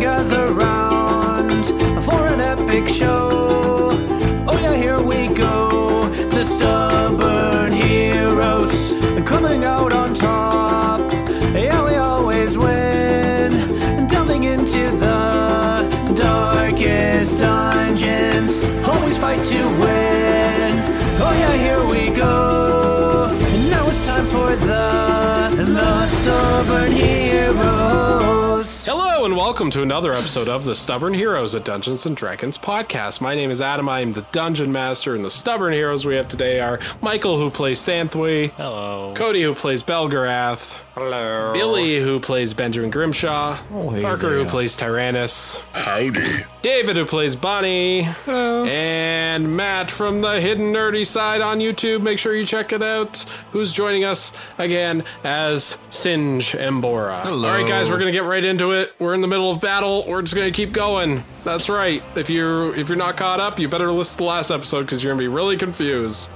gather round for an epic show. Oh yeah, here we go. The stubborn heroes coming out on top. Yeah, we always win. Delving into the darkest dungeons, always fight to win. Oh yeah, here we go. Now it's time for the the stubborn heroes. Hello and welcome to another episode of the Stubborn Heroes, a Dungeons and Dragons podcast. My name is Adam. I am the Dungeon Master, and the Stubborn Heroes we have today are Michael, who plays Stanthwy. Hello. Cody, who plays Belgarath. Hello. Billy, who plays Benjamin Grimshaw. Parker, who plays Tyrannus. Howdy. David, who plays Bonnie. And Matt from the Hidden Nerdy Side on YouTube. Make sure you check it out. Who's joining us again as Singe Embora. Hello. All right, guys, we're gonna get right into it. We're in the middle of battle. We're just gonna keep going. That's right. If you're if you're not caught up, you better listen to the last episode because you're gonna be really confused.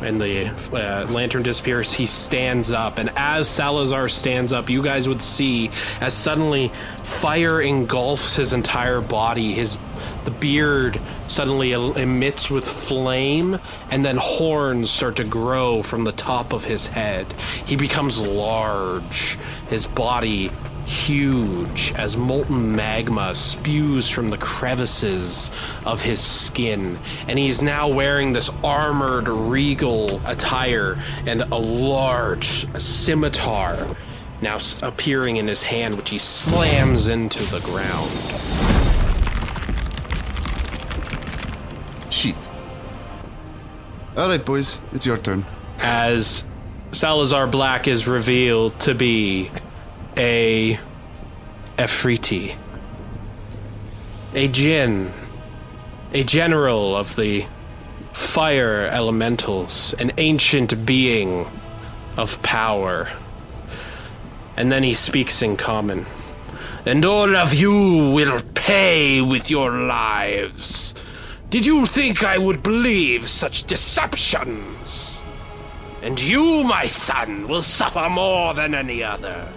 And the uh, lantern disappears. He stands up, and as Salazar stands up, you guys would see as suddenly fire engulfs his entire body. His the beard suddenly el- emits with flame, and then horns start to grow from the top of his head. He becomes large. His body huge as molten magma spews from the crevices of his skin. And he's now wearing this armored regal attire and a large scimitar now s- appearing in his hand, which he slams into the ground. Shit. Alright, boys, it's your turn. As Salazar Black is revealed to be a Efriti, a jinn, a general of the fire elementals, an ancient being of power. And then he speaks in common. And all of you will pay with your lives. Did you think I would believe such deceptions? And you, my son, will suffer more than any other.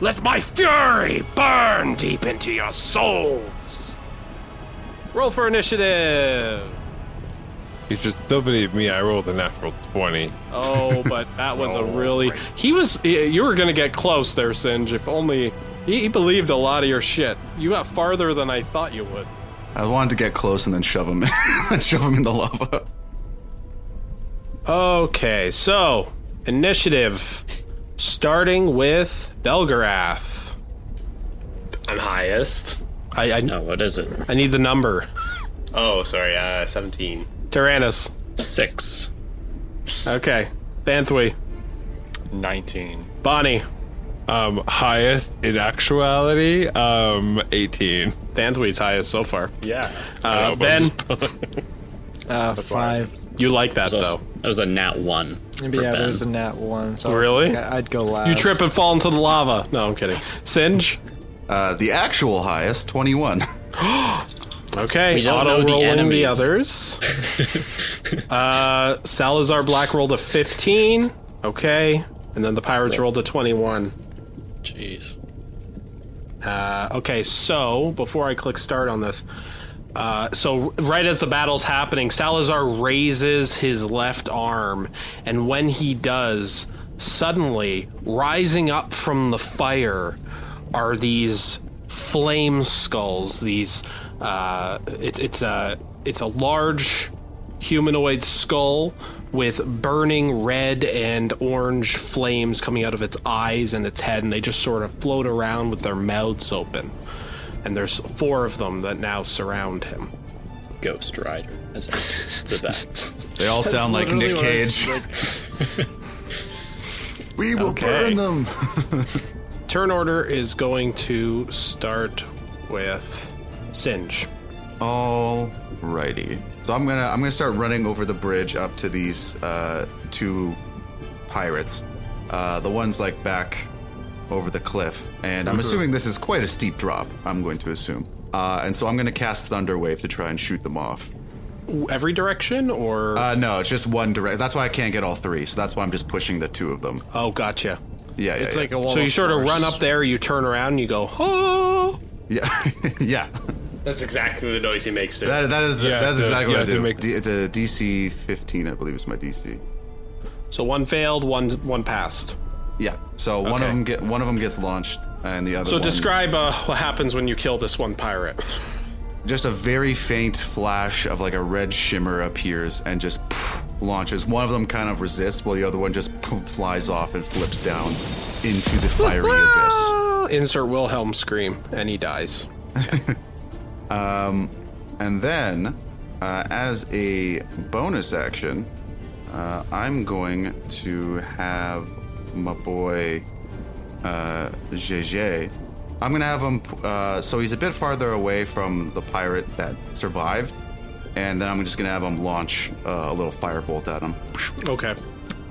Let my fury burn deep into your souls. Roll for initiative. You should still believe me. I rolled a natural twenty. Oh, but that was a really. He was. y- You were gonna get close there, Singe. If only he, he believed a lot of your shit. You got farther than I thought you would. I wanted to get close and then shove him, shove him in the lava. Okay, so initiative, starting with Belgarath. I'm highest. I I, No, what is it? I need the number. Oh, sorry, uh, 17. Tyrannus. Six. Okay, Banthwy, 19. Bonnie, Um, highest in actuality, um, eighteen. Banthwy's highest so far. Yeah. Uh, ben, Uh, five. you like that That was, though. that was a nat one. Maybe for yeah, Ben. there's a nat one. So Really? I- I'd go last. You trip and fall into the lava. No, I'm kidding. Singe. Uh, the actual highest, 21. Okay, We don't know auto the rolling the enemies. others. uh, Salazar Black rolled a 15. Okay. And then the Pirates rolled a 21. Jeez. Uh, okay, so before I click start on this, uh, so right as the battle's happening, Salazar raises his left arm, and when he does, suddenly rising up from the fire are these flame skulls. These uh, it's it's a it's a large humanoid skull with burning red and orange flames coming out of its eyes and its head, and they just sort of float around with their mouths open. And there's four of them that now surround him. Ghost Rider. As I- the back. They all sound like Nick Cage. we will burn them. Turn order is going to start with Singe. Alrighty. So I'm gonna I'm gonna start running over the bridge up to these uh, two pirates. Uh, the ones like back over the cliff, and I'm Mm-hmm. assuming this is quite a steep drop. I'm going to assume, uh, and so I'm gonna cast Thunder Wave to try and shoot them off. Every direction, or Uh, no, it's just one direct. That's why I can't get all three. So that's why I'm just pushing the two of them. oh, gotcha. Yeah, yeah. It's yeah. like a wall. So you sort of run up there, you turn around, you go, oh, Yeah, yeah. That's exactly the noise he makes. There. That that is Yeah, that's so exactly you what I have to do. make- D, it's a DC 15, I believe is my DC. So one failed, one one passed. Yeah. So one of Okay. them get one of them gets launched, and the other. So one- describe uh, what happens when you kill this one pirate. just a very faint flash of like a red shimmer appears and just pff, launches. One of them kind of resists, while the other one just poof, flies off and flips down into the fiery abyss. Insert Wilhelm scream, and he dies. Um, And then, uh, as a bonus action, uh, I'm going to have my boy uh, JJ. I'm going to have him, uh, so he's a bit farther away from the pirate that survived. And then I'm just going to have him launch uh, a little firebolt at him. Okay.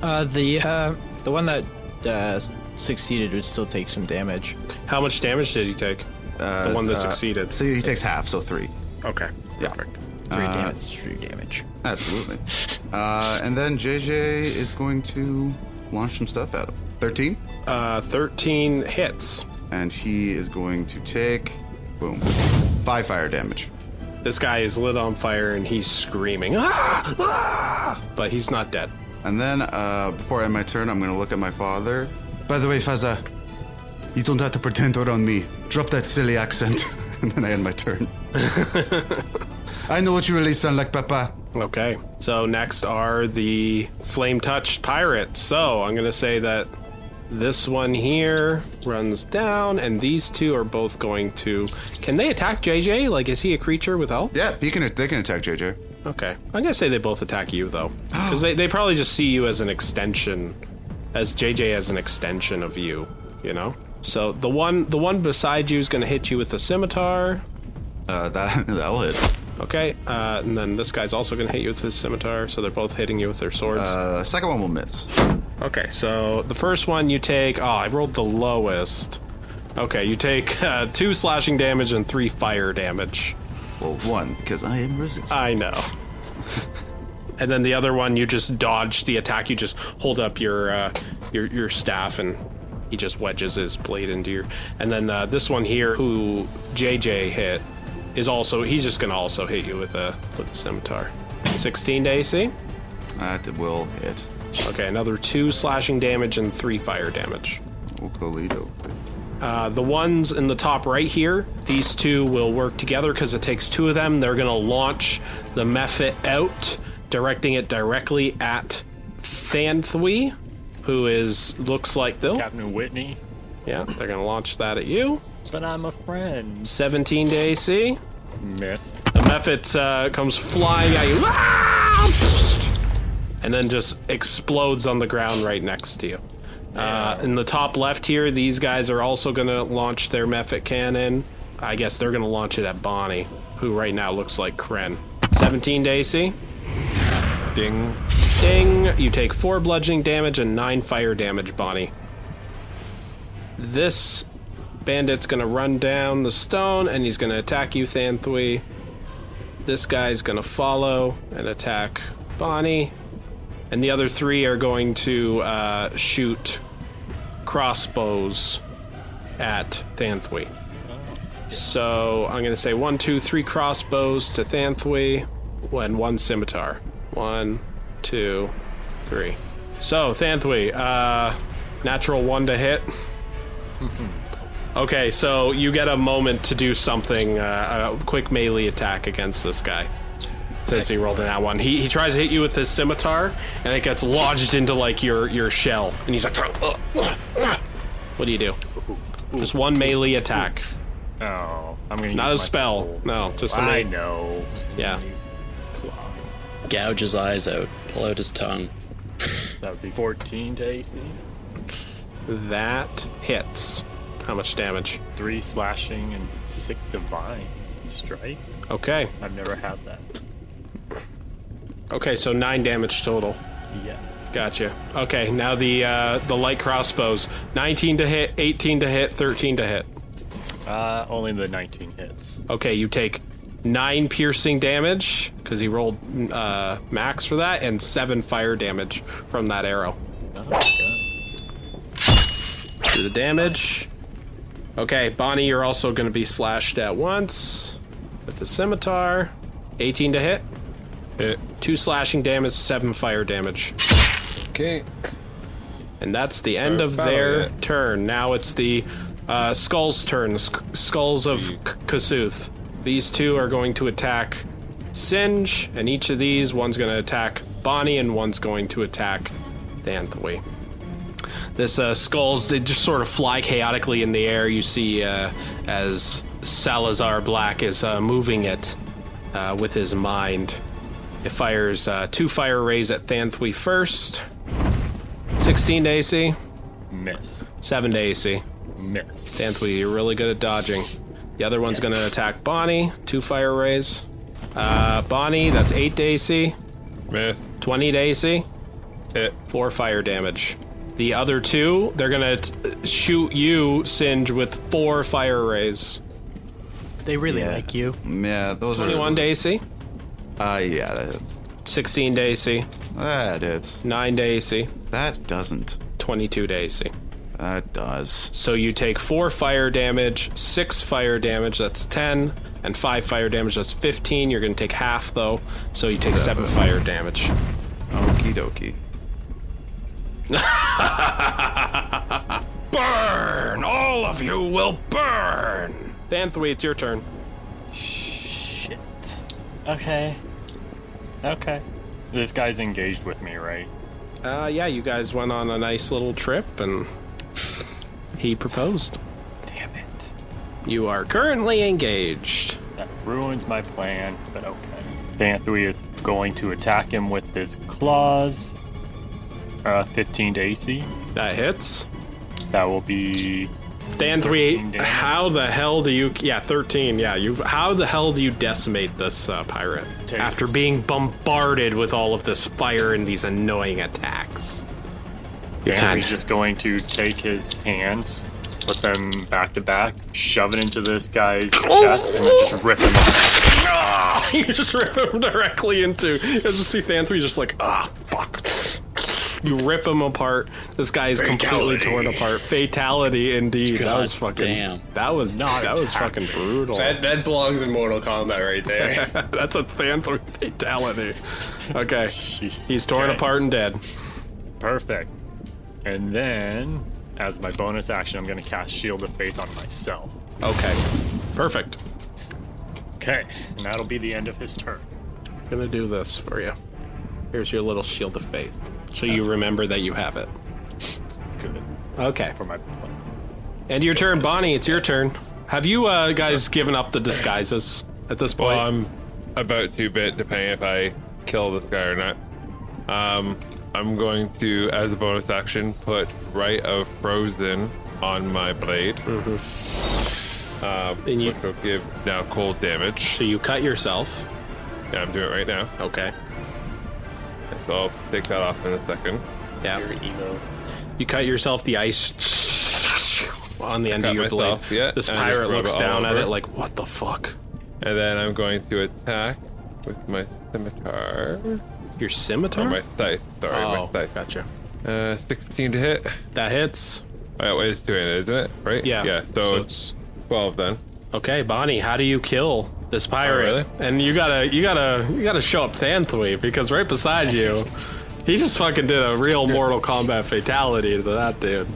Uh, the uh, the one that uh, succeeded would still take some damage. How much damage did he take? the one that uh, succeeded. So he takes half, so three. Okay. Yeah. Uh, Three damage. Three damage. Absolutely. uh, and then JJ is going to launch some stuff at him. 13. Uh, 13 hits. And he is going to take, boom, five fire damage. This guy is lit on fire and he's screaming, "Ah! Ah!" but he's not dead. And then uh, before I end my turn, I'm going to look at my father. By the way, Faza, you don't have to pretend around me. Drop that silly accent. and then I end my turn. I know what you really sound like, Papa. Okay. So next are the flame touched pirates. So I'm gonna say that this one here runs down, and these two are both going to. Can they attack JJ? Like, is he a creature with health? Yeah, he can. They can attack JJ. Okay. I'm gonna say they both attack you though, because they they probably just see you as an extension, as JJ as an extension of you. You know. So the one the one beside you is gonna hit you with the scimitar. Uh, that that'll hit. Okay, uh, and then this guy's also going to hit you with his scimitar, so they're both hitting you with their swords. Uh, second one will miss. okay, so the first one you take. Oh, I rolled the lowest. Okay, you take uh, two slashing damage and three fire damage. Well, one because I am resistant. I know. and then the other one, you just dodge the attack. You just hold up your uh, your your staff, and he just wedges his blade into your. And then uh, this one here, who JJ hit, is also he's just gonna also hit you with a with a scimitar. 16 to AC. That will hit. Okay, another two slashing damage and three fire damage. Okolito. Uh, the ones in the top right here, these two will work together because it takes two of them. They're going to launch the Mephit out, directing it directly at Thanthui, who is looks like though. Captain Whitney. Yeah, they're going to launch that at you. But I'm a friend. 17 to AC. Miss. The Mephit uh, comes flying at you, Ah! and then just explodes on the ground right next to you. Uh, in the top left here, these guys are also going to launch their Mephit cannon. I guess they're going to launch it at Bonnie, who right now looks like Kren. 17 to AC. Ding. Ding. You take four bludgeoning damage and nine fire damage, Bonnie. This bandit's gonna run down the stone and he's gonna attack you, Thanthui. This guy's gonna follow and attack Bonnie. And the other three are going to uh, shoot crossbows at Thanthui. So I'm gonna say one, two, three crossbows to Thanthui, and one scimitar. One, two, three. So Thanthui, uh, natural one to hit. okay, so you get a moment to do something, uh, a quick melee attack against this guy. Since he rolled in that one, he, he tries to hit you with his scimitar, and it gets lodged into like your your shell, and he's like, "Ugh, ugh, ugh." "What do you do?" Just one melee attack. Oh, I'm gonna. Not a use my spell. tool. No, just a I ma- know. Yeah. Gouge his eyes out. Pull out his tongue. That would be 14 to AC. That hits. How much damage? Three slashing and six divine strike. Okay. I've never had that. Okay, so nine damage total. Yeah. Gotcha. Okay, now the uh, the light crossbows. 19 to hit, 18 to hit, 13 to hit. Uh, only the 19 hits. Okay, you take nine piercing damage because he rolled uh, max for that, and seven fire damage from that arrow. Oh, God. Do the damage. Okay, Bonnie, you're also going to be slashed at once with the scimitar. 18 to hit. Uh, Hit. Two slashing damage, seven fire damage. Okay. And that's the end of About their it. turn. Now it's the uh, Skull's turn. Sk- skulls of K- Kasuth. These two are going to attack Singe, and each of these, one's going to attack Bonnie, and one's going to attack Thanthui. This uh, skulls, they just sort of fly chaotically in the air. You see uh, as Salazar Black is uh, moving it uh, with his mind. It fires uh, two fire rays at Thanthui first. 16 to AC, Miss. 7 to AC. Miss. Anthony, you're really good at dodging. The other one's going to attack Bonnie. Two fire rays. Uh, Bonnie, that's 8 to AC, Miss. 20 to AC, Hit. 4 fire damage. The other two, they're going to shoot you, Singe, with 4 fire rays. They really Yeah. like you. Yeah, those are 21 to AC, Uh, yeah, that hits. 16 to AC, That hits. 9 to AC, That doesn't. 22 to AC. That does. So you take four fire damage, six fire damage, that's 10, and five fire damage, that's 15. You're going to take half, though, so you take seven, fire damage. Okie dokie. Burn! All of you will burn! Thanthui, it's your turn. Shit. Okay. Okay. This guy's engaged with me, right? Uh, yeah, you guys went on a nice little trip, and he proposed. Damn it. You are currently engaged. That ruins my plan, but okay. Banthui is going to attack him with his claws. Uh, 15 to AC. That hits. That will be Thanthui, 13 damage. how the hell do you? Yeah, thirteen. Yeah, you. How the hell do you decimate this uh, pirate Takes- after being bombarded with all of this fire and these annoying attacks? And God. he's just going to take his hands, put them back to back, shove it into this guy's chest, and then just rip him off. you just rip him directly into. You guys just see Thanthui just like, ah, fuck. You rip him apart. This guy is completely torn apart. Fatality, indeed. that God was fucking. damn. That was not. That was fucking brutal. That, that belongs in Mortal Kombat right there. That's a Thanthui fatality. Okay, Jeez. he's torn Okay. apart and dead. Perfect. And then, as my bonus action, I'm going to cast Shield of Faith on myself. Okay. Perfect. Okay, and that'll be the end of his turn. Gonna do this for you. Here's your little shield of faith. So you remember that you have it. Good Okay. for my plan. End of your turn, Bonnie. It's your turn. Have you uh, guys given up the disguises at this point? Well, I'm about to bit depending if I kill this guy or not. Um, I'm going to, as a bonus action, put Right of Frozen on my blade, Mm-hmm. Um, and you, which will give now cold damage. so you cut yourself. Yeah, I'm doing it right now. Okay. So I'll take that off in a second. Yeah. Emo. You cut yourself the ice on the end Cut of your myself, blade. yeah, This and I just pirate rub looks it all down at over. it like, what the fuck? And then I'm going to attack with my scimitar. Your Or scimitar? my scythe. Sorry, my oh, scythe. gotcha. Uh, 16 to hit. That hits. Oh, wait, it's two handed, isn't it? Right? Yeah. Yeah, so, So it's 12 then. Okay, Bonnie, how do you kill this pirate? really? And you gotta, you gotta, you gotta show up Thanthui because right beside you, he just fucking did a real Mortal Kombat fatality to that dude.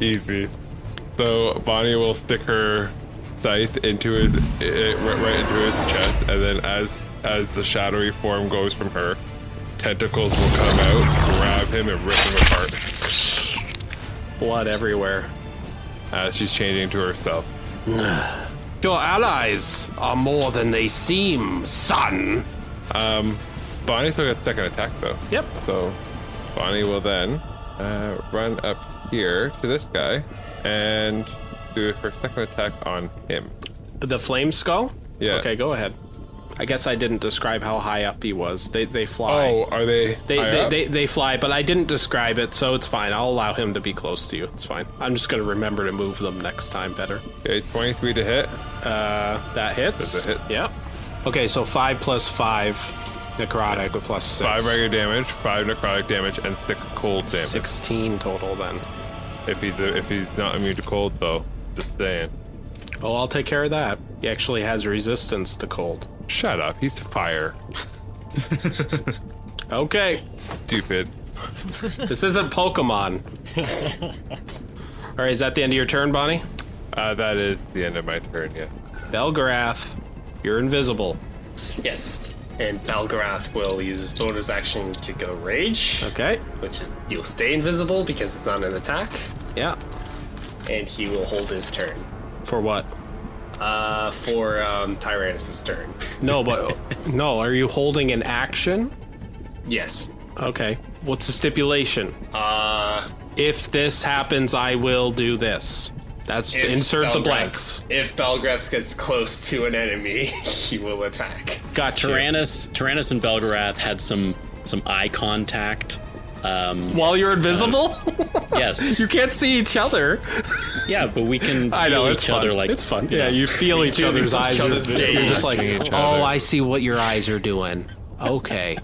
Easy. So Bonnie will stick her scythe into his eh, right, right into his chest, and then as as the shadowy form goes from her, tentacles will come out, grab him, and rip him apart Blood everywhere. as Uh, she's changing to herself. Your allies are more than they seem, son. Um, Bonnie still gets second attack though. Yep. So Bonnie will then uh, run up here to this guy and do her second attack on him. The flame skull. Yeah. Okay, go ahead. I guess I didn't describe how high up he was. They they fly. Oh, are they? They, higher they, up? they, they fly, but I didn't describe it, so it's fine. I'll allow him to be close to you. It's fine. I'm just gonna remember to move them next time better. Uh, Okay, 23 to hit. That hits. That's a hit. Yep. Okay, so five plus five, necrotic with plus six. Five regular damage, five necrotic damage, and six cold damage. Sixteen total then. If he's if he's not immune to cold though, Just saying. Oh, I'll take care of that. He actually has resistance to cold. Shut up. He's fire. Okay, Stupid. this isn't Pokemon. All right, is that the end of your turn, Bonnie? Uh, that is the end of my turn. Yeah. Belgarath, you're invisible. Yes. And Balgarath will use his bonus action to go rage, Okay. which is you'll stay invisible because it's not an attack, Yeah. and he will hold his turn For what? uh, for um, Tyrannus' turn. No, but no. Are you holding an action? Yes. Okay. What's the stipulation? Uh, If this happens, I will do this. That's if insert the Balgrath- blanks. If Balgrath gets close to an enemy, he will attack. Gotcha. Tyrannus, Tyrannus and Belgarath had some some eye contact. Um, While you're invisible, yes. you can't see each other. yeah, but we can feel each other like it's fun. you Yeah, know. you feel each other's each eyes. other's You're- you're days. just like, Seeing each oh, other." I see what your eyes are doing. Okay.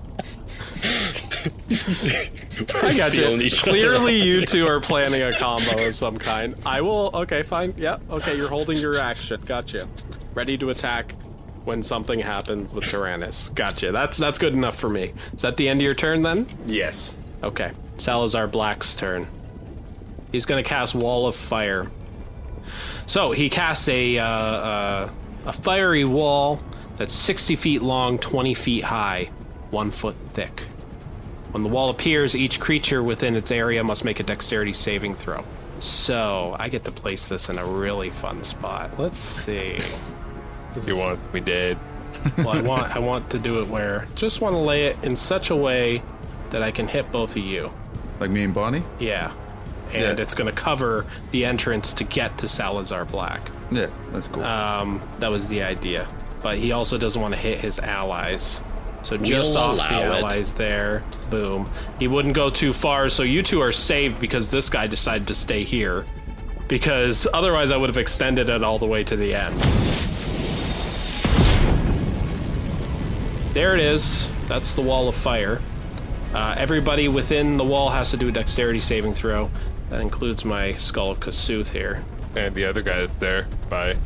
I got Feeling you. each other. Clearly, you two are planning a combo of some kind. I will. Okay, fine. Yeah. Okay, you're holding your action. Gotcha. Ready to attack when something happens with Tyrannus. Gotcha. That's that's good enough for me. Is that the end of your turn then? Yes. Okay. Salazar Black's turn. He's going to cast Wall of Fire. So he casts a uh, uh, a fiery wall that's 60 feet long, 20 feet high, one foot thick. When the wall appears, each creature within its area must make a dexterity saving throw. So I get to place this in a really fun spot. Let's see. He wants me dead. Well, I want I want to do it where just want to lay it in such a way that I can hit both of you. Like me and Bonnie? Yeah. And Yeah. it's going to cover the entrance to get to Salazar Black. Yeah, that's cool. Um, that was the idea. But he also doesn't want to hit his allies. So just We'll off the allow it. allies there. Boom. He wouldn't go too far, so you two are saved because this guy decided to stay here. Because otherwise, I would have extended it all the way to the end. There it is. That's the wall of fire. Uh, everybody within the wall has to do a dexterity saving throw. That includes my Skull of Kasuth here. And the other guy is there. Bye.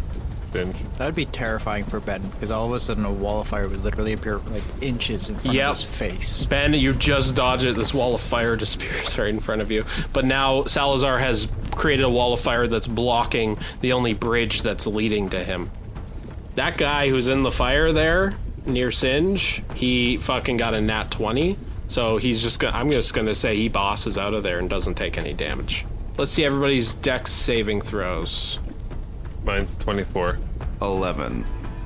Binge. That'd be terrifying for Ben because all of a sudden a wall of fire would literally appear like inches in front Yep. of his face. Ben, you just dodged it. This wall of fire just appears right in front of you. But now Salazar has created a wall of fire that's blocking the only bridge that's leading to him. That guy who's in the fire there near Singe, he fucking got a nat 20. So he's just gonna, I'm just gonna say he bosses out of there and doesn't take any damage. Let's see everybody's dex saving throws, Mine's 24. 11.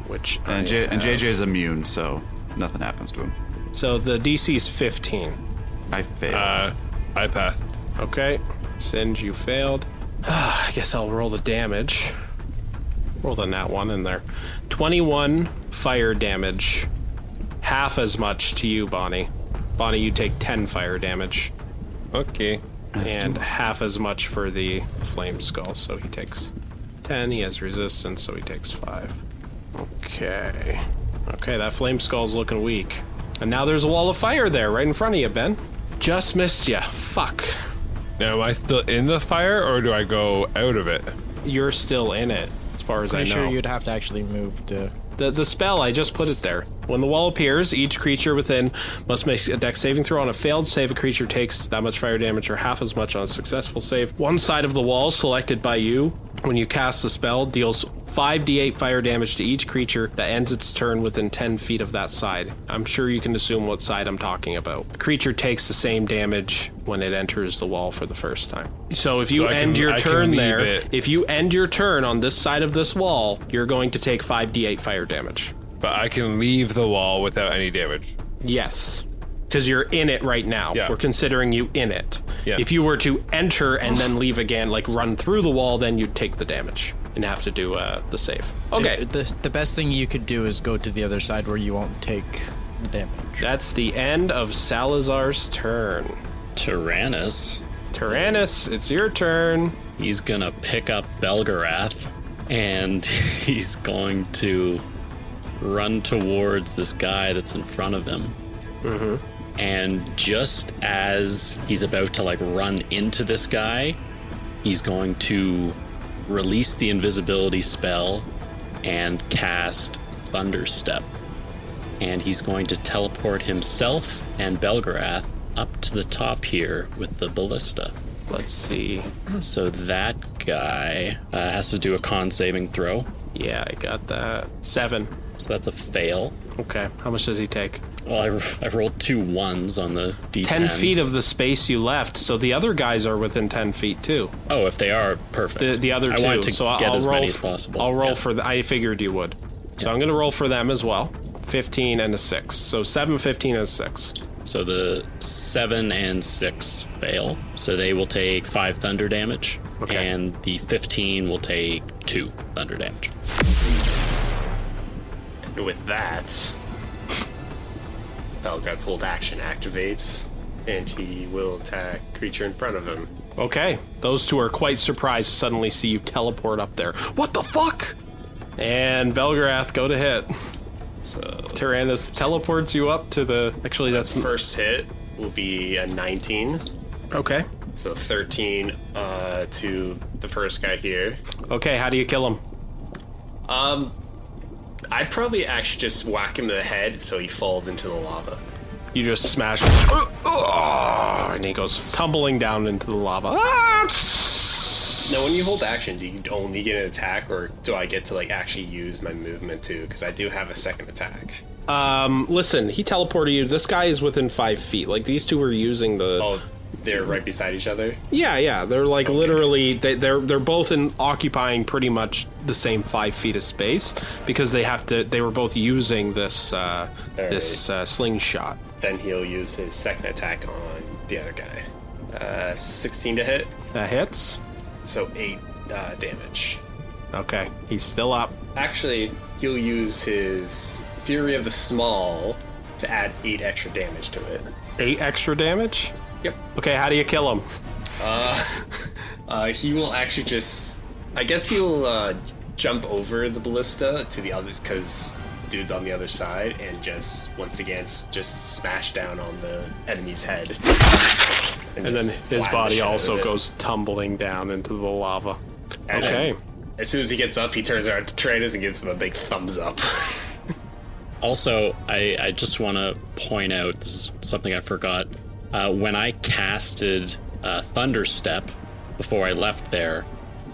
which. I And, J- and have. JJ's immune, so nothing happens to him. So the DC's 15. I fail. Uh, I passed. Okay. Singe, you failed. I guess I'll roll the damage. Rolled a nat one in there. 21 fire damage. Half as much to you, Bonnie. Bonnie, you take 10 fire damage. Okay. and half as much for the flame skull, so he takes 10. He has resistance, so he takes 5. Okay. Okay, that flame skull's looking weak. And now there's a wall of fire there right in front of you, Ben. Just missed you. Fuck. Now, am I still in the fire or do I go out of it? you're still in it, as far as I know. Pretty sure you'd have to actually move to. the, the spell, I just put it there. When the wall appears, each creature within must make a dex saving throw. On a failed save, a creature takes that much fire damage or half as much on a successful save. One side of the wall selected by you when you cast the spell deals 5d8 fire damage to each creature that ends its turn within 10 feet of that side. I'm sure you can assume what side I'm talking about. A creature takes the same damage when it enters the wall for the first time. So if you I end can- your I can turn leave there, it. if you end your turn on this side of this wall, you're going to take 5d8 fire damage. But I can leave the wall without any damage. Yes. Because you're in it right now. Yeah. We're considering you in it. Yeah. If you were to enter and then leave again, like run through the wall, then you'd take the damage and have to do uh, the save. Okay. The, the best thing you could do is go to the other side where you won't take the damage. That's the end of Salazar's turn. Tyrannus. Tyrannus, it's your turn. He's gonna pick up Belgarath and he's going to run towards this guy that's in front of him. Mm-hmm. And just as he's about to like run into this guy, he's going to release the invisibility spell and cast Thunderstep. And he's going to teleport himself and Belgarath up to the top here with the ballista. Let's see. So that guy uh, has to do a con saving throw. Yeah, I got that. Seven. So that's a fail. Okay. How much does he take? Well, I, I rolled two ones on the d10. 10 feet of the space you left, so the other guys are within 10 feet too. Oh, if they are perfect. The, the other I two. wanted to so I'll- get I'll as roll many as f- possible. I'll roll Yeah. for the, I figured you would. So I'm going to roll for them as well. 15 and a 6. So 7, 15, and a 6. So the seven and six fail. So they will take five thunder damage, Okay. and the fifteen will take two thunder damage. And with that, Belgrad's hold action activates, and he will attack creature in front of him. Okay. Those two are quite surprised to suddenly see you teleport up there. What the fuck? And Belgarath, go to hit. So Tyrannus teleports you up to the. Actually, that's. first hit will be a 19, Okay. so 13 uh, to the first guy here. Okay, how do you kill him? I'd probably actually just whack him in the head so he falls into the lava. You just smash him. Uh, And he goes tumbling down into the lava. Now, when you hold action, do you only get an attack, or do I get to like actually use my movement too? Because I do have a second attack. Um, listen, he teleported you. This guy is within five feet. Like, these two are using the. Oh, they're right beside each other. Yeah, yeah. They're like literally they, they're they're both in occupying pretty much the same five feet of space because they have to. They were both using this uh, All this uh, slingshot. Then he'll use his second attack on the other guy. Uh, 16 to hit, That hits. so 8 uh, damage. Okay, he's still up. Actually, he'll use his Fury of the Small to add 8 extra damage to it. Eight extra damage. Yep. Okay, how do you kill him? Uh, he will actually just. I guess he'll uh, jump over the ballista to the others because dude's on the other side and just, once again, s- just smash down on the enemy's head. just And then his flatten the body shit out also of it. goes tumbling down into the lava. And then Okay. As soon as he gets up, he turns around to Tyrannus and gives him a big thumbs up. Also, I, I just want to point out this is something I forgot. Uh, when I casted uh, Thunder Step before I left there,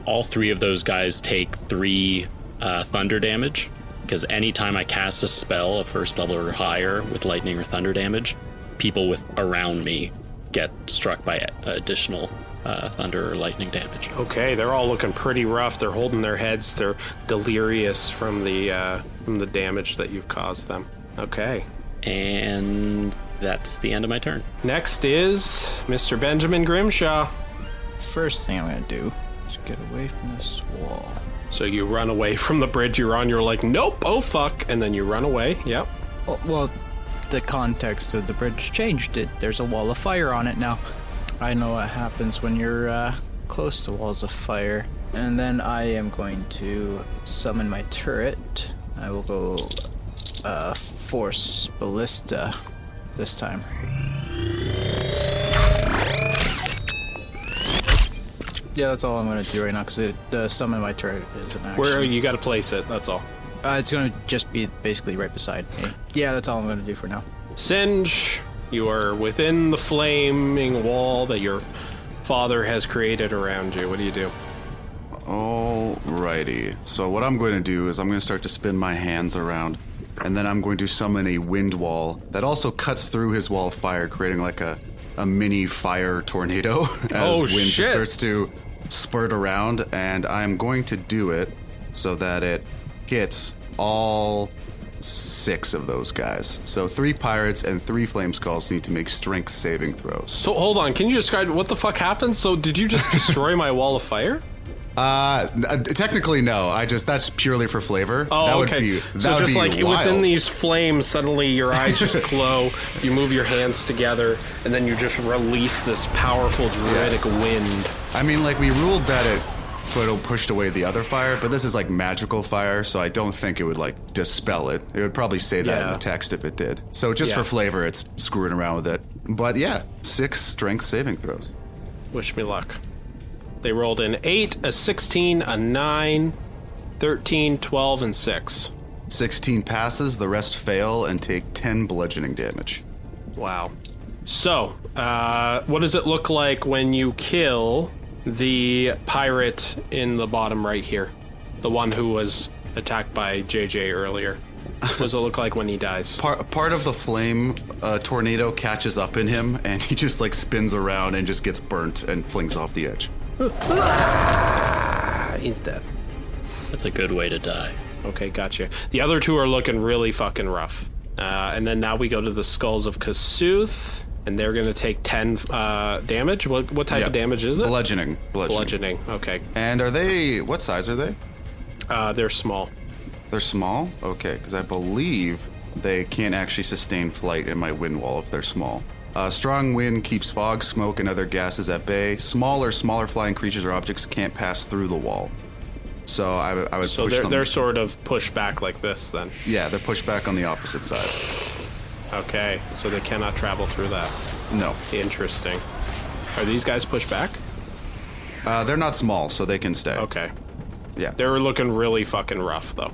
all three of those guys take three uh, thunder damage because anytime I cast a spell of first level or higher with lightning or thunder damage, people with around me get struck by additional uh, thunder or lightning damage. Okay, they're all looking pretty rough. They're holding their heads. They're delirious from the uh, from the damage that you've caused them. Okay. And that's the end of my turn. Next is Mr. Benjamin Grimshaw. First thing I'm gonna do is get away from this wall. So you run away from the bridge you're on. You're like, nope, oh fuck, and then you run away. Yep. Well, Oh, well, the context of the bridge changed. It there's a wall of fire on it now. I know what happens when you're uh, close to walls of fire. And then I am going to summon my turret. I will go uh, force ballista this time. Yeah, that's all I'm gonna do right now because uh, summon my turret is an action. Where you got to place it. That's all. Uh, it's gonna just be basically right beside me. Yeah, that's all I'm gonna do for now. Singe, you are within the flaming wall that your father has created around you. What do you do? Alrighty. So what I'm going to do is I'm going to start to spin my hands around, and then I'm going to summon a wind wall that also cuts through his wall of fire, creating like a, a mini fire tornado as Oh, wind just shit. starts to spurt around. And I'm going to do it so that it hits all six of those guys. So three pirates and three flame skulls need to make strength saving throws. So hold on. Can you describe what the fuck happened? So did you just destroy my wall of fire? Uh, n- technically no. I just that's purely for flavor. Oh, that okay. would be that so would just be like wild. within these flames, suddenly your eyes just glow. You move your hands together, and then you just release this powerful druidic wind. I mean, like we ruled that it put pushed away the other fire, but this is like magical fire, so I don't think it would like dispel it. It would probably say that in Yeah. the text if it did. So just Yeah. for flavor, it's screwing around with it. But yeah, six strength saving throws. Wish me luck. They rolled an 8, a 16, a 9, 13, 12, and 6. 16 passes, the rest fail and take 10 bludgeoning damage. Wow. So, uh, what does it look like when you kill the pirate in the bottom right here? The one who was attacked by JJ earlier. What does it look like when he dies? Part, part of the flame uh, tornado catches up in him and he just like spins around and just gets burnt and flings off the edge. He's dead. That's a good way to die. Okay, gotcha. The other two are looking really fucking rough. Uh, and then now we go to the skulls of Kasuth, and they're going to take 10 uh, damage. What, what type Yeah. of damage is it? Bludgeoning. Bludgeoning. Bludgeoning. Okay. And are they. What size are they? Uh, they're small. They're small? Okay, because I believe they can't actually sustain flight in my wind wall if they're small. Uh, strong wind keeps fog, smoke, and other gases at bay. Smaller, smaller flying creatures or objects can't pass through the wall. So I, would- I would So push they're, them. they're sort of pushed back like this then. yeah, they're pushed back on the opposite side. Okay. So they cannot travel through that. No, Interesting. Are these guys pushed back? uh, they're not small, so they can stay. Okay. Yeah. They were looking really fucking rough though.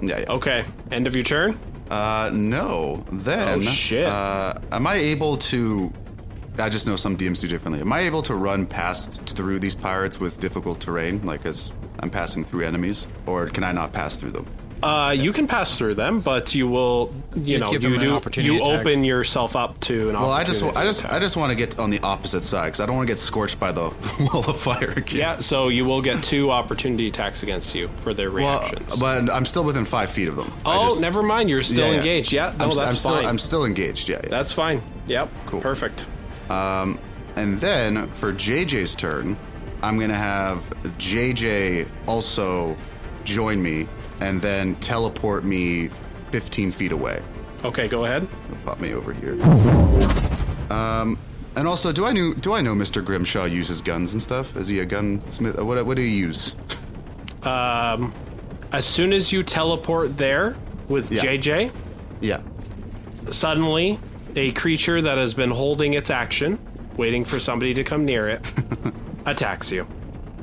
yeah, yeah. Okay. End of your turn? Uh, no. Then. Oh, shit. Uh, am I able to? I just know some DMs do differently. Am I able to run past through these pirates with difficult terrain, like as I'm passing through enemies, or can I not pass through them? Uh, you can pass through them, but you will, you You know, give you them an do, opportunity you attack. open yourself up to an Well, I just, opportunity. I just, I attack. just want to get on the opposite side because I don't want to get scorched by the wall of fire again. Yeah, so you will get two opportunity attacks against you for their Well, reactions. but I'm still within five feet of them. I oh, just- never mind. You're still engaged. Yeah, no, I'm, s- that's I'm fine. Still, I'm still engaged. Yeah. yeah. that's fine. Yep. Cool. Perfect. Um, and then for JJ's turn, I'm gonna have JJ also join me and then teleport me 15 feet away. Okay, go ahead. Pop me over here. Um, and also, do I know do I know Mr. Grimshaw uses guns and stuff? Is he a gunsmith? Uh, What what do he use? Um, As soon as you teleport there with Yeah. JJ, yeah. suddenly a creature that has been holding its action, waiting for somebody to come near it, attacks you.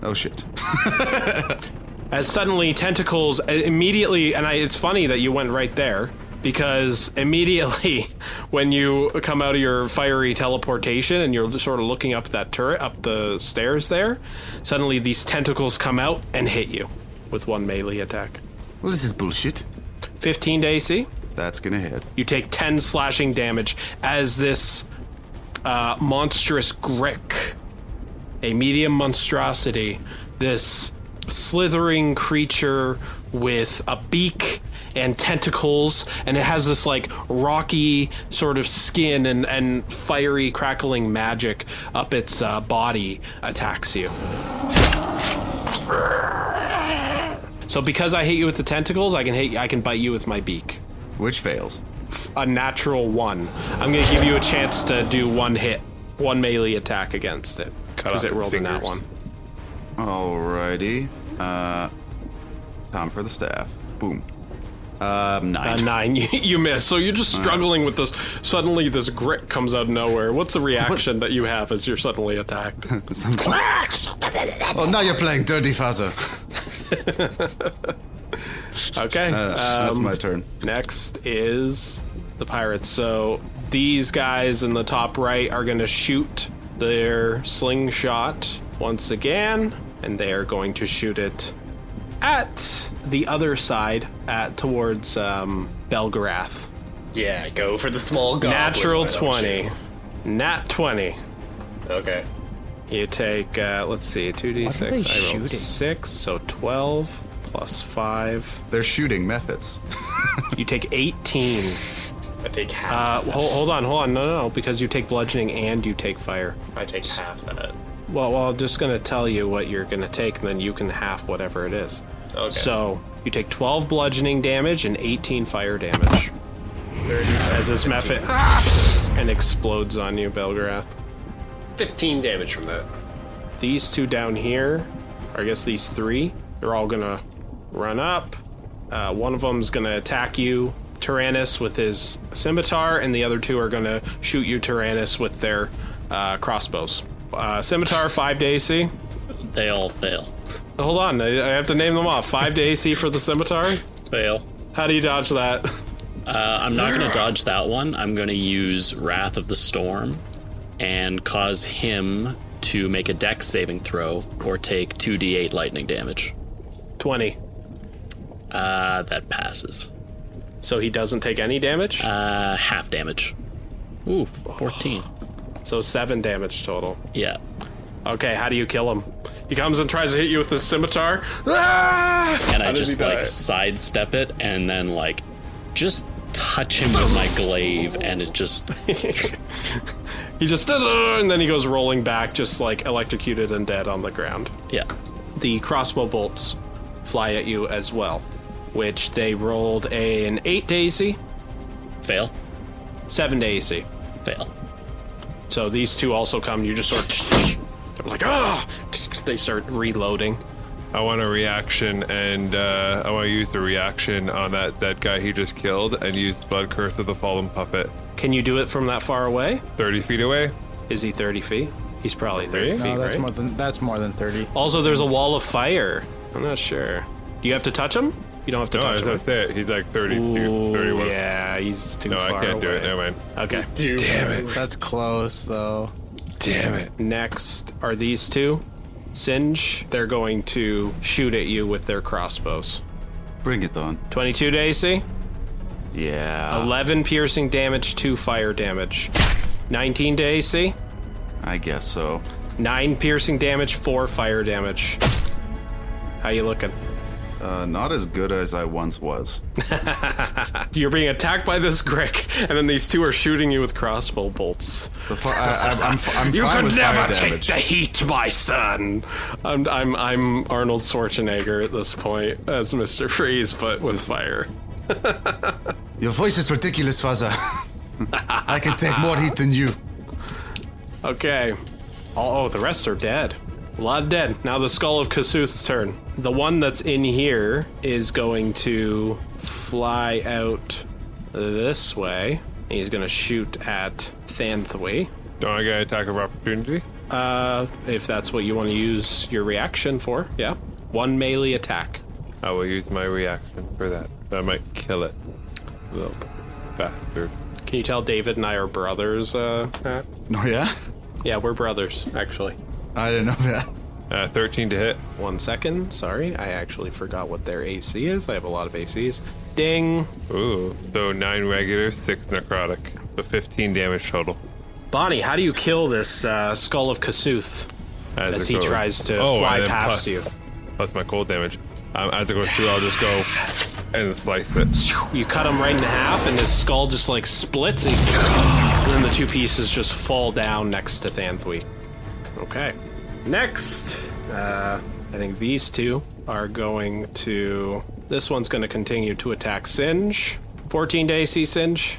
Oh shit. as suddenly tentacles i- immediately and I, it's funny that you went right there because immediately when you come out of your fiery teleportation and you're sort of looking up that turret up the stairs there suddenly these tentacles come out and hit you with one melee attack well, this is bullshit. 15 to ac That's gonna hit. you take 10 slashing damage as this uh, monstrous Grick, a medium monstrosity, this slithering creature with a beak and tentacles, and it has this like rocky sort of skin and, and fiery crackling magic up its uh, body attacks you. So because I hit you with the tentacles, I can hit I can bite you with my beak Which fails. a natural one. I'm going to give you a chance to do one hit, one melee attack against it off because it its rolled in that fingers. one. Alrighty. Uh, time for the staff. Boom. Um, nine. A Uh, nine, you, you miss. So you're just struggling with this. Suddenly, this grit comes out of nowhere. What's the reaction that you have as you're suddenly attacked? oh, now you're playing dirty fuzzer. Okay. Uh, That's um, my turn. Next is the pirates. So these guys in the top right are going to shoot their slingshot once again, and they are going to shoot it at the other side, at towards um, Belgarath. Yeah, go for the small goblin. Natural why don't you? twenty, nat twenty. Okay. You take uh, let's see, two d What are six. they I shooting? rolled six, so twelve plus five. They're shooting methods. You take eighteen. I take half. Uh, hold, hold on, hold on. No, no, no, because you take bludgeoning and you take fire. I take half that. Well, well, I'm just gonna tell you what you're gonna take, and then you can half whatever it is. Okay. So you take 12 bludgeoning damage and 18 fire damage as this method Ah! and explodes on you, Belgrath. 15 damage from that. These two down here, or I guess these three, they're all gonna run up. Uh, one of them's gonna attack you, Tyrannus, with his scimitar, and the other two are gonna shoot you, Tyrannus, with their uh, crossbows. Uh, scimitar, 5 to AC. They all fail. Hold on, I, I have to name them off. Five to AC for the scimitar. Fail. How do you dodge that? Uh, I'm not going to dodge that one. I'm going to use Wrath of the Storm and cause him to make a dex saving throw or take 2d8 lightning damage. Twenty. Uh, that passes. So he doesn't take any damage. Uh, half damage. Ooh, 14. so seven damage total. Yeah. Okay, how do you kill him? He comes and tries to hit you with the scimitar. Ah! And I does just he die? like sidestep it and then like just touch him with my glaive and it just He just and then he goes rolling back, just like electrocuted and dead on the ground. yeah. The crossbow bolts fly at you as well, which they rolled an eight to AC, Fail. seven to AC. Fail. So these two also come. You just sort of like ah. They start reloading. I want a reaction, and uh, I want to use the reaction on that that guy he just killed, and use Blood Curse of the Fallen Puppet, Can you do it from that far away? thirty feet away. Is he thirty feet? He's probably thirty feet, No, that's right? more than that's more than thirty. Also, there's a wall of fire. I'm not sure. Do you have to touch him? You don't have to No, touch as I him. say it, he's like 32, Ooh, 31. yeah, he's too No, far I can't do it. away. Never mind. Okay. Dude. Damn it. That's close though. Damn it! Next are these two. Singe, they're going to shoot at you with their crossbows. Bring it on. 22 to AC, Yeah. 11 piercing damage, 2 fire damage. 19 to AC, I guess so. 9 piercing damage, 4 fire damage. How you looking? Uh, not as good as I once was. You're being attacked by this Grick, and then these two are shooting you with crossbow bolts. The fi- I, I, I'm, f- I'm You fine could with fire never take damage. the heat, my son. I'm I'm I'm Arnold Schwarzenegger at this point as Mr. Freeze, but with fire. Your voice is ridiculous, Faza. I can take more heat than you. Okay. Oh, oh, the rest are dead. A lot dead. Now the skull of Kasuth's turn. The one that's in here is going to fly out this way. He's going to shoot at Thanthui. Don't I get attack of opportunity? Uh, if that's what you want to use your reaction for, yeah. One melee attack. I will use my reaction for that. I might kill it. Little bastard. Can you tell David and I are brothers? Uh, Matt? Oh, yeah? yeah, we're brothers, actually. I didn't know that. Uh, 13 to hit. One second. Sorry, I actually forgot what their AC is. I have a lot of ACs. Ding. Ooh. So 9 regular, 6 necrotic. So 15 damage total. Bonnie, how do you kill this uh, skull of Kasuth? As it he goes. Oh, tries to and fly then past plus- Plus my cold damage. Um, as it goes through, I'll just go and slice it. You cut him right in half, and his skull just like splits, and, and then the two pieces just fall down next to Thanthui. Okay. Next, uh, I think these two are going to. This one's going to continue to attack Singe. 14 to AC Singe,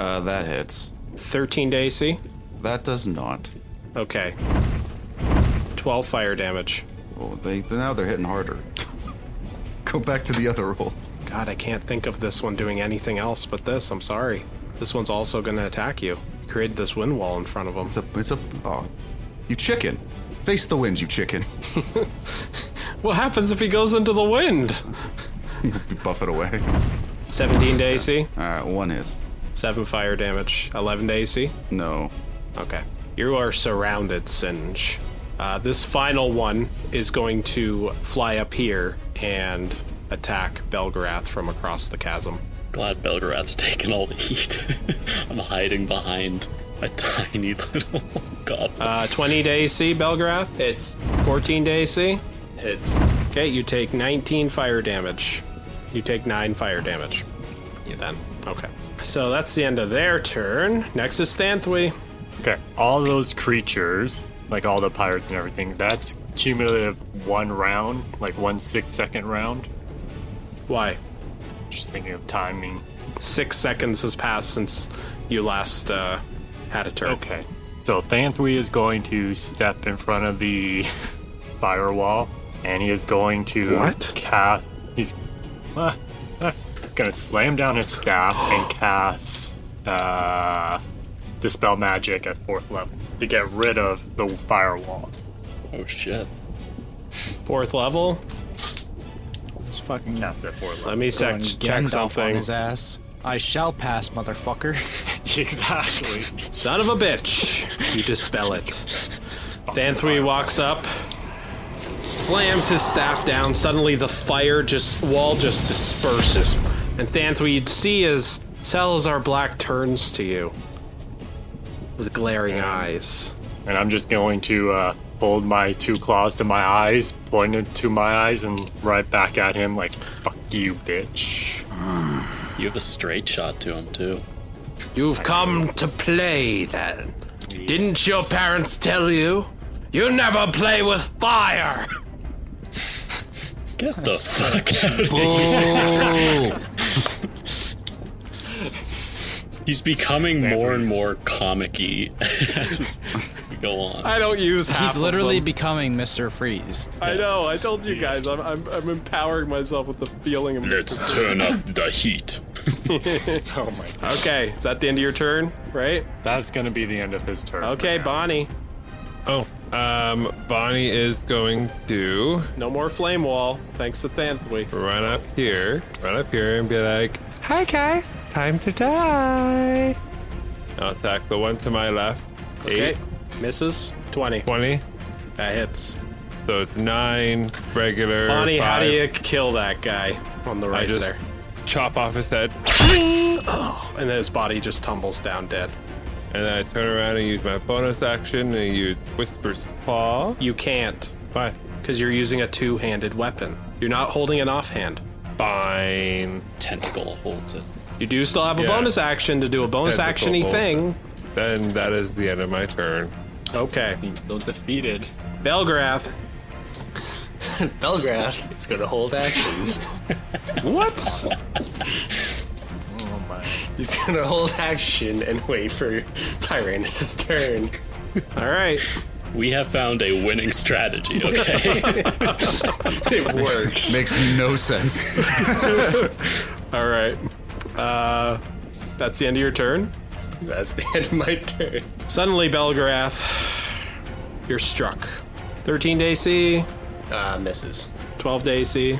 Uh, that hits. 13 to AC. That does not. Okay. 12 fire damage. Oh, they now they're hitting harder. Go back to the other rolls. God, I can't think of this one doing anything else but this. I'm sorry. This one's also going to attack you. Create this wind wall in front of him. It's a, it's a, oh, you chicken. Face the wind, you chicken. What happens if he goes into the wind? You buff it away. 17 to AC, All right, Uh, one hits. 7 fire damage, 11 to AC. No. Okay. You are surrounded, Singe. Uh, this final one is going to fly up here and attack Belgarath from across the chasm. Glad Belgarath's taken all the heat. I'm hiding behind a tiny little goblin. Uh, 20 to AC, Belgarath. Hits. 14 to AC. Hits. Okay, you take 19 fire damage. You take 9 fire damage. You then. Okay. So that's the end of their turn. Next is Thanthui. Okay, all those creatures, like all the pirates and everything, that's cumulative one round, like one six second round. Why? Just thinking of timing. Six seconds has passed since you last uh, had a turn. Okay, so Thanthui is going to step in front of the firewall, and he is going to What? cast. He's uh, uh, gonna slam down his staff and cast uh, dispel magic at fourth level to get rid of the firewall. oh shit. Fourth level. It's fucking That's it for Let me sec- going check Gandalf on something. his ass. I shall pass, motherfucker. Exactly. Son of a bitch! You dispel it. Danthwy walks up, slams his staff down. Suddenly, the fire just wall just disperses, and Danthwy, you'd see as Salazar Black turns to you with glaring eyes. and I'm just going to uh, hold my two claws to my eyes, pointed to my eyes, and right back at him like, "Fuck you, bitch." You have a straight shot to him too. You've come to play, then. Didn't your parents tell you? You never play with fire. Get the fuck out of here. He's becoming more and more comic-y as we go on. I don't use. Half He's literally becoming Mr. Freeze. I know. I told you guys. I'm, I'm, I'm empowering myself with the feeling of. turn up the heat. Oh my god. Okay, is that the end of your turn? Right? That's gonna be the end of his turn. Okay, Bonnie. Oh, um, Bonnie is going to No more flame wall, thanks to Thanthui. run up here, run up here, and be like, "Hi guys, time to die." I'll attack the one to my left. Okay, Eight, misses twenty. twenty. That hits. So it's nine regular. Bonnie, how do five. you kill that guy on the I right just there? Oh, chop off his head, And then his body just tumbles down dead. and then I turn around and use my bonus action and use Whisper's Paw. You can't, Bye. because you're using a two-handed weapon. You're not holding an offhand. Fine. Tentacle holds it. You do still have a Yeah. bonus action to do a bonus Tentacle actiony hold. thing. Then that is the end of my turn. Okay. Still defeated. Belgrath. Belgrath, it's gonna hold action. What? Oh, He's gonna hold action and wait for Tyrannus' turn. All right. We have found a winning strategy, okay? It works. Makes no sense. All right. Uh, that's the end of your turn. That's the end of my turn. Suddenly, Belgrath, you're struck. 13 to AC, Uh, misses. 12 to AC.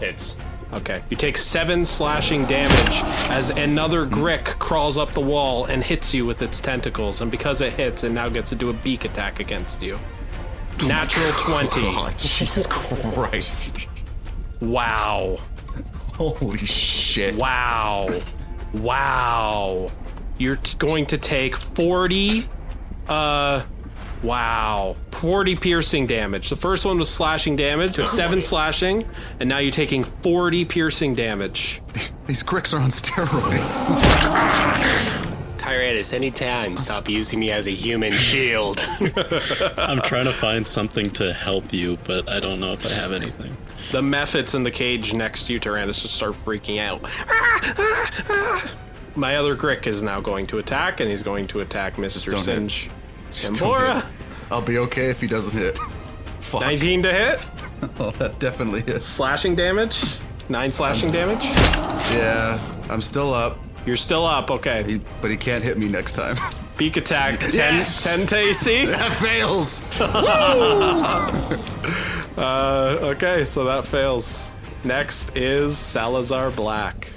Hits. Okay. You take seven slashing damage as another Grick crawls up the wall and hits you with its tentacles. And because it hits, it now gets to do a beak attack against you. Natural 20. God, Jesus Christ. Wow. Holy shit. Wow. Wow. You're t- going to take 40 uh wow, 40 piercing damage. The first one was slashing damage, it's 7 slashing, and now you're taking 40 piercing damage. These Gricks are on steroids. Tyrannus, anytime, stop using me as a human shield. I'm trying to find something to help you, but I don't know if I have anything. The mephits in the cage next to you, Tyrannus, just start freaking out. My other Grick is now going to attack, and he's going to attack Mr. don't hit. Singe. Just Tambora. don't hit. I'll be okay if he doesn't hit. Fuck. 19 to hit, Oh, that definitely is. slashing damage, 9 slashing damage. Yeah, I'm still up, You're still up, okay. he- but he can't hit me next time. Beak attack, 10, Yes! 10 to AC. that fails. Uh, okay, so that fails. Next is Salazar Black.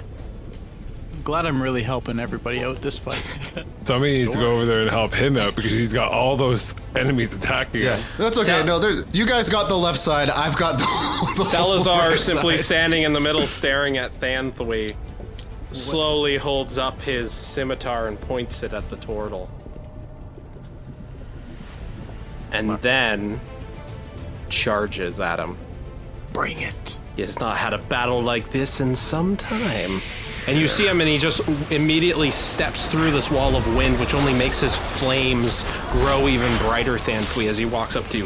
Glad I'm really helping everybody out this fight. Somebody needs to go over there and help him out because he's got all those enemies attacking Yeah, him. that's okay. Sal- no, there, you guys got the left side. I've got the, the Salazar right simply side. standing in the middle, staring at Thanthui, slowly holds up his scimitar and points it at the turtle. And then charges at him. Bring it. He has not had a battle like this in some time. And you see him, and he just immediately steps through this wall of wind, which only makes his flames grow even brighter, Thanthui, as he walks up to you.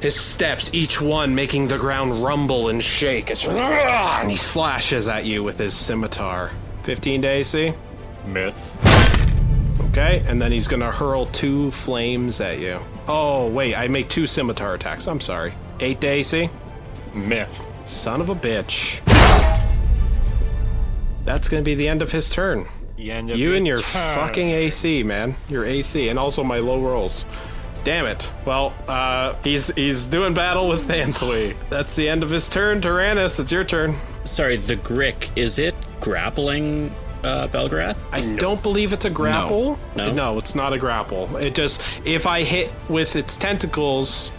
His steps, each one making the ground rumble and shake. It's, and he slashes at you with his scimitar. 15 to AC. Miss. Okay, and then he's gonna hurl two flames at you. Oh, wait, I make two scimitar attacks. I'm sorry. 8 to AC. Miss. Son of a bitch. That's going to be the end of his turn. The end of You and your turn. fucking AC, man. Your AC, and also my low rolls. Damn it. Well, uh, he's he's doing battle with Thanthwy. That's the end of his turn. Tyrannus, it's your turn. Sorry, the Grick, is it grappling uh, Belgarath? I don't believe it's a grapple. No. it's not a grapple. It just if I hit with its tentacles,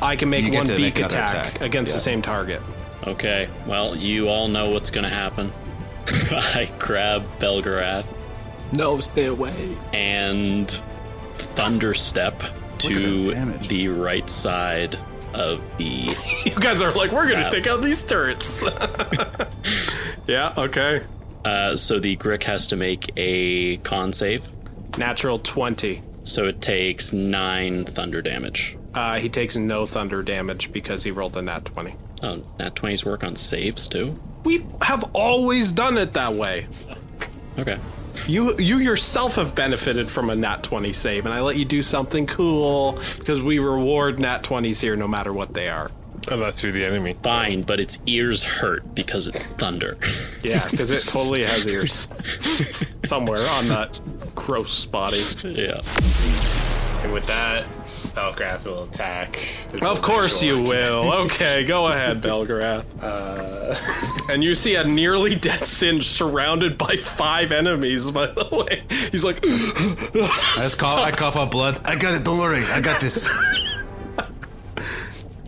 I can make You get one to beak make another attack, attack. against the Yeah. same target. Okay, well, you all know what's going to happen. I grab Belgarath No, stay away. and thunderstep to that damage. the right side of the. You guys are like, we're gonna Yeah. take out these turrets. yeah. Okay. Uh, so the Grick has to make a con save. Natural twenty. So it takes nine thunder damage. Uh, he takes no thunder damage because he rolled a nat twenty. Oh, nat 20s work on saves too? We have always done it that way. Okay. You you yourself have benefited from a nat 20 save, and I let you do something cool because we reward nat 20s here no matter what they are. Unless you're the enemy. Fine, but its ears hurt because it's thunder. Yeah, because it totally has ears somewhere on that gross body. yeah. And with that, Belgrath will attack. It's Of a course you visual attack. will. Okay, go ahead, Belgrath. Uh, And you see a nearly dead Singe surrounded by five enemies, by the way. He's like, I just cough. I cough up blood. I got it. Don't worry. I got this.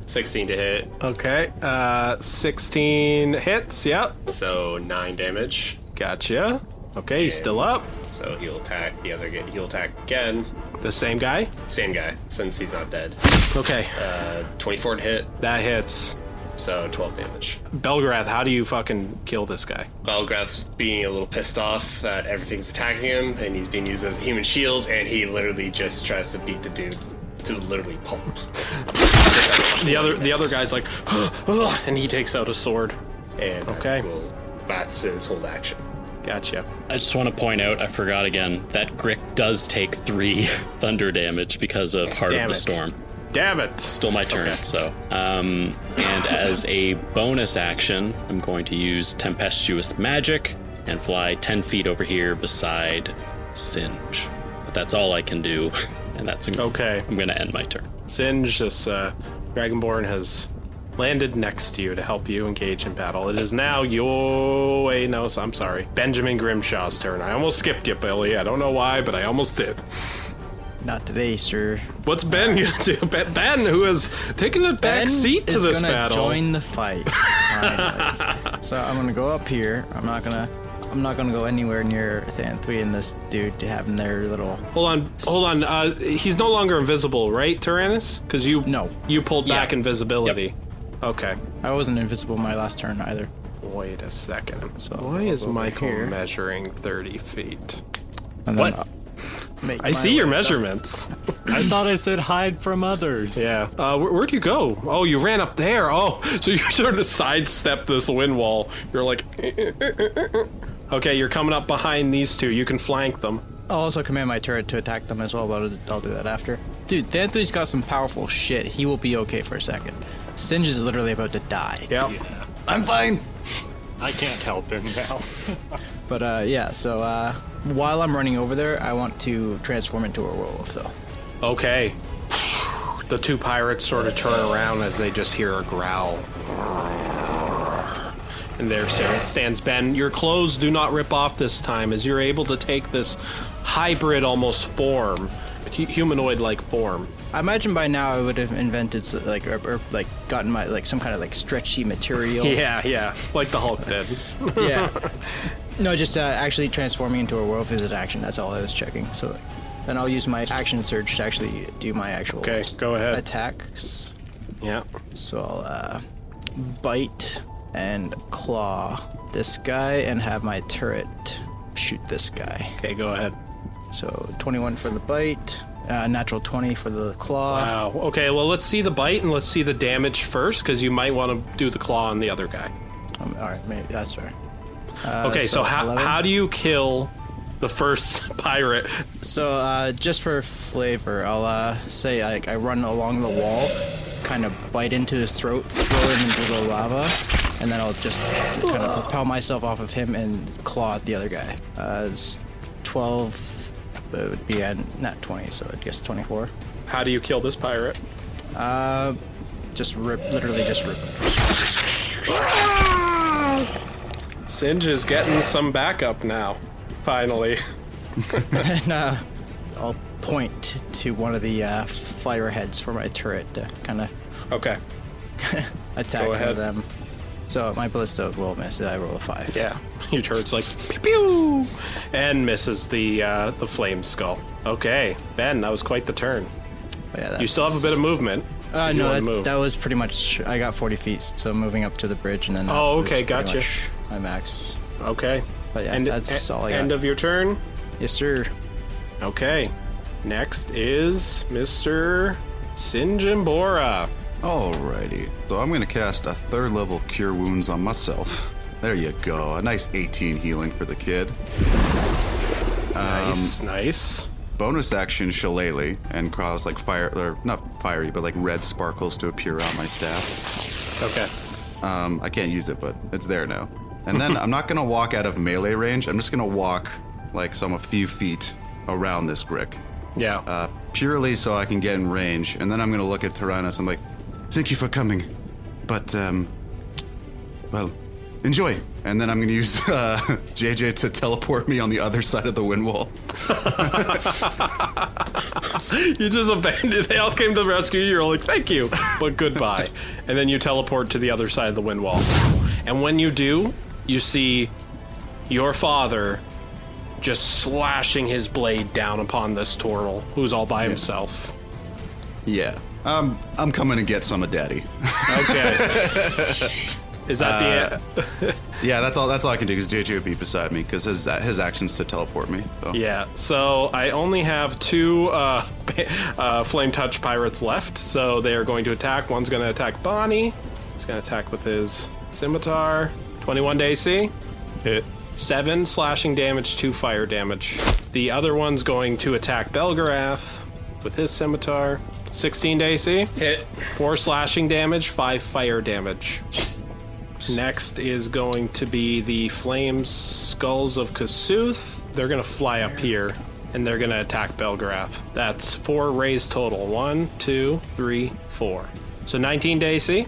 16 to hit, okay, uh, 16 hits, yep. so 9 damage. Gotcha. Okay, he's still up. So he'll attack the other. ga- He'll attack again. The same guy. Same guy, since he's not dead. Okay, Uh, 24 to hit, that hits. so 12 damage. Belgrath, how do you fucking kill this guy? Belgrath's being a little pissed off that everything's attacking him, and he's being used as a human shield, and he literally just tries to beat the dude to literally pulp. The other the other guy's like, "Ugh," and he takes out a sword. And uh, Okay. Well, that's his whole action. Gotcha. I just want to point out, I forgot again, that Grick does take three thunder damage because of Heart Damn of the it. Storm. Damn it. Still my turn, so. Um, and as a bonus action, I'm going to use Tempestuous Magic and fly 10 feet over here beside Singe. But that's all I can do, and that's. Okay. I'm going to end my turn. Singe, this uh, dragonborn has landed next to you to help you engage in battle. It is now your way. No, so- I'm sorry. Benjamin Grimshaw's turn. I almost skipped you, Billy. I don't know why, but I almost did. Not today, sir. What's Ben gonna do? Ben, ben who has taken a back Ben seat to is this gonna battle. Join the fight. finally. so I'm gonna go up here. I'm not gonna. I'm not gonna go anywhere near Three and this dude to having their little. Hold on, hold on. Uh, he's no longer invisible, right, Tyrannus? Because you No. you pulled back Yeah. invisibility. Okay. I wasn't invisible my last turn either. Wait a second. So Why I'll is go over Michael here. measuring thirty feet? And What? I'll make I my see your way up. measurements. I thought I said hide from others. yeah. Uh, where, where'd you go? Oh, you ran up there. Oh, so you sort of sidestep this wind wall. You're like, okay, you're coming up behind these two. You can flank them. I'll also command my turret to attack them as well, but I'll, I'll do that after. Dude, Thanthu's got some powerful shit. He will be okay for a second. Singe is literally about to die. Yep. I'm fine. I can't help him now. But uh, yeah, so uh, while I'm running over there, I want to transform into a werewolf, though. Okay. The two pirates sort of turn around as they just hear a growl. And there sta- stands Ben. Your clothes do not rip off this time, as you're able to take this hybrid almost form, humanoid like form. I imagine by now I would have invented s- like or, or like gotten my like some kind of like stretchy material. Yeah, yeah, like the Hulk did. yeah. No, just uh, actually transforming into a werewolf is an action. That's all I was checking. So then I'll use my action surge to actually do my actual Okay, go ahead. attacks. Yeah. So I'll uh, bite and claw this guy and have my turret shoot this guy. Okay, go ahead. So 21 for the bite, uh, natural 20 for the claw. Wow. Okay, well, let's see the bite and let's see the damage first, because you might want to do the claw on the other guy. Um, all right, maybe that's fair. Uh, okay, so, so how, 11? how do you kill the first pirate? So uh, just for flavor, I'll uh, say like I run along the wall, kind of bite into his throat, throw him into the lava, and then I'll just kind of propel myself off of him and claw at the other guy. Uh, it's 12, but it would be at not 20, so I guess 24. How do you kill this pirate? Uh, just rip, literally just rip. Singe is getting some backup now. Finally. and uh, I'll point to one of the uh, fire heads for my turret to kind of Okay. attack Go one ahead. of them. So my ballista will miss. I roll a five. Yeah. Your turret's like pew pew, and misses the uh, the flame skull. Okay, Ben, that was quite the turn. But yeah You still have a bit of movement. Uh, if you no, wanna that, move. that was pretty much. I got 40 feet, so moving up to the bridge and then. that Oh, was okay, pretty gotcha. much My max. okay. But yeah, end, that's e- all I got. End of your turn. yes, sir. Okay. Next is Mr. Sinjimbora. Alrighty. So I'm going to cast a third level Cure Wounds on myself. There you go. A nice 18 healing for the kid. Um, Nice, nice. Bonus action Shillelagh and cause like fire, or not fiery, but like red sparkles to appear around my staff. Okay. Um, I can't use it, but it's there now. And then I'm not going to walk out of melee range. I'm just going to walk like some a few feet around this brick. Yeah. uh, purely so I can get in range. And then I'm going to look at Tyrannus. I'm like, thank you for coming. But, um, well, enjoy. And then I'm going to use uh, JJ to teleport me on the other side of the wind wall. you just abandoned. They all came to the rescue. You're like, thank you, but goodbye. and then you teleport to the other side of the wind wall. And when you do, you see your father just slashing his blade down upon this turtle, who's all by himself. Yeah. Um, I'm coming to get some of Daddy. Okay. Is that the end? yeah, that's all. That's all I can do because JJ would be beside me because his his actions to teleport me. So. Yeah, so I only have two uh, uh, flame touch pirates left, so they are going to attack. One's going to attack Bonnie. He's going to attack with his scimitar. 21 to AC. Hit. Seven slashing damage, two fire damage. The other one's going to attack Belgarath with his scimitar. 16 to AC. Hit. Four slashing damage, five fire damage. Next is going to be the Flame Skulls of Kasuth. They're going to fly up here and they're going to attack Belgarath. That's four rays total. One, two, three, four. So 19 to AC,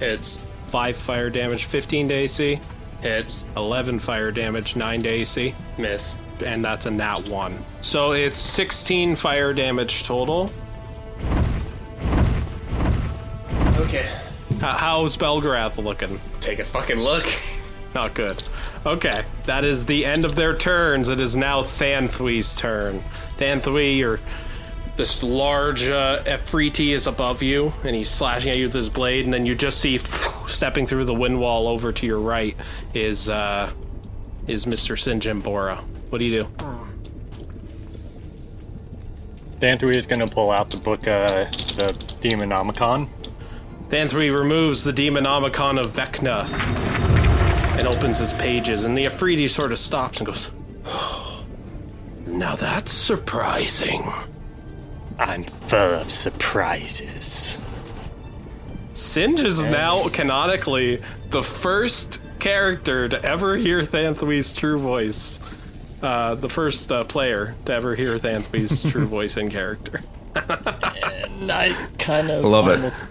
Hits. five fire damage, 15 to AC, Hits. 11 fire damage, nine to AC, Miss. and that's a nat one. So it's 16 fire damage total. Okay. H- How's Belgarath looking? Take a fucking look. Not good. Okay, that is the end of their turns. It is now Thanthwee's turn. Thanthwee, your this large uh, Efreeti is above you, and he's slashing at you with his blade, and then you just see stepping through the wind wall over to your right is uh, is Mr. Sinjin Bora. What do you do? Danthui is going to pull out the book, uh, the Demonomicon. Thanthri removes the demonomicon of Vecna and opens his pages, and the Afridi sort of stops and goes, Now that's surprising. I'm full of surprises. Singe is now canonically the first character to ever hear Thanthwee's true voice. Uh, the first uh, player to ever hear Thanthwee's true voice in character. And I kind of Love it. almost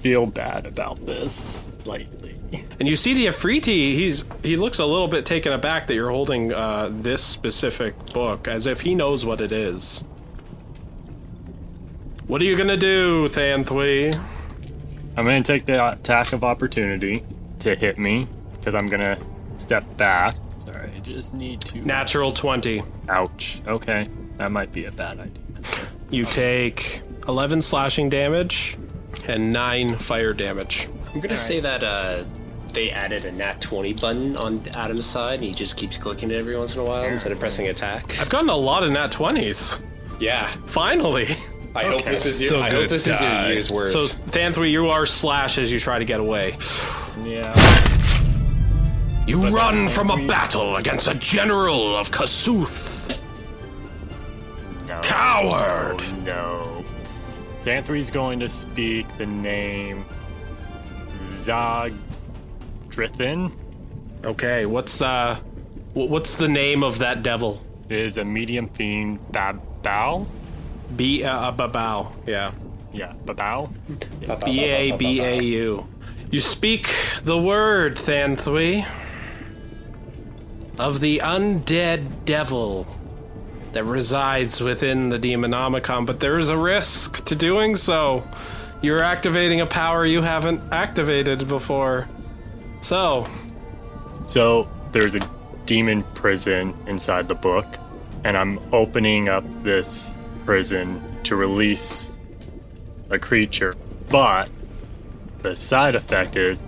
feel bad about this slightly. And you see the Afriti, he's he looks a little bit taken aback that you're holding uh, this specific book, as if he knows what it is. What are you gonna do, Thanthwee? I'm going to take the attack of opportunity to hit me because I'm going to step back. Sorry, I just need to. Natural twenty. Ouch. Oh. Okay, that might be a bad idea. You take eleven slashing damage and nine fire damage. I'm gonna say that uh, they added a nat 20 button on Adam's side, and he just keeps clicking it every once in a while instead of pressing attack. I've gotten a lot of nat twenties. Yeah. Finally. I hope this is your. Still I gonna hope this is your die. year's worth. So Thanthwee, you are slash as you try to get away. Yeah. You run from a battle against a general of Kasuth. No. Coward. No. Danthry's going to speak the name Zagdrithin. Okay, what's uh, wh- what's the name of that devil? It is a medium fiend Bab Bao. B uh, uh, babao. Yeah. Yeah, babao. B a b a u. You speak the word Thanthwy of the undead devil that resides within the Demonomicon, but there is a risk to doing so. You're activating a power you haven't activated before. So, So there's a demon prison inside the book, and I'm opening up this prison to release a creature. But the side effect is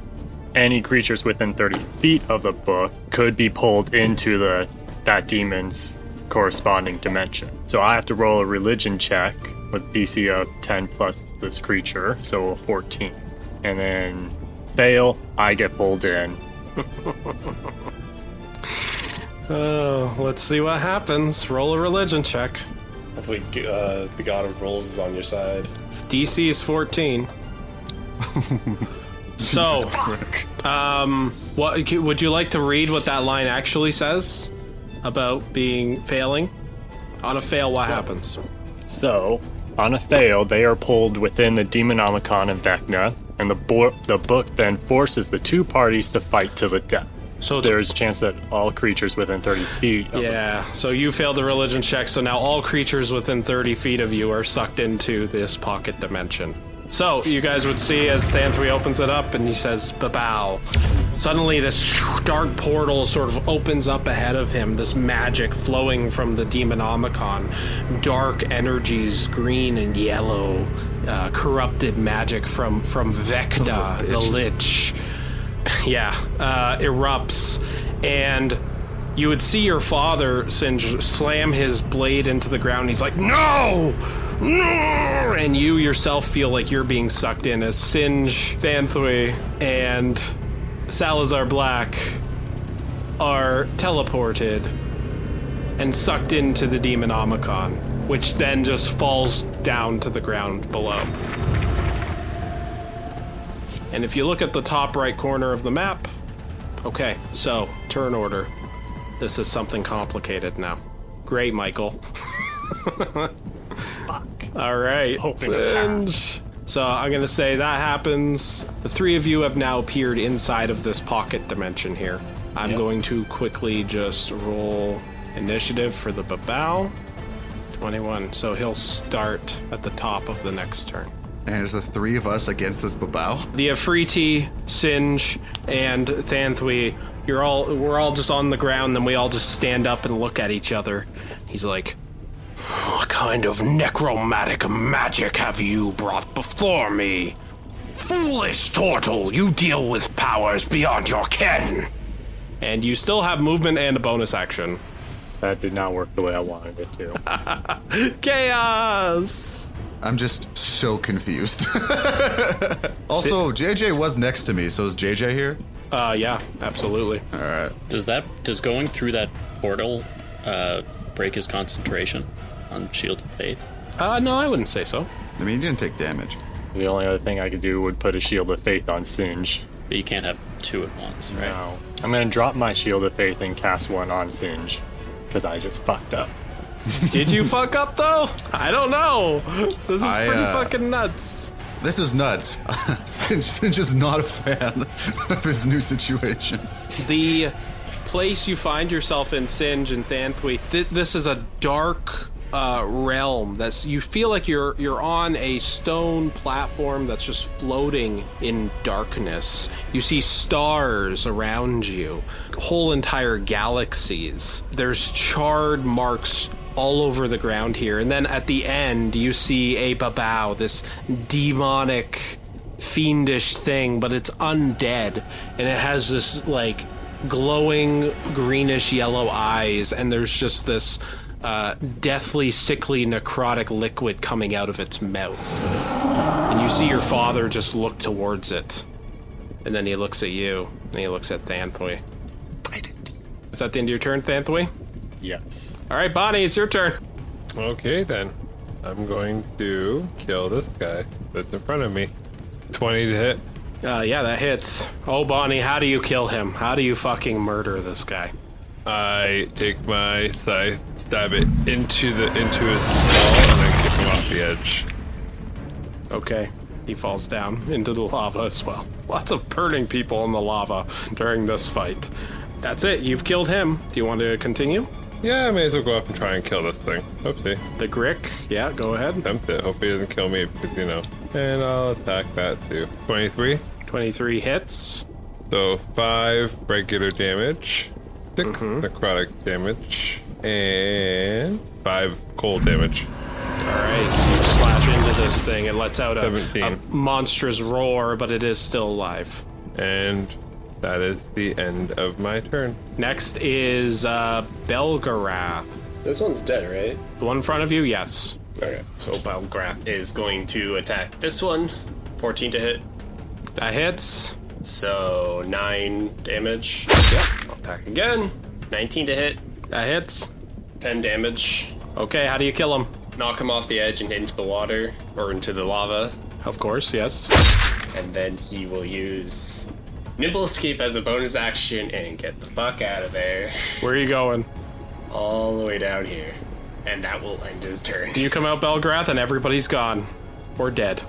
any creatures within 30 feet of the book could be pulled into the that demon's corresponding dimension. So I have to roll a religion check with DC of 10 plus this creature, so a 14. And then fail, I get pulled in oh, let's see what happens. Roll a religion check. Hopefully, uh, the God of Rolls is on your side. DC is 14. so, um, what would you like to read? What that line actually says about being failing? On a fail, what happens? So, on a fail, they are pulled within the Demonomicon and Vecna, and the, bo- the book then forces the two parties to fight to the death. So it's- there is a chance that all creatures within 30 feet. of- Yeah. So you failed the religion check. So now all creatures within 30 feet of you are sucked into this pocket dimension. So you guys would see as Thanthwy opens it up and he says, "Babow." Suddenly, this dark portal sort of opens up ahead of him. This magic flowing from the Demonomicon, dark energies, green and yellow, uh, corrupted magic from from Vecna, the Lich yeah, uh, erupts, and you would see your father Singe slam his blade into the ground. He's like, "No, no!" And you yourself feel like you're being sucked in as Singe, Thanthwy, and Salazar Black are teleported and sucked into the Demonomicon, which then just falls down to the ground below. And if you look at the top right corner of the map, okay, so turn order. This is something complicated now. Great, Michael. All right. hoping to Singe. So I'm going to say that happens. The three of you have now appeared inside of this pocket dimension here. I'm going to quickly just roll initiative for the Babao. 21. So he'll start at the top of the next turn. And it's the three of us against this babao. The Afriti, Singe, and Thanthwy, you're all we're all just on the ground, then we all just stand up and look at each other. He's like What kind of necromantic magic have you brought before me? Foolish turtle, you deal with powers beyond your ken. And you still have movement and a bonus action. That did not work the way I wanted it to. Chaos! I'm just so confused. also, JJ was next to me, so is JJ here? Uh yeah, absolutely. Does that does going through that portal uh, break his concentration on Shield of Faith? Uh no, I wouldn't say so. I mean, he didn't take damage. the only other thing I could do would put a shield of faith on Singe. But you can't have two at once, right? Now, I'm gonna drop my shield of faith and cast one on Singe, because I just fucked up. Did you fuck up though? I don't know. This is I, pretty uh, fucking nuts. This is nuts. Sinch, Sinch is not a fan of his new situation. the place you find yourself in Singe and Thanthwy, th- this is a dark uh, realm that's you feel like you're you're on a stone platform that's just floating in darkness. You see stars around you, whole entire galaxies. There's charred marks all over the ground here. And then at the end you see a babao, this demonic fiendish thing, but it's undead, and it has this like glowing greenish yellow eyes, and there's just this uh, deathly, sickly, necrotic liquid coming out of its mouth. And you see your father just look towards it, and then he looks at you, and he looks at Thanthwy. Is that the end of your turn, Thanthwy? Yes. All right, Bonnie, it's your turn. Okay, then. I'm going to kill this guy that's in front of me. 20 to hit. Uh, yeah, that hits. Oh, Bonnie, how do you kill him? How do you fucking murder this guy? Uh, I take my scythe, stab it into the into his skull, and I give him him off the edge. Okay. He falls down into the lava as well. Lots of burning people in the lava during this fight. That's it. You've killed him. Do you want to continue? Yeah, I may as well go up and try and kill this thing. Oopsie. The Grick? Yeah, go ahead. Attempt it. Hope he doesn't kill me, because, you know. And I'll attack that too. 23. 23 hits. So 5 regular damage, 6 Mm-hmm. necrotic damage, and 5 cold damage. All right. You slash into this thing. It lets out a, 17. a monstrous roar, but it is still alive. And that is the end of my turn. Next is uh, Belgarath. This one's dead, right? The one in front of you? Yes. Okay. So Belgrath is going to attack this one. 14 to hit. That hits. So 9 damage. I'll attack again. 19 to hit. That hits. 10 damage. Okay, how do you kill him? Knock him off the edge and into the water or into the lava. Of course, yes. And then he will use Nimble Escape as a bonus action and get the fuck out of there. Where are you going? All the way down here. And that will end his turn. You come out Belgrath and everybody's gone. Or dead.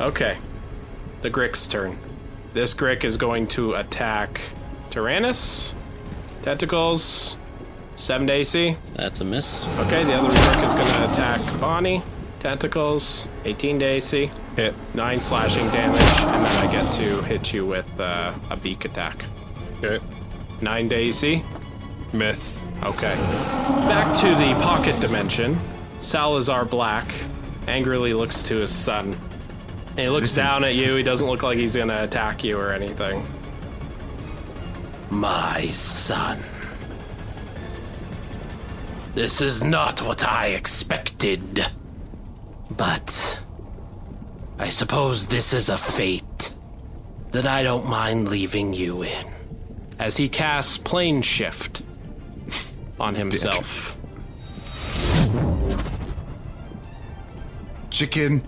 Okay. The Grick's turn. This Grick is going to attack Tyrannus. Tentacles. 7 to AC. That's a miss. Okay, the other Grick is going to attack Bonnie. Tentacles. 18 to AC. Hit. 9 slashing damage. And then I get to hit you with uh, a beak attack. Okay. 9 to AC. Missed. Okay. Back to the pocket dimension. Salazar Black angrily looks to his son. And he looks This is- down at you. He doesn't look like he's going to attack you or anything. My son. This is not what I expected. But I suppose this is a fate that I don't mind leaving you in. As he casts plane shift on himself. Chicken.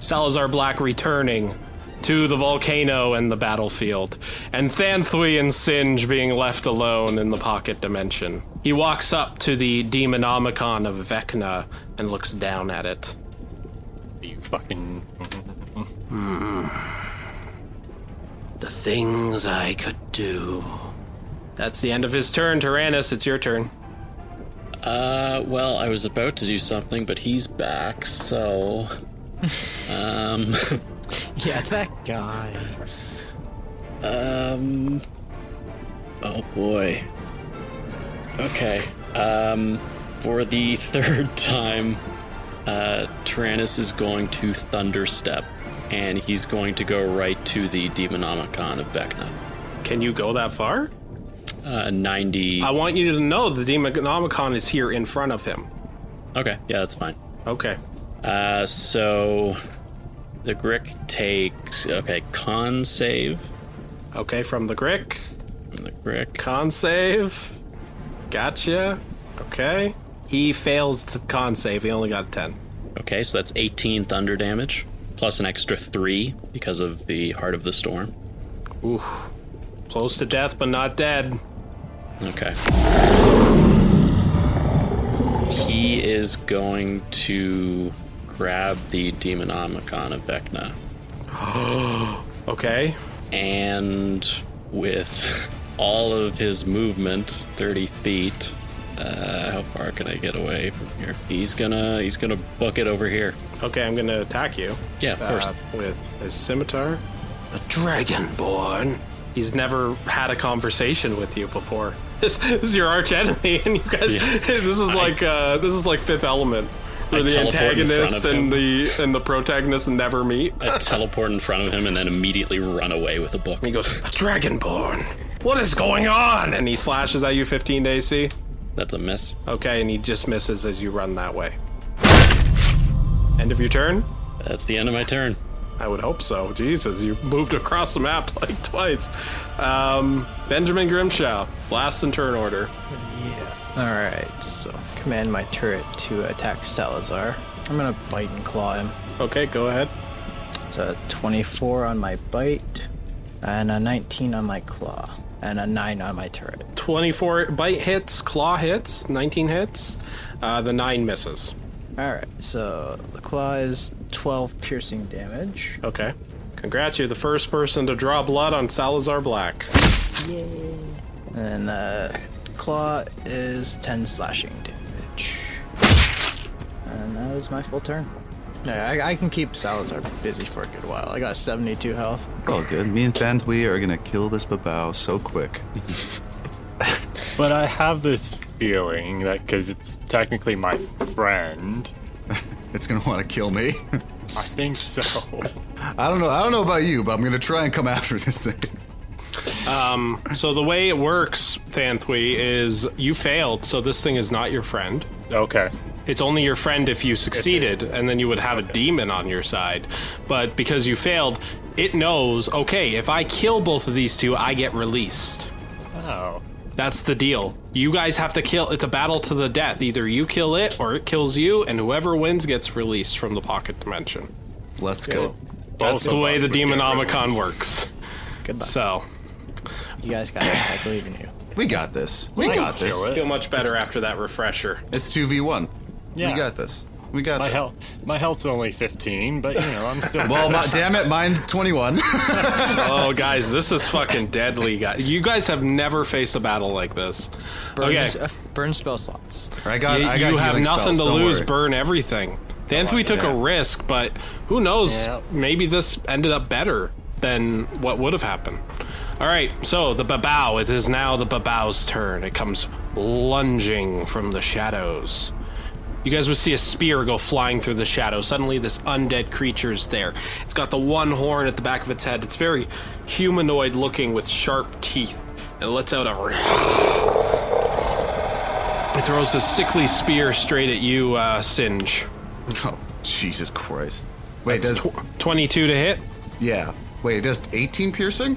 Salazar Black returning to the volcano and the battlefield, and Thanthui and Singe being left alone in the pocket dimension. He walks up to the demonomicon of Vecna and looks down at it. You fucking. Hmm. The things I could do. That's the end of his turn, Tyrannus. It's your turn. Uh, well, I was about to do something, but he's back, so. Um. Yeah, that guy. Um. Oh boy. Okay. Um. For the third time, uh, Tyrannus is going to Thunder Step, and he's going to go right to the Demonomicon of Vecna. Can you go that far? Uh, 90. I want you to know the Demonomicon is here in front of him. Okay, yeah, that's fine. Okay. Uh, so the Grick takes. Okay, con save Okay, from the Grick. from the Grick. Con save. Gotcha. Okay. He fails the con save. He only got 10. Okay, so that's 18 thunder damage, plus an extra 3 because of the Heart of the Storm. Close to death, but not dead. Okay. He is going to grab the Demonomicon of Vecna Okay. and with all of his movement, 30 feet, uh, how far can I get away from here? He's gonna he's gonna book it over here. Okay, I'm going to attack you. Uh, Yeah, of course. With his scimitar. A dragonborn. He's never had a conversation with you before. This, this is your arch enemy, and you guys. Yeah. This is like uh, this is like Fifth Element, where I the teleport in front of antagonist him. and the and the protagonist never meet. I teleport in front of him and then immediately run away with a book. He goes, A dragonborn. What is going on? And he slashes at you 15 to AC. That's a miss. Okay, and he just misses as you run that way. End of your turn? That's the end of my turn. I would hope so. Jesus, you moved across the map like twice. Um, Benjamin Grimshaw, last in turn order. Alright, so command my turret to attack Salazar. I'm gonna bite and claw him. Okay, go ahead. It's a 24 on my bite, and a 19 on my claw, and a 9 on my turret. 24 bite hits, claw hits, 19 hits. Uh, the 9 misses. Alright, so the claw is 12 piercing damage. Okay. Congrats, you're the first person to draw blood on Salazar Black. And uh, claw is 10 slashing damage. And that was my full turn. Yeah, I, I can keep Salazar busy for a good while. I got 72 health. All Oh, good. Me and Thant, we are gonna kill this babao so quick. But I have this feeling that because it's technically my friend, It's gonna want to kill me. I think so. I don't know. I don't know about you, but I'm gonna try and come after this thing. Um, So the way it works, Thanthui, is you failed, so this thing is not your friend. okay. It's only your friend if you succeeded, and then you would have a demon on your side. But because you failed, it knows, okay, if I kill both of these two, I get released. Oh. That's the deal. You guys have to kill. It's a battle to the death. Either you kill it or it kills you, and whoever wins gets released from the pocket dimension. Let's go. Both That's the of way us the would get Demonomicon released. works. Good luck. So, You guys got this. I believe in you. We got this. We got kill this. it. feel much better after that refresher. It's two v one. Yeah. We got this. We got My this. health, my health's only 15, but you know I'm still. Well, my, damn it, mine's twenty one. Oh, guys, this is fucking deadly, guys. You guys have never faced a battle like this. Burn, Okay. uh, burn spell slots. I got. you, I got you have healing nothing spells, to don't lose. worry. Burn everything. Then we took a yeah. risk, but who knows? Yep. Maybe this ended up better than what would have happened. All right, so the babao. It is now the babao's turn. It comes lunging from the shadows. You guys would see a spear go flying through the shadow. Suddenly, this undead creature's there. It's got the one horn at the back of its head. It's very humanoid looking with sharp teeth. It lets out a it throws a sickly spear straight at you, uh, Singe. Oh, Jesus Christ! Wait, does Tw- 22 to hit. yeah? Wait, does eighteen piercing?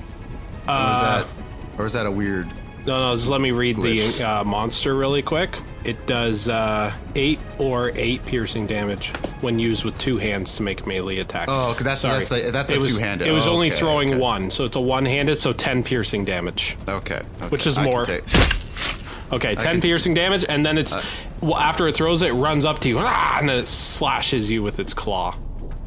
Uh, or is that or is that a weird? No, no, just let me read Glitch. the uh, monster really quick. It does uh, 8 or 8 piercing damage when used with two hands to make melee attack. Oh, 'cause that's- that's the- that's the It was- two-handed. It was only Okay, throwing okay. one, so it's a one handed, so 10 piercing damage. Okay, Which okay, is I can more. take- Okay, 10 can- piercing damage, and then Uh. it's. well, after it throws it, it runs up to you, ah, and then it slashes you with its claw.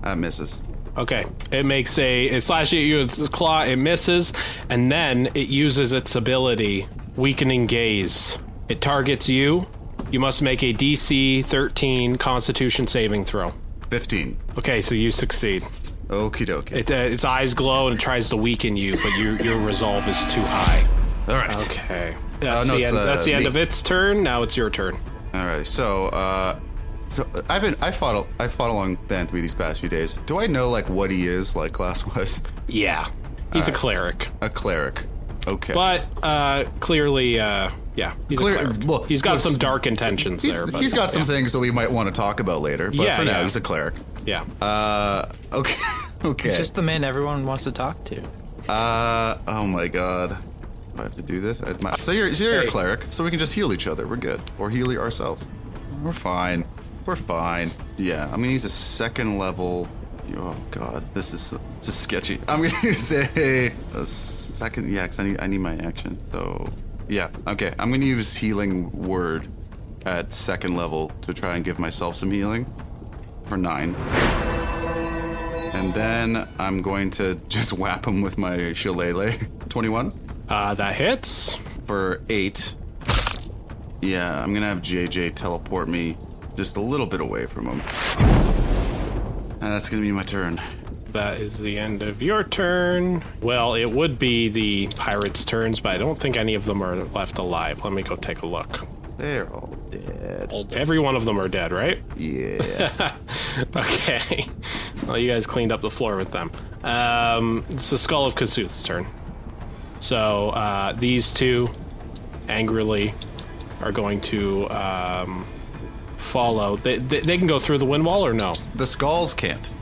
that Uh, misses. Okay. It makes a it slashes at you with its claw, it misses, and then it uses its ability, weakening gaze. It targets you. You must make a DC 13 Constitution saving throw. Fifteen. Okay, so you succeed. Okie dokie. It, uh, its eyes glow and it tries to weaken you, but your your resolve is too high. All right. Okay. That's no, the it's, end. uh, that's the end me. of its turn. Now it's your turn. Alrighty, so uh, so I've been I fought al- I fought along Dan through these past few days. Do I know like what he is like class wise? Yeah. He's a cleric. A cleric. Okay. But uh clearly uh yeah, he's Clear- a cleric. well, he's got well, some dark intentions he's, there, but he's got some yeah. things that we might want to talk about later. But Yeah, for now, yeah. he's a cleric. Yeah. Uh, okay. okay. It's just the man everyone wants to talk to. uh, oh my god. Do I have to do this. I- my- so you're, so you're Hey. a cleric, so we can just heal each other. We're good, or heal ourselves. We're fine. We're fine. Yeah, I'm gonna use a second level. Oh god, this is this is sketchy. I'm gonna use a, a second. Yeah, 'cause I need I need my action. So yeah, okay. I'm gonna use healing word at second level to try and give myself some healing for nine. And then I'm going to just whap him with my shillelagh. 21 Uh, that hits. for eight. Yeah, I'm gonna have JJ teleport me just a little bit away from him. And that's gonna be my turn. That is the end of your turn. Well, it would be the pirates' turns, but I don't think any of them are left alive. Let me go take a look. They're all dead. Every one of them are dead, right? Yeah. Okay. Well, you guys cleaned up the floor with them. Um, it's the Skull of Kasuth's turn. So uh, these two angrily are going to um, follow. They, they, they can go through the wind wall or no? the skulls can't,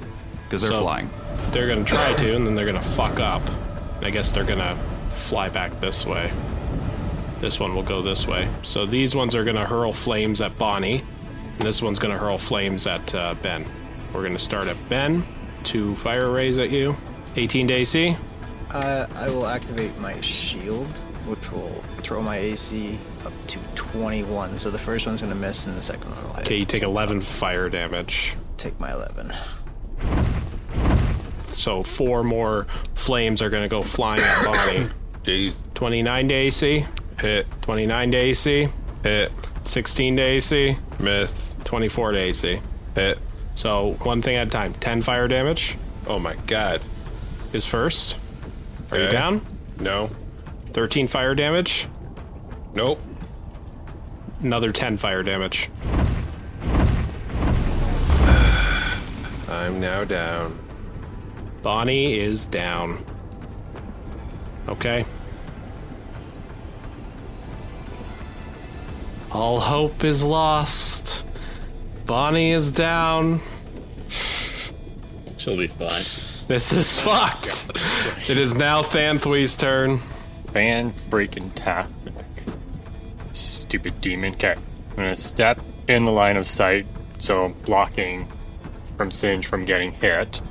because they're So- flying. They're gonna try to, and then they're gonna fuck up. I guess they're gonna fly back this way. This one will go this way. So these ones are gonna hurl flames at Bonnie, and this one's gonna hurl flames at uh, Ben. We're gonna start at Ben. Two fire rays at you. 18 to AC. Uh, I will activate my shield which will throw my AC up to 21. So the first one's going to miss, and the second one will hit. Okay, you take 11 fire damage. Take my 11. So four more flames are going to go flying at Bonnie. Jeez. 29 to AC, Hit. 29 to AC, Hit. 16 to AC, Miss. 24 to AC. Hit. So one thing at a time. 10 fire damage Oh my god. is first. Are you Okay. down? No. 13 fire damage, Nope. another 10 fire damage. I'm now down. Bonnie is down. Okay. All hope is lost. Bonnie is down. She'll be fine. Oh This is fucked. It is now Thanthui's turn. Fan breaking tastic. Stupid demon cat. I'm gonna step in the line of sight, so I'm blocking from Singe from getting hit.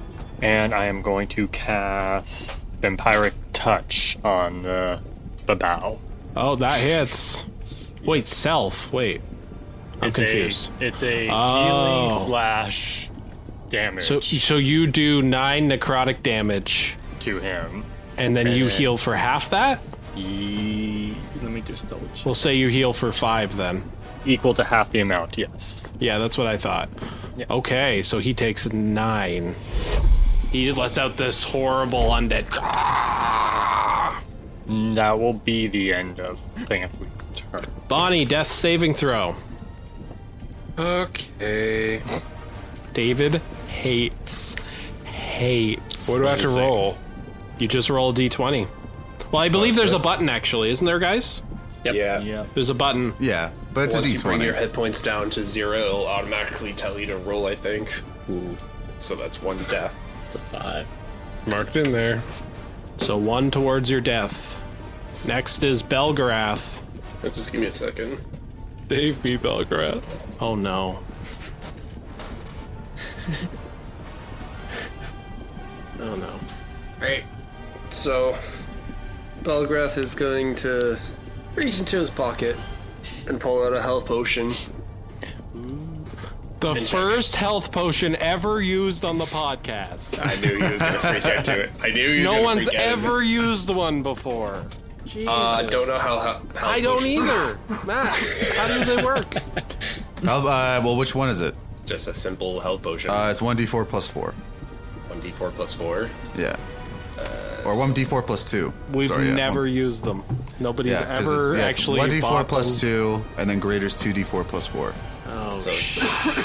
And I am going to cast Vampiric Touch on the Babao. Oh, that hits. Wait, self. Wait. I'm it's confused. A, it's a Oh. healing slash damage So, so you do nine necrotic damage, to him. and then you Okay. heal for half that. E- Let me just double check. We'll say you heal for five then. Equal to half the amount, yes. Yeah, that's what I thought. Okay, so he takes nine. He lets out this horrible undead. And Mm, That will be the end of thing if we turn. Bonnie, death saving throw. Okay. David hates, hates. What do I have to raising. roll? You just roll a d20. Well, I believe there's a button actually, isn't there, guys? Yeah. There's a button. Yeah, but it's Once a you bring your d20. hit points down to zero, it'll automatically tell you to roll, I think. So that's one death. It's a five. It's marked in there. So one towards your death. Next is Belgarath. Just give me a second. Dave B. Belgrath. Oh no. oh no. Right. So, Belgrath is going to reach into his pocket and pull out a health potion. The first health potion ever used on the podcast. I knew he was going to freak out to it. I knew he was No gonna one's freak out. ever used one before. Uh, don't know how. how how I don't potion- either. Matt, how do they work? I'll- uh, well, which one is it? Just a simple health potion. Uh, it's 1d4 plus 4. 1d4 plus 4. Yeah. or 1d4 plus 2. We've Sorry, yeah, never one- used them. Nobody's yeah, 'cause ever it's, yeah, it's actually 1d4 bought plus them. 2, and then greater's 2d4 plus 4. Oh, So it's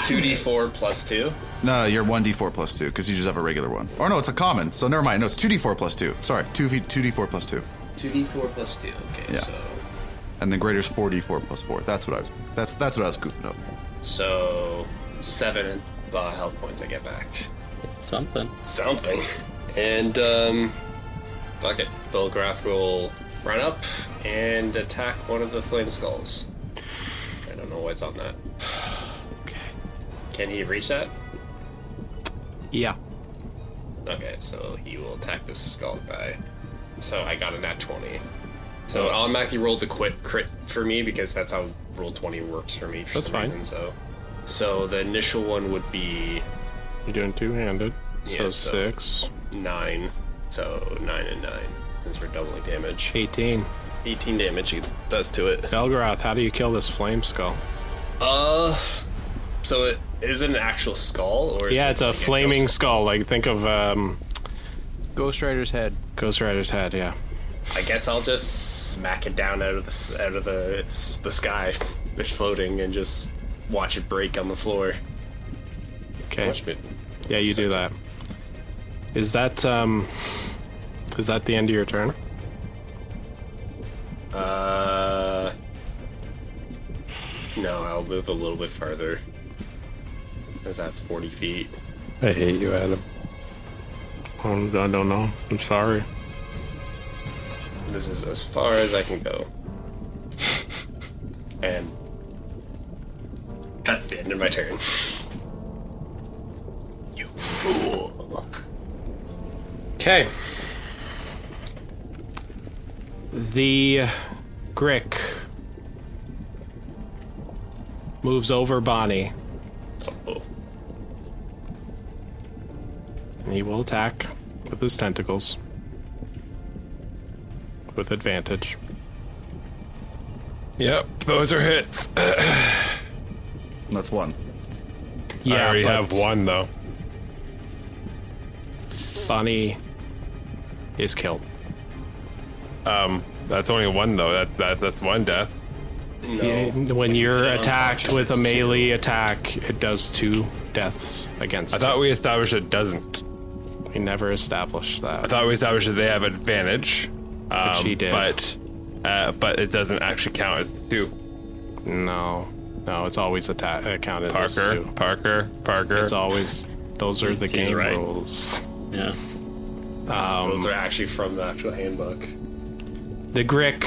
2d4 plus 2. No, no, you're 1d4 plus 2, because you just have a regular one. Or no, it's a common, so never mind. No, it's 2d4 plus 2. Sorry, 2 v 2d4 plus 2. 2d4 plus 2. Okay, Yeah. so. And then greater's 4d4 plus 4. That's what I was, that's, that's what I was goofing up. So, 7 uh, health points I get back. Something. Something. And, um. Fuck it. Belgrath will run up and attack one of the flame skulls. I don't know what's on that. okay. Can he reach that? Yeah. Okay, so he will attack this skull guy. So I got a nat 20. So it automatically rolled the quit crit for me because that's how roll 20 works for me for That's some fine. reason. So, so the initial one would be You're doing two handed. So Yeah, so- six. 9. So 9 and 9, since we're doubling damage. 18. 18 damage he does to it. Belgarath, how do you kill this flame skull? Uh, so it is it an actual skull? or is Yeah, it it's a like ghost- flaming skull. Like, think of um, Ghost Rider's head. Ghost Rider's head, yeah. I guess I'll just smack it down out of the s- out of the it's the sky, it's floating, and just watch it break on the floor. Okay. Watch me- Yeah, you do that. Is that um is that the end of your turn? Uh, no, I'll move a little bit farther. Is that 40 feet? I hate you, Adam. Oh, I don't know. I'm sorry. This is as far as I can go. and that's the end of my turn. You fool. Okay. The Grick moves over Bonnie. And he will attack with his tentacles. With advantage. Yep, those are hits. That's one. I already but have one though. Bonnie is killed. Um, that's only one though. That that that's one death. When you're it's attacked just- with a it's melee attack, it does two deaths against. I thought we established it doesn't. you. we never established I that. thought we established that they have advantage. Um, he did. But uh, but it doesn't actually count as two. No, no, it's always attack accounted as Parker, two. Parker, Parker. It's always those are the He's game right. rules. Yeah. Um, Those are actually from the actual handbook. The Grick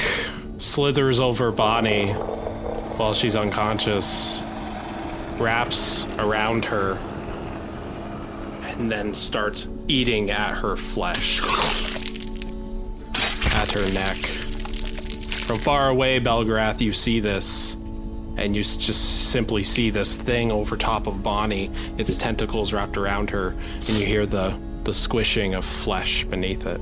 slithers over Bonnie while she's unconscious, wraps around her, and then starts eating at her flesh, at her neck. From far away, Belgrath, you see this, and you s- just simply see this thing over top of Bonnie, its tentacles wrapped around her, and you hear the, the squishing of flesh beneath it.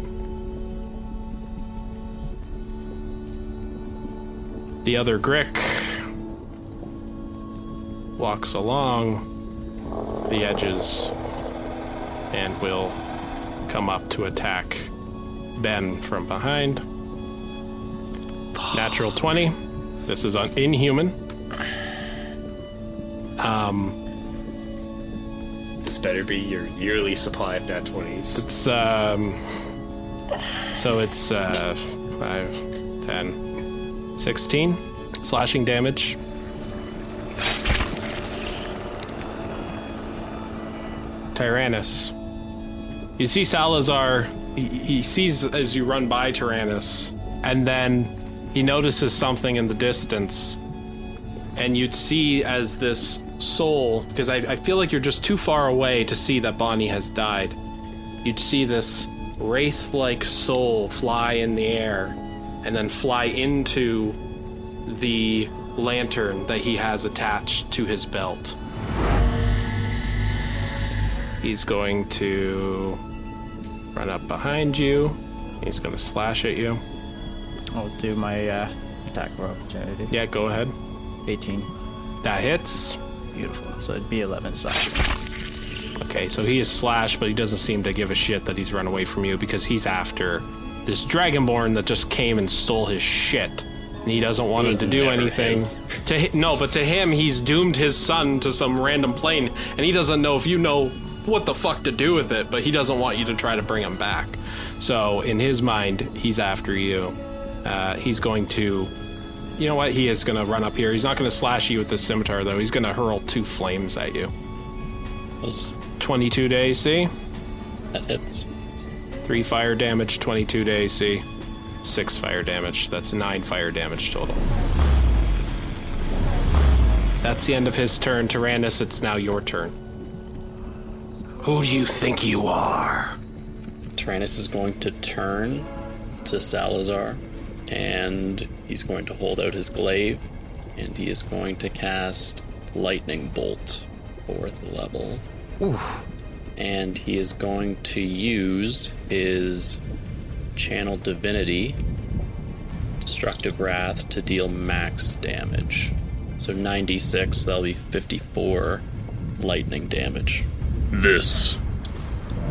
The other Grick walks along the edges and will come up to attack Ben from behind. Natural 20. This is on inhuman. Um, This better be your yearly supply of nat 20s. It's, um, so it's, uh, 5, 10, 16 slashing damage. Tyrannus. You see Salazar, he, he sees as you run by Tyrannus, and then he notices something in the distance. And you'd see as this soul, because I, I feel like you're just too far away to see that Bonnie has died you'd see this wraith like soul fly in the air and then fly into the lantern that he has attached to his belt. He's going to run up behind you. He's going to slash at you. I'll do my uh, attack roll opportunity. Yeah, go ahead. 18. That hits. Beautiful. So it'd be 11 slashing. Okay, so he is slashed, but he doesn't seem to give a shit that he's run away from you because he's after this dragonborn that just came and stole his shit. And he doesn't want him to do never anything. his. To hi- no, but to him, he's doomed his son to some random plane, and he doesn't know if you know what the fuck to do with it. But he doesn't want you to try to bring him back. So in his mind, he's after you. Uh, he's going to you know what? He is going to run up here. He's not going to slash you with this scimitar, though. He's going to hurl two flames at you. Those, 22 to AC, that hits. 3 fire damage, 22 to AC, 6 fire damage. That's 9 fire damage total. That's the end of his turn. Tyrannus, it's now your turn. Who do you think you are? Tyrannus is going to turn to Salazar and he's going to hold out his glaive and he is going to cast Lightning Bolt, fourth level. Oof. And he is going to use his Channel Divinity, Destructive Wrath, to deal max damage. So 96, that'll be 54 lightning damage. This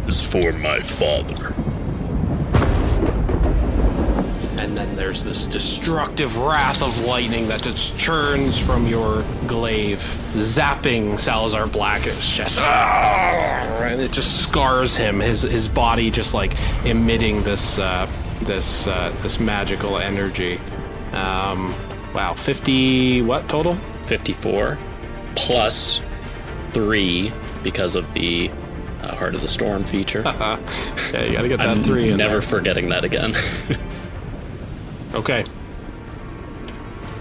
is for my father. And then there's this destructive wrath of lightning that just churns from your glaive, zapping Salazar Black. It's just "Ah!" and it just scars him. His his body just like emitting this uh, this uh, this magical energy. Um, wow, fifty what total? 54 plus 3 because of the uh, Heart of the Storm feature. Yeah, you gotta get that I'm three. In never forgetting that again. there. Okay.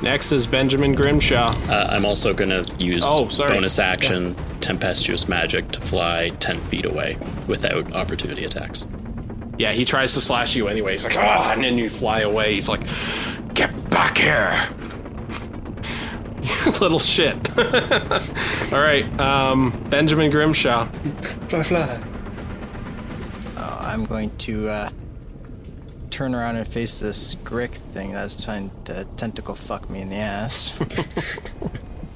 Next is Benjamin Grimshaw. uh, I'm also going to use Oh, sorry. bonus action Tempestuous Magic to fly 10 feet away without opportunity attacks. Yeah, he tries to slash you anyway. He's like, ah, and then you fly away. He's like, get back here. Little shit. All right, um, Benjamin Grimshaw. Fly, fly. I'm going to uh, turn around and face this Grick thing that's trying to tentacle fuck me in the ass.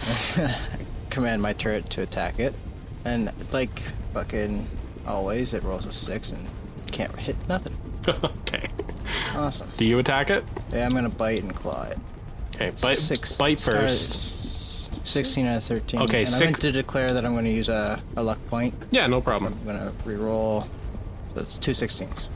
Command my turret to attack it. And like fucking always, it rolls a six and can't hit nothing. okay. Awesome. Do you attack it? Yeah, I'm gonna bite and claw it. Okay, bite, Six. bite uh, first. 16 out of 13. Okay, and I six- meant to declare that I'm going to use a, a luck point. Yeah, no problem. I'm going to reroll. So it's two 16s.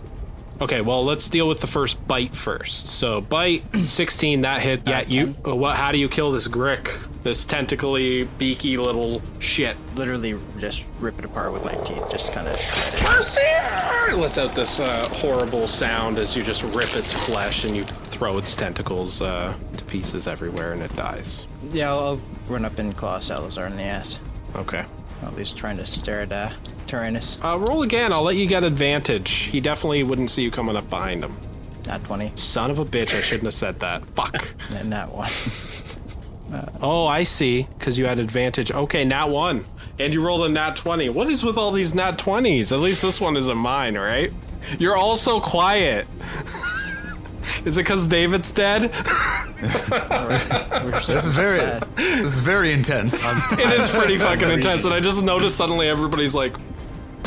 Okay, well, let's deal with the first bite first. So, bite 16, that hit. Yeah, you. uh, What? How do you kill this Grick? This tentacly, beaky little shit. Literally just rip it apart with my teeth. Just kind of shred it. It lets out this uh, horrible sound as you just rip its flesh and you throw its tentacles uh, to pieces everywhere and it dies. Yeah, I'll, I'll run up and claw Salazar in the ass. Okay. Or at least trying to stare at uh, Tyrannus. Uh, roll again. I'll let you get advantage. He definitely wouldn't see you coming up behind him. Not 20. Son of a bitch, I shouldn't have said that. Fuck. And that one. Oh, I see. Because you had advantage. Okay, nat one. And you rolled a nat 20. What is with all these nat 20s? At least this one isn't mine, right? You're all so quiet. is it because David's dead? This is very, Sad. this is very intense. Um, It is pretty fucking intense, and I just noticed suddenly everybody's like,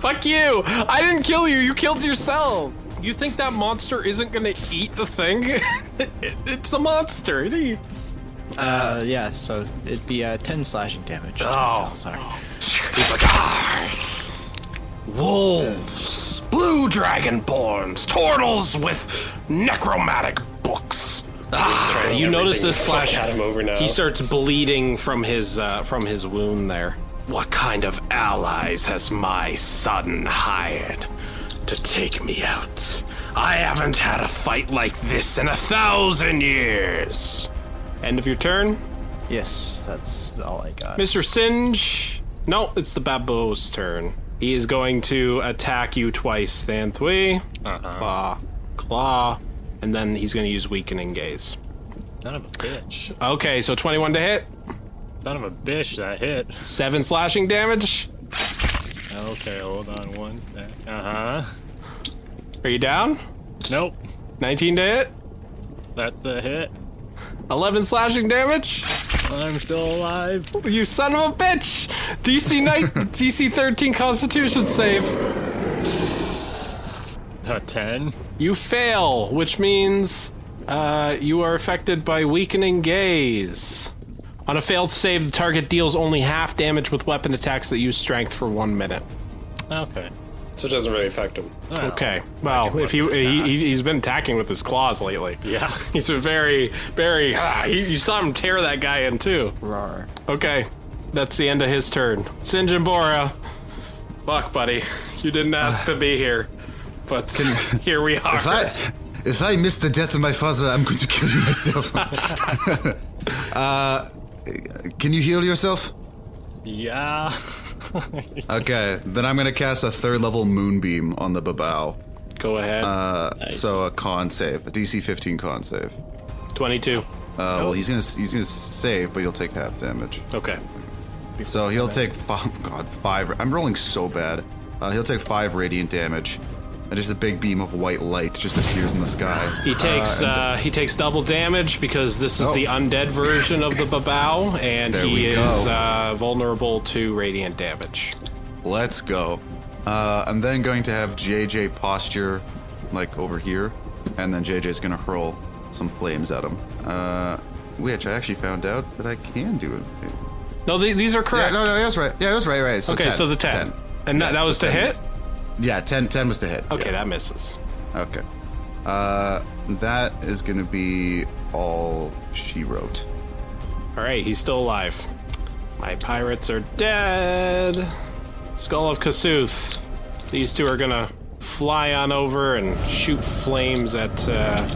"Fuck you! I didn't kill you. You killed yourself." You think that monster isn't gonna eat the thing? It- it's a monster. It eats. Uh, yeah, so it'd be uh, 10 slashing damage. to Salazar. Oh. He's like, ah, wolves, blue dragonborns, turtles with necromantic books. Ah, you notice this Everything. slash Fuck, had him over now. He starts bleeding from his uh, from his wound there. What kind of allies has my son hired to take me out? I haven't had a fight like this in a thousand years. End of your turn, Yes, that's all I got. Mr. Singe. No, it's the babo's turn. He is going to attack you twice, Thanthui. Claw, claw, and then he's going to use weakening gaze. Son of a bitch. Okay, so 21 to hit, Son of a bitch that hit. seven slashing damage. Okay, hold on one sec. Uh huh. Are you down? Nope. 19 to hit. That's a hit. 11 slashing damage. I'm still alive. You son of a bitch! DC night, DC 13 Constitution save. A 10. You fail, which means uh, you are affected by weakening gaze. On a failed save, the target deals only half damage with weapon attacks that use strength for one minute. Okay. So it doesn't really affect him. Well, Okay. Well, if he, he he- he's been attacking with his claws lately. Yeah. He's a very very. Ah, you, you saw him tear that guy in too. Roar. Okay, that's the end of his turn. Sinjin Bora, fuck, buddy, you didn't ask to be here, but here we are. If I, if I miss the death of my father, I'm going to kill you myself. uh, can you heal yourself? Yeah. Okay, then I'm going to cast a third level moonbeam on the Babao. Uh, Go ahead. Nice. So a con save, a DC 15 con save. Twenty-two. Uh, Well, he's gonna he's gonna save, but he'll take half damage. Okay. So he'll take five, God five. I'm rolling so bad. Uh, he'll take five radiant damage, and just a big beam of white light just appears in the sky. He takes uh, he takes double damage because this is Oh. the undead version of the Babao, and There he we is go. uh, vulnerable to radiant damage. Let's go. Uh, I'm then going to have JJ posture like over here, and then JJ's gonna hurl some flames at him. Uh, which I actually found out that I can do it. No, th- these are Yeah, correct. no, no, that's right. Yeah, that's right, right. So okay, 10, so the ten, and that, Yeah, that so was to 10. hit. Yeah, 10, 10 was the hit. Okay, yeah. that misses. Okay. Uh, that is going to be all she wrote. All right, he's still alive. My pirates are dead. Skull of Kasuth. These two are gonna fly on over and shoot flames at. Uh,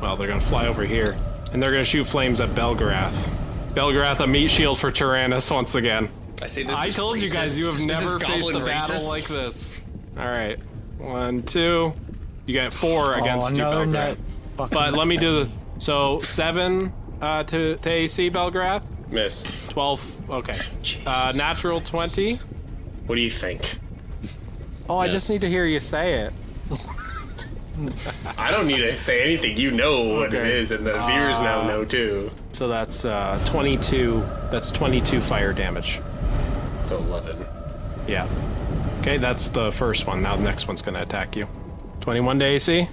well, they're gonna fly over here, and they're gonna shoot flames at Belgarath. Belgarath, a meat shield for Tyrannus once again. I say this. I is told you guys racist. you have This is never faced goblin a battle racist. like this. All right. One, two. You got four against you, another Belgrath. net. Fucking But let me do the so seven uh, to, to AC Belgrath. Miss, Twelve. Okay. Uh, natural twenty. what do you think? Oh, I just Yes. need to hear you say it. I don't need to say anything. You know what it Okay. Ah. is, and the viewers now know too. Uh, So that's uh, twenty-two. That's twenty-two fire damage. So eleven. Yeah. Okay, that's the first one. Now the next one's gonna attack you. Twenty-one to AC.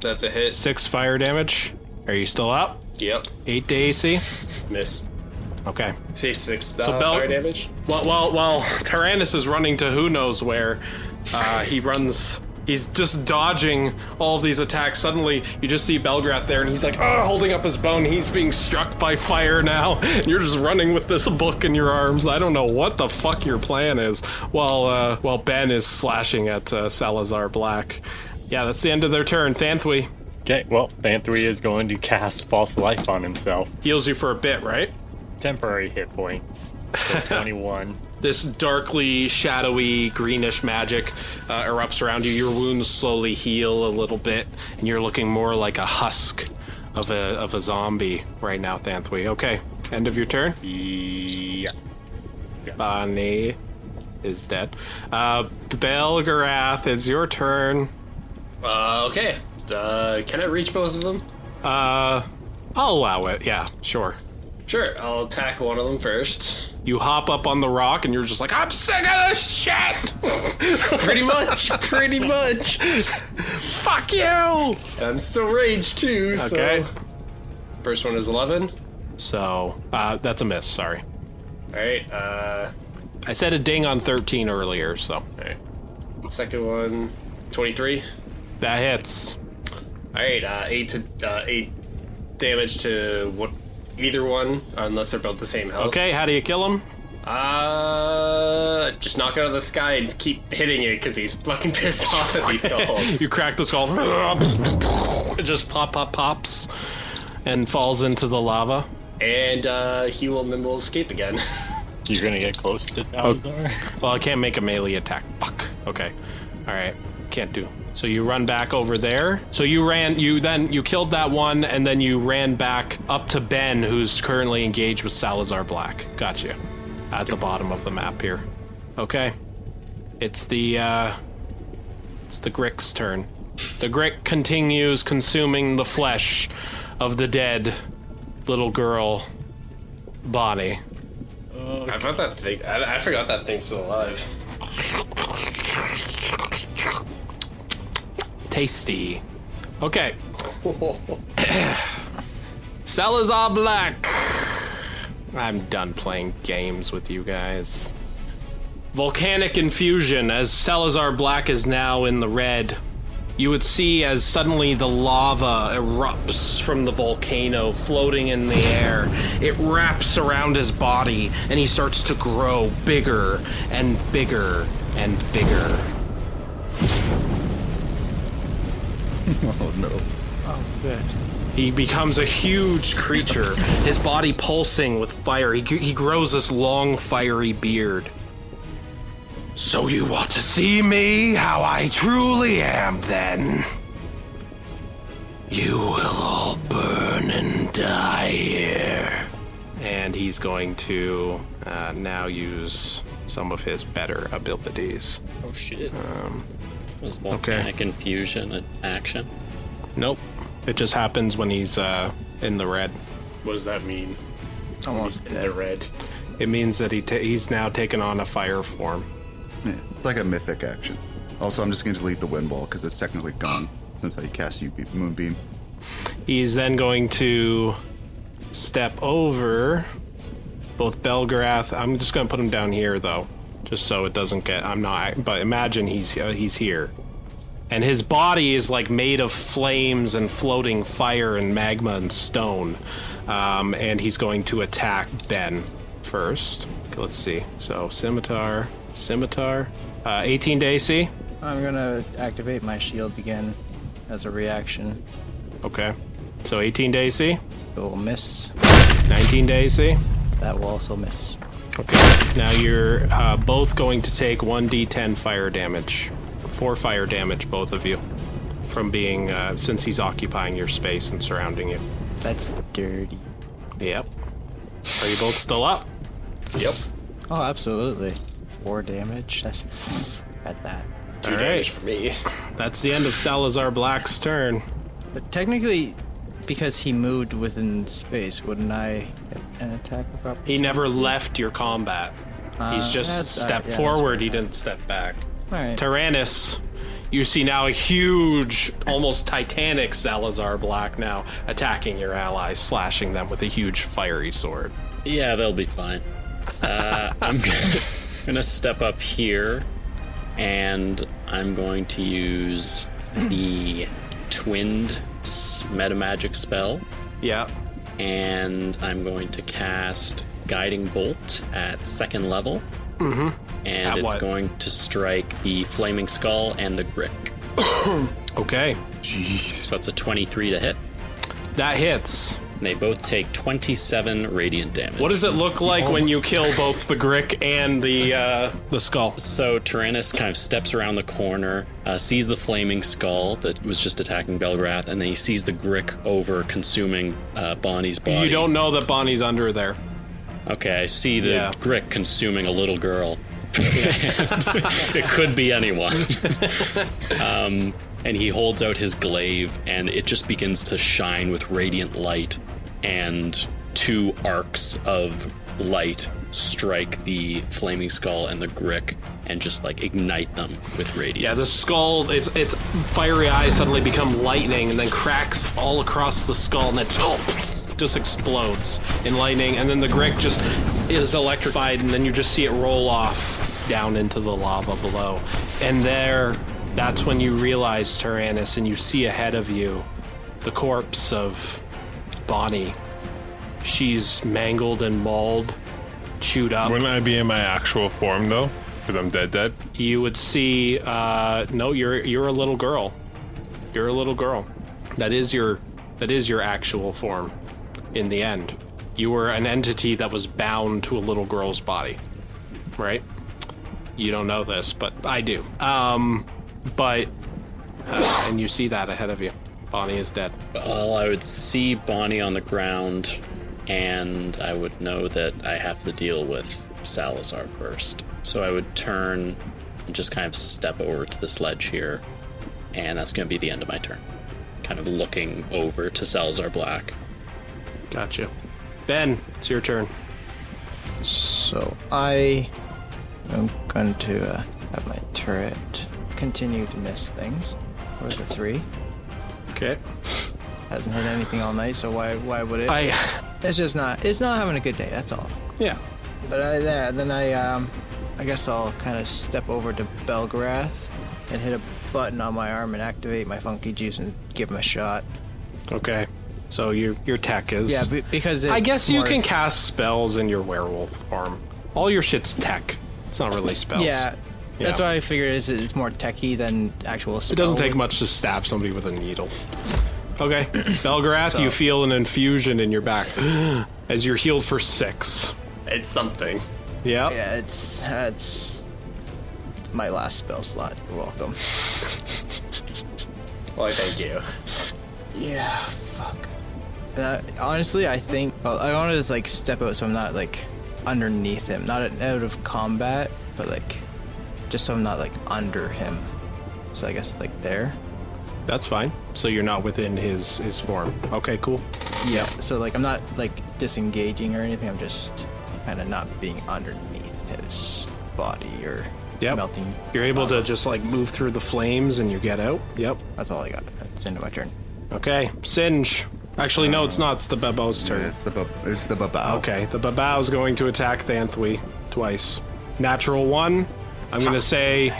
That's a hit. Six fire damage. Are you still up? Yep. Eight to AC. Miss. Okay. Say six uh, Bel- fire damage. While while, while Oh, Tyrannus is running to who knows where, uh, he runs. He's just dodging all of these attacks. Suddenly, you just see Belgrath there, and he's like, "Oh, holding up his bone." He's being struck by fire now. And you're just running with this book in your arms. I don't know what the fuck your plan is. While uh, while Ben is slashing at uh, Salazar Black. Yeah, that's the end of their turn. Thanthui Okay, well, Three is going to cast False Life on himself. heals you for a bit, right? Temporary hit points. So 21. this darkly shadowy greenish magic uh, erupts around you. Your wounds slowly heal a little bit, and you're looking more like a husk of a of a zombie right now, Thanthui. Okay, end of your turn. Yeah. Bonnie is dead. Uh, Belgarath, it's your turn. Uh, okay. Uh, can I reach both of them? Uh, I'll allow it. Yeah, sure. Sure. I'll attack one of them first. You hop up on the rock, and you're just like, I'm sick of this shit. Pretty much. pretty much. Fuck you. I'm still rage too. Okay. So. First one is eleven. So uh, that's a miss. Sorry. All right. Uh, I said a ding on 13 earlier, so all right. Second one, 23. that hits. All right. Uh, eight to uh, eight damage to what? Either one, unless they're both the same health. Okay, how do you kill him? Uh, just knock it out of the sky and keep hitting it because he's fucking pissed off at these skulls. You crack the skull. It just pop, pop, pops and falls into the lava. and uh, he will nimble escape again. You're going to get close to Salazar? Oh. Well, I can't make a melee attack. Fuck. Okay. All right. Can't do. So you run back over there. So you ran. You then you killed that one, and then you ran back up to Ben, who's currently engaged with Salazar Black. Got you. At the bottom of the map here. Okay. It's the uh, it's the Grick's turn. The Grick continues consuming the flesh of the dead little girl body. I thought that thing. I, I forgot that thing's still alive. tasty. Okay. Salazar Black. I'm done playing games with you guys. Volcanic infusion. As Salazar Black is now in the red, you would see as suddenly the lava erupts from the volcano, floating in the air. It wraps around his body, and he starts to grow bigger and bigger and bigger. Oh no. Good. He becomes a huge creature, his body pulsing with fire. He, he grows this long, fiery beard. So you want to see me how I truly am, then? You will all burn and die here. And he's going to uh, now use some of his better abilities. Um, Oh shit. Was volcanic infusion an action? Nope. It just happens when he's uh, in the red. What does that mean? Almost In the red. It means that he ta- he's now taken on a fire form. Yeah, it's like a mythic action. Also, I'm just going to delete the wind ball because it's technically gone since I cast you moonbeam. He's then going to step over both Belgarath. I'm just going to put him down here though, just so it doesn't get. I'm not. But imagine he's uh, he's here, and his body is like made of flames and floating fire and magma and stone. Um, and he's going to attack Ben first. Okay, let's see. So scimitar, scimitar, uh, 18 to AC. I'm gonna activate my shield again as a reaction. Okay, so 18 to AC, It will miss. 19 to AC. That will also miss. Okay, now you're uh, both going to take 1d10 fire damage Four fire damage, both of you, from being uh, since he's occupying your space and surrounding you. That's dirty. Yep. Are you both still up? Yep. Oh, absolutely. Four damage. That's at that. Two All damage right. for me. That's the end of Salazar Black's turn. But technically, because he moved within space, wouldn't I get an attack of opportunity? He never left your combat. He's Uh, just that's- stepped uh, yeah, that's forward. He didn't step back. Alright. Tyrannus, you see now a huge, almost titanic Salazar Black now attacking your allies, slashing them with a huge fiery sword. Yeah, they'll be fine. Uh, I'm gonna step up here, and I'm going to use the twinned s- metamagic spell, Yeah. and I'm going to cast Guiding Bolt at second level, mm-hmm. and At it's what? going to strike the Flaming Skull and the Grick. Okay. So that's a 23 to hit. That hits. And they both take 27 radiant damage. What does it look like when you kill both the Grick and the uh, the skull? So Tyrannus kind of steps around the corner, uh, sees the flaming skull that was just attacking Belgrath, and then he sees the Grick over consuming uh, Bonnie's body. You don't know that Bonnie's under there. Okay, I see the Yeah. Grick consuming a little girl. it could be anyone. um, and he holds out his glaive, and it just begins to shine with radiant light, and two arcs of light strike the flaming skull and the Grick, and just like ignite them with radiance. Yeah, the skull, its its fiery eyes suddenly become lightning, and then cracks all across the skull, and then just explodes in lightning, and then the Grick just is electrified, and then you just see it roll off down into the lava below, and there, that's when you realize Tyrannus, and you see ahead of you the corpse of Bonnie. She's mangled and mauled, chewed up. Wouldn't I be in my actual form though? Because I'm dead, dead. you would see uh no you're you're a little girl you're a little girl that is your that is your actual form in the end you were an entity that was bound to a little girl's body right you don't know this but i do um but uh, and you see that ahead of you bonnie is dead Well, I would see Bonnie on the ground, and I would know that I have to deal with Salazar first. So I would turn and just kind of step over to this ledge here, and that's going to be the end of my turn. Kind of looking over to Salazar Black. gotcha ben it's your turn So I am going to uh, have my turret continue to miss things. Or the three. okay Hasn't hit anything all night, so why why would it? i it's just not. It's not having a good day. That's all. yeah But I, yeah, then I um, I guess I'll kind of step over to Belgrath and hit a button on my arm and activate my funky juice and give him a shot. okay so your your tech is Yeah, be- because it's I guess you more- can cast spells in your werewolf form. All your shit's tech. It's not really spells. Yeah, that's Yeah. what I figured. Is it's more techy than actual. Spell. It doesn't take much to stab somebody with a needle. Okay. Belgrath, So- you feel an infusion in your back as you're healed for six. It's something. Yeah. Yeah, it's that's my last spell slot. You're welcome. Why, thank you. Yeah, fuck. Uh, honestly, I think well, I want to just like step out so I'm not like underneath him, not out of combat, but like just so I'm not like under him. So I guess like there. That's fine. So you're not within his his form. Okay, cool. Yeah. So like I'm not like disengaging or anything. I'm just kind of not being underneath his body or Yep. melting. You're able to lava. just like move through the flames and you get out. Yep. That's all I got. That's the end of my turn. Okay. Singe. Actually, no, it's not. It's the Bebo's turn. It's the bu- it's the babao. Okay, the Babao's going to attack Thanthui twice. Natural one. I'm Ah, gonna say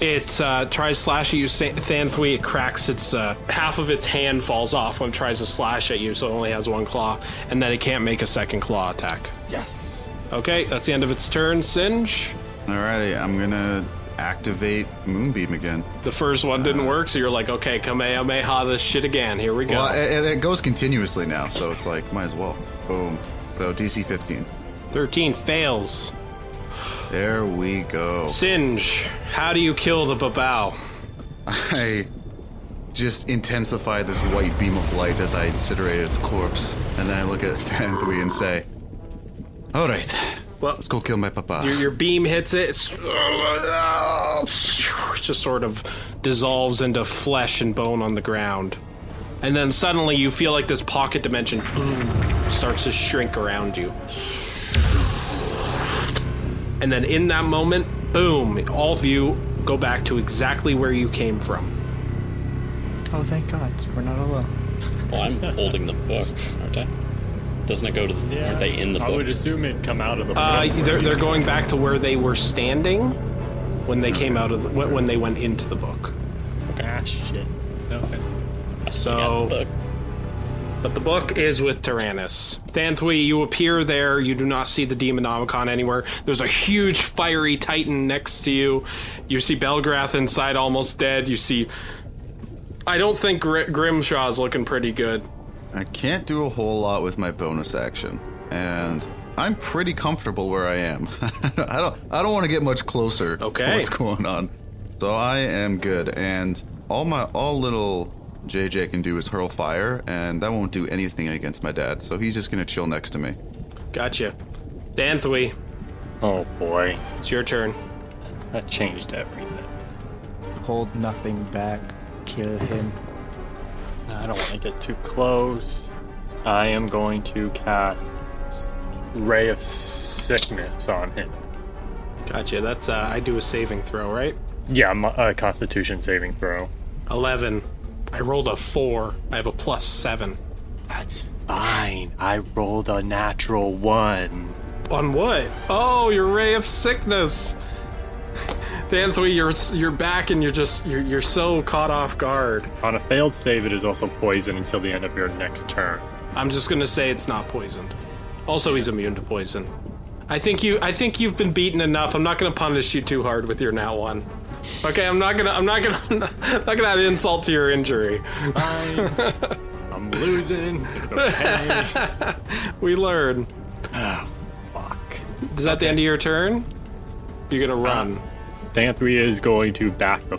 it uh, tries slash at you, Sa- Thanthui. It cracks its uh, half of its hand falls off when it tries to slash at you, so it only has one claw, and then it can't make a second claw attack. Yes. Okay, that's the end of its turn. Singe. Alrighty, I'm gonna activate Moonbeam again. The first one didn't work, so you're like, okay, Kamehameha this shit again. Here we go. Uh, Well, it, it goes continuously now, so it's like might as well. Boom. So DC 15. Thirteen fails. There we go. Singe, how do you kill the Babao? I just intensify this white beam of light as I incinerate its corpse, and then I look at Three and say, "All right, Well, let's go kill my papa." your, your beam hits it. It's, just sort of dissolves into flesh and bone on the ground. And then suddenly you feel like this pocket dimension starts to shrink around you. And then in that moment, boom, all of you go back to exactly where you came from. Oh, thank God, so we're not alone. Well, I'm holding the book, aren't I? Doesn't it go to? The, Aren't they in the I would book? assume it'd come out of the. Uh, they're, they're going back to where they were standing when they came out of the, when when they went into the book. ah, shit. Okay. Yeah, So the book. But the book is with Tyrannus. Thanthui, you appear there. You do not see the Demonomicon anywhere. There's a huge fiery titan next to you. You see Belgrath inside almost dead. You see. I don't think Gr- Grimshaw's looking pretty good. I can't do a whole lot with my bonus action, and I'm pretty comfortable where I am. I don't. I don't want to get much closer Okay. to what's going on, so I am good. And all my all little JJ can do is hurl fire, and that won't do anything against my dad. So he's just gonna chill next to me. Gotcha. Thanthui, Oh boy, it's your turn. that changed everything. Hold nothing back. Kill him. I don't want to get too close. I am going to cast Ray of Sickness on him. Gotcha. That's, uh, I do a saving throw, right? Yeah, my, uh, Constitution saving throw. 11. I rolled a 4. I have a plus 7. That's fine. I rolled a natural one. On what? Oh, your ray of sickness. Thanthui, you're you're back and you're just you're you're so caught off guard. On a failed save, it is also poison until the end of your next turn. I'm just gonna say it's not poisoned. Also, he's immune to poison. I think you I think you've been beaten enough. I'm not gonna punish you too hard with your nat one. Okay, I'm not gonna I'm not gonna I'm not, I'm not gonna add insult to your injury. I'm losing. It's okay. We learn. Fuck. Is that the end of your turn? You're Uh, gonna run. Thanthree is going to back the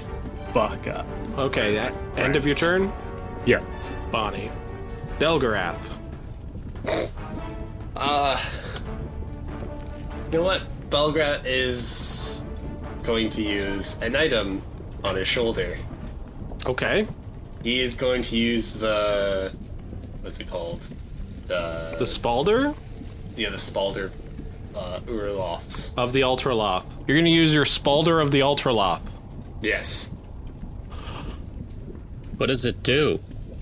fuck up. okay, that end of your turn, Yes. Bonnie. Delgarath. Uh, You know what? Belgrat is going to use an item on his shoulder. Okay. He is going to use the what's it called? The The Spalder? yeah, the Spalder uh, Urloths. of the Ultraloth. You're gonna use your Spalder of the Ultraloth. Yes. What does it do? So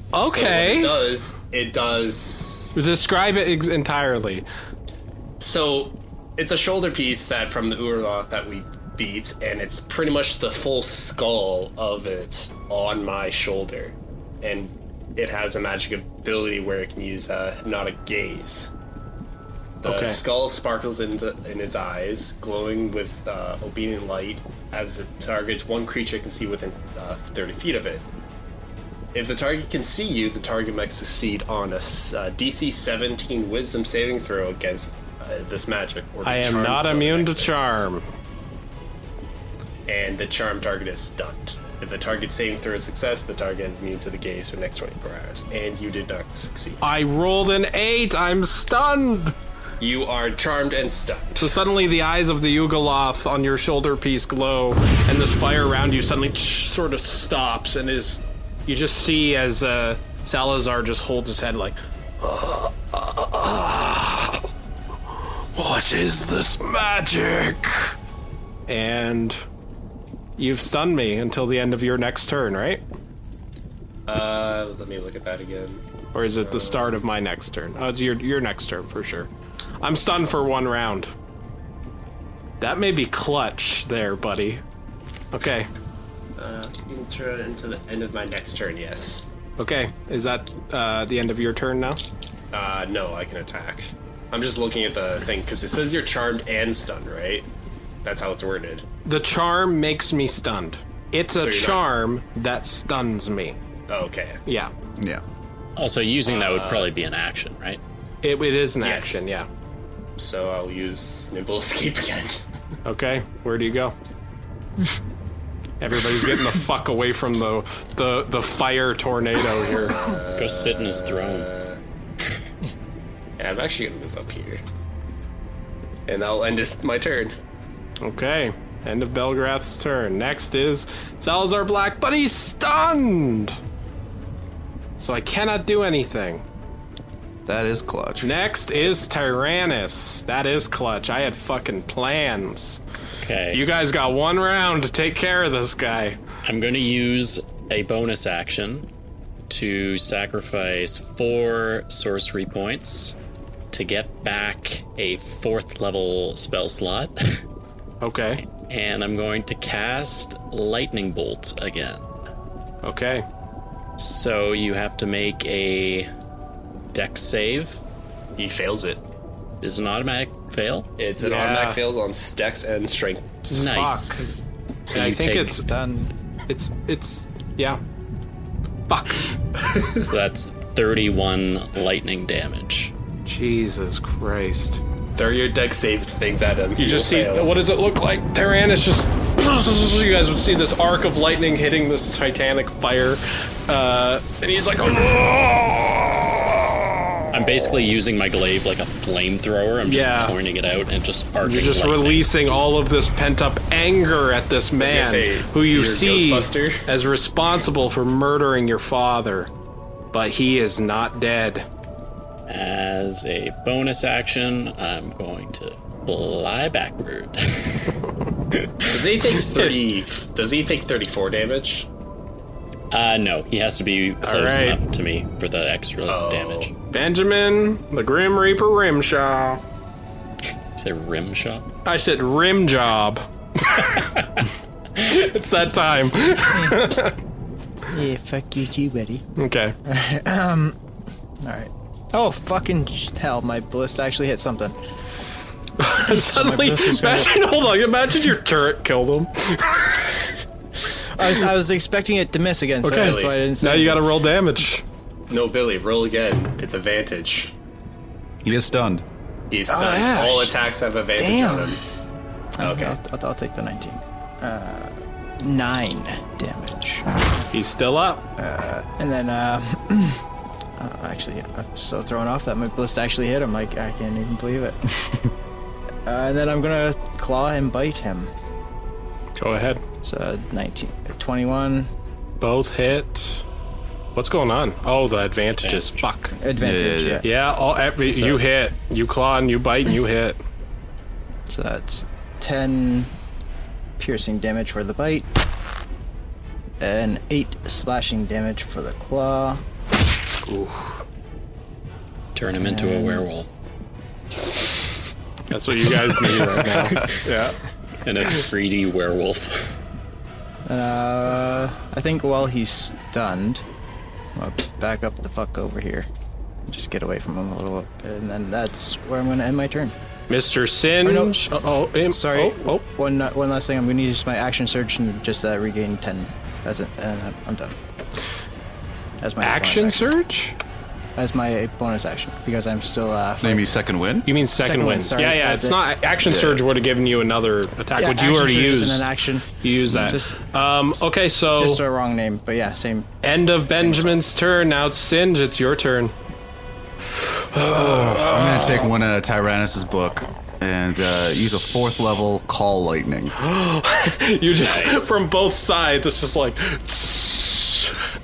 what it Okay. does it does Describe it ex- entirely. So it's a shoulder piece that from the Urloth that we beat, and it's pretty much the full skull of it on my shoulder. And it has a magic ability where it can use a hypnotic gaze. The Okay. skull sparkles in, the, in its eyes, glowing with uh, obedient light as it targets one creature it can see within uh, 30 feet of it. If the target can see you, the target must succeed on a s- uh, DC 17 Wisdom saving throw against uh, this magic. Or be I am charmed not till the immune to next save. charm. And the charm target is stunned. If the target saving throw is success, the target is immune to the gaze for the next 24 hours. And you did not succeed. I rolled an eight. I'm stunned. You are charmed and stunned. So suddenly, the eyes of the Ugoloth on your shoulder piece glow, and this fire around you suddenly sort of stops, and is you just see as uh, Salazar just holds his head like, "What is this magic?" And you've stunned me until the end of your next turn, right? Uh, let me look at that again. Or is it the start of my next turn? Oh, it's your your next turn for sure. I'm stunned for one round. That may be clutch there, buddy. Okay. Uh, Enter into the end of my next turn, yes. Okay. Is that uh, the end of your turn now? Uh, no, I can attack. I'm just looking at the thing because it says you're charmed and stunned, right? That's how it's worded. The charm makes me stunned. It's So a you're not- charm that stuns me. Oh, okay. Uh, Yeah. Yeah. Also, using that would probably be an action, right? It, it is an Yes. action, yeah. So I'll use Nimble Escape again. Okay. Where do you go? Everybody's getting the fuck away from the the the fire tornado here. Uh, Go sit in his throne. And I'm actually gonna move up here. And I'll end this my turn. Okay. End of Belgrath's turn. Next is Salazar Black, but he's stunned! So I cannot do anything. That is clutch. Next is Tyrannus. That is clutch. I had fucking plans. Okay. You guys got one round to take care of this guy. I'm going to use a bonus action to sacrifice four sorcery points to get back a fourth level spell slot. Okay. and I'm going to cast Lightning Bolt again. Okay. So you have to make a deck save. He fails it. This is an automatic fail. It's an Yeah. automatic fails on stacks and strength. Nice. Fuck. So I you think take- it's done. It's it's yeah. Fuck. so that's 31 lightning damage. Jesus Christ. Throw your deck saved things at him. You just see what does it look like? Tyrannus just. You guys would see this arc of lightning hitting this titanic fire, uh, and he's like, I'm basically using my glaive like a flamethrower. I'm just Yeah. pointing it out and just arcing. You're just lightning. releasing all of this pent up anger at this man say, who you you're see Ghostbuster. as responsible for murdering your father, but he is not dead. As a bonus action, I'm going to fly backward. Does he take thirty? does he take thirty-four damage? uh, no, he has to be close right. enough to me for the extra Oh. damage. Benjamin, the Grim Reaper Rimshaw. Is it rim shot? I said rim job. it's that time. Yeah, fuck you too, buddy. Um, Okay. Alright. Oh, fucking sh- hell, my ballista actually hit something. Suddenly, bliss is gonna- imagine, hold on, imagine your turret killed him. I was, I was expecting it to miss again, so Okay. that's why I didn't say Now you gotta roll damage. No, Billy, roll again. It's advantage. He is stunned. He's Oh, stunned. yeah, All sh- attacks have advantage Damn. on him. Okay, I'll, I'll, I'll take the 19. Uh, 9 damage. He's still up. And then, uh, uh, actually, I'm so thrown off that my ballista actually hit him. Like, I can't even believe it. uh, and then I'm gonna claw and bite him. Go ahead. So 19, 21, Both hit. What's going on? Oh, the advantages. Fuck. advantage. Yeah, yeah, Yeah, Yeah, all every, you hit. You claw and you bite and you hit. So that's 10 piercing damage for the bite, and 8 slashing damage for the claw. Turn him into a werewolf. That's what you guys need right now. And a 3D werewolf. Uh, I think while he's stunned, I'll back up the fuck over here. Just get away from him a little bit, and then that's where I'm gonna end my turn. Mr. Singe. Or Oh, oh, im- Sorry. Oh, One, uh, one last thing. I'm gonna use my action surge and just uh, regain 10. That's it, and I'm done. That's my bonus Action surge? That's my bonus action because I'm still uh, Maybe second win? You mean second, Second win? win, sorry. yeah, yeah. That's It's it. not action surge would have given you another attack, Yeah, which you action already surge used. isn't an action. You use that. Just- um, okay, so Just a wrong name, but yeah, same. end of Benjamin's turn. Now it's Singe. It's your turn. I'm going to take one out of Tyrannus' book and uh, use a fourth level call lightning. You just from both sides. It's just like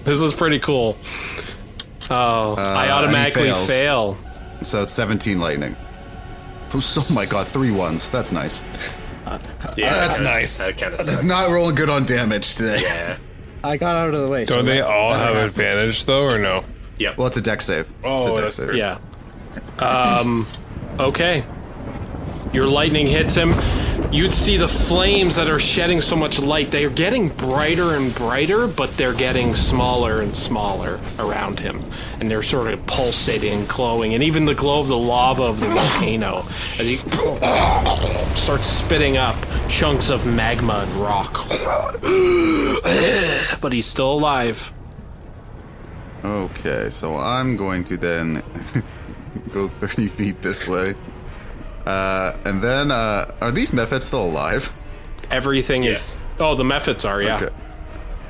this is pretty cool. Oh, I automatically Uh, fails. fail. So it's 17 lightning. Oh so- my god, three ones. That's nice. Uh, Yeah, Oh, that's that- nice. That kind of It's sucks. not rolling good on damage today. Yeah. I got out of the way. so Don't they that- all that have happened. advantage though, or no? Yep. Well, it's a deck save. Oh, it's a deck that's save. true. Yeah. Um, okay. Your lightning hits him. You'd see the flames that are shedding so much light. They're getting brighter and brighter, but they're getting smaller and smaller around him. And they're sort of pulsating and glowing. And even the glow of the lava of the volcano as he starts spitting up chunks of magma and rock. but he's still alive. Okay, so I'm going to then go 30 feet this way. Uh, and then, uh, are these methods still alive? Everything Yes. is Oh, the methods are, yeah. Okay.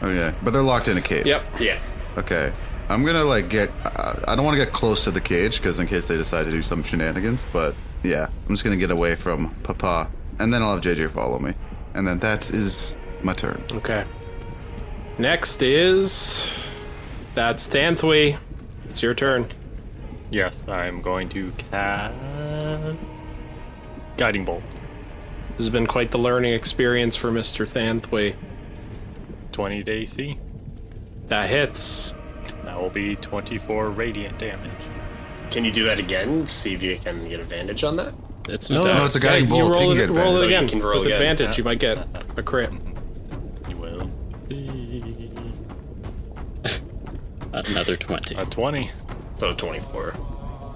Okay. But they're locked in a cage. Yep. Yeah. Okay. I'm gonna like get. I I don't want to get close to the cage because in case they decide to do some shenanigans. But yeah, I'm just gonna get away from Papa, and then I'll have JJ follow me, and then that is my turn. Okay. Next is. That's Thanthwy. It's your turn. Yes, I'm going to cast Guiding Bolt. This has been quite the learning experience for Mr. Thanthwy. 20 to AC. That hits. That will be 24 radiant damage. Can you do that again? See if you can get advantage on that. It's an attack. no, it's a guiding You bolt. You can roll it, get roll it advantage. again. You can roll With again. advantage, you might get a crit. You will. see Another 20. A 20. So 24.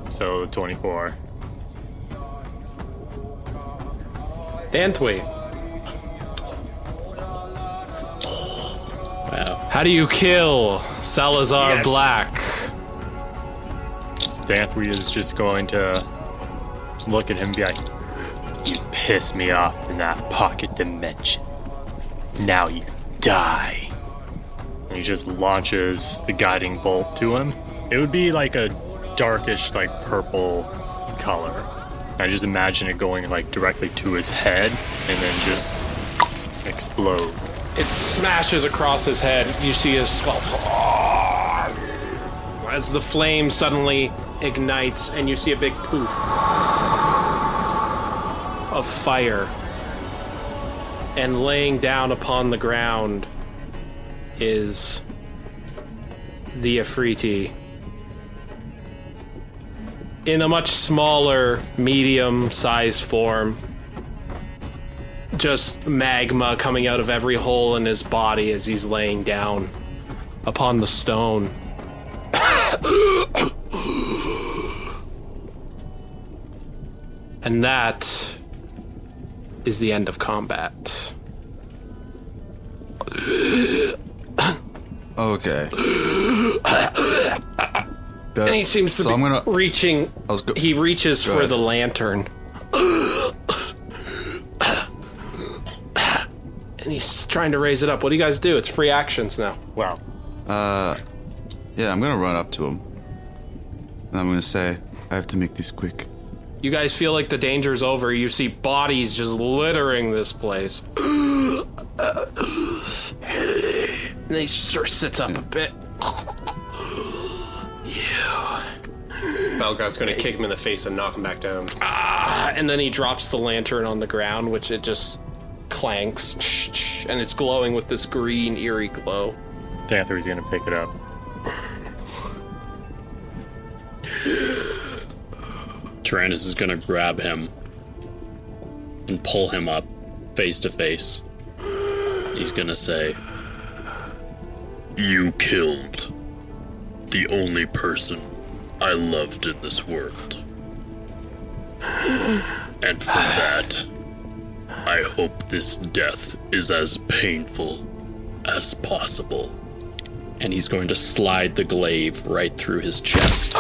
So 24. Thanthwy, Wow. how do you kill Salazar Yes. Black? Danthwy is just going to look at him and be like, You piss me off in that pocket dimension. Now you die. And he just launches the guiding bolt to him. It would be like a darkish, like purple color. I just imagine it going like directly to his head and then just explode. It smashes across his head. You see his skull. As the flame suddenly ignites, and you see a big poof of fire. And laying down upon the ground is the Afriti. In a much smaller, medium sized form, just magma coming out of every hole in his body as he's laying down upon the stone. and that is the end of combat. Okay. And he seems to so be I'm gonna. reaching. I was go- he reaches for ahead. the lantern. and he's trying to raise it up. What do you guys do? It's free actions now. Wow. Uh, Yeah, I'm gonna run up to him, and I'm gonna say, "I have to make this quick." You guys feel like the danger's over. You see bodies just littering this place. and he sort of sits up a bit. Balgoth's gonna kick him in the face and knock him back down. Ah, And then he drops the lantern on the ground, which it just clanks. And it's glowing with this green, eerie glow. Danthry's gonna pick it up. Tyrannus is gonna grab him and pull him up face to face. He's gonna say, You killed the only person I loved in this world. And for that, I hope this death is as painful as possible. And he's going to slide the glaive right through his chest.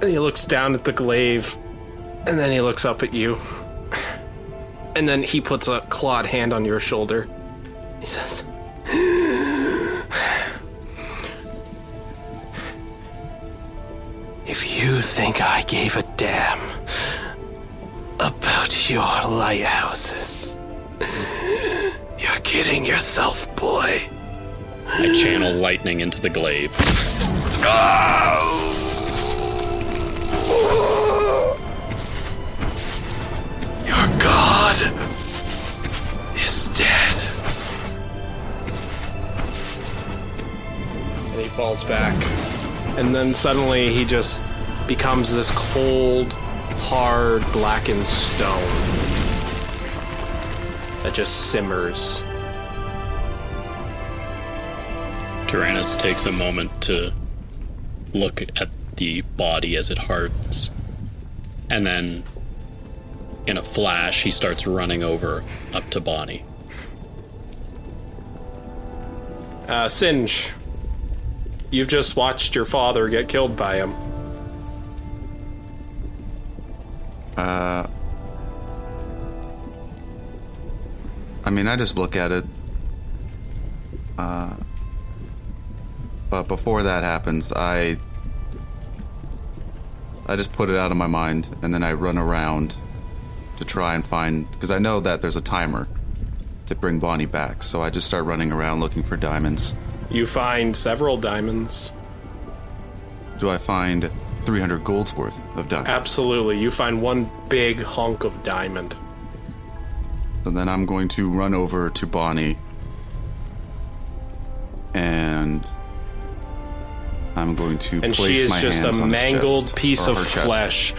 And he looks down at the glaive. And then he looks up at you. And then he puts a clawed hand on your shoulder. He says, If you think I gave a damn about your lighthouses, you're kidding yourself, boy. I channel lightning into the glaive. Your god is dead. And he falls back. And then suddenly he just becomes this cold, hard, blackened stone that just simmers. Tyrannus takes a moment to look at the body as it hardens. And then, in a flash, he starts running over up to Bonnie. Uh, Singe, you've just watched your Uh, father get killed by him. I mean, I just look at it. Uh, but before that happens, I I just put it out of my mind, and then I run around to try and find because I know that there's a timer to bring Bonnie back. So I just start running around looking for diamonds. You find several diamonds. Do I find 300 golds worth of diamonds? Absolutely. You find one big hunk of diamond. So then I'm going to run over to Bonnie. And I'm going to and place she is my just a hands on his mangled chest, piece or of her chest. flesh.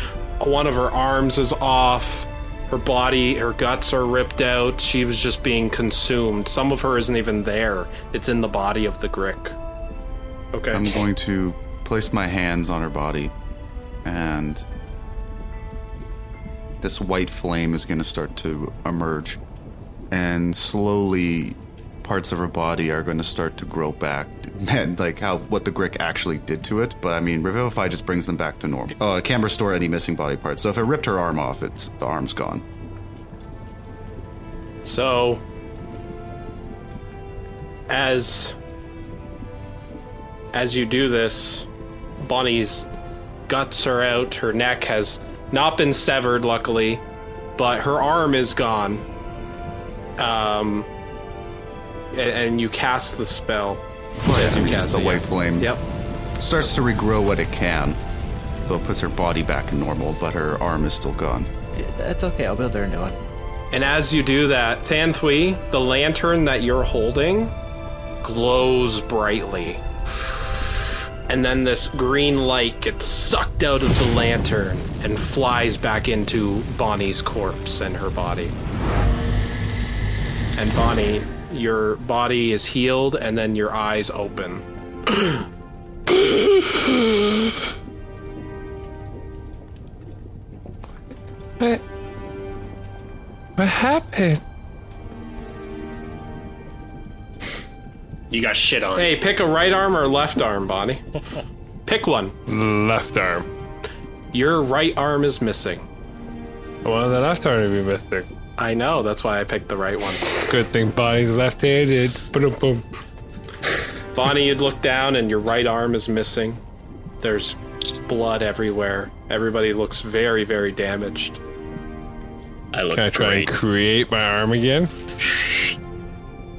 One of her arms is off. Her body, her guts are ripped out. She was just being consumed. Some of her isn't even there. It's in the body of the Grick. Okay. I'm going to place my hands on her body, and this white flame is going to start to emerge. And slowly, parts of her body are going to start to grow back. Man, like how what the Grick actually did to it, but I mean, Revivify just brings them back to normal. Oh, it can restore any missing body parts. So if it ripped her arm off, it's the arm's gone. So, as as you do this, Bonnie's guts are out. Her neck has not been severed, luckily, but her arm is gone. Um, a- and, you cast the spell. As you Just cast the it, white flame. Yep. Starts to regrow what it can. So it puts her body back in normal, but her arm is still gone. That's okay. I'll build her a new one. And as you do that, Thanthwi, the lantern that you're holding, glows brightly. And then this green light gets sucked out of the lantern and flies back into Bonnie's corpse and her body. And Bonnie, your body is healed and then your eyes open. What? What happened? You got shit on. Hey, pick a right arm or left arm, Bonnie. Pick one. Left arm. Your right arm is missing. Well, the left arm would be missing. I know, that's why I picked the right one. Good thing Bonnie's left-handed. Boom, boom. Bonnie, you'd look down and your right arm is missing. There's blood everywhere. Everybody looks very, very damaged. I look Can I try and great. create my arm again?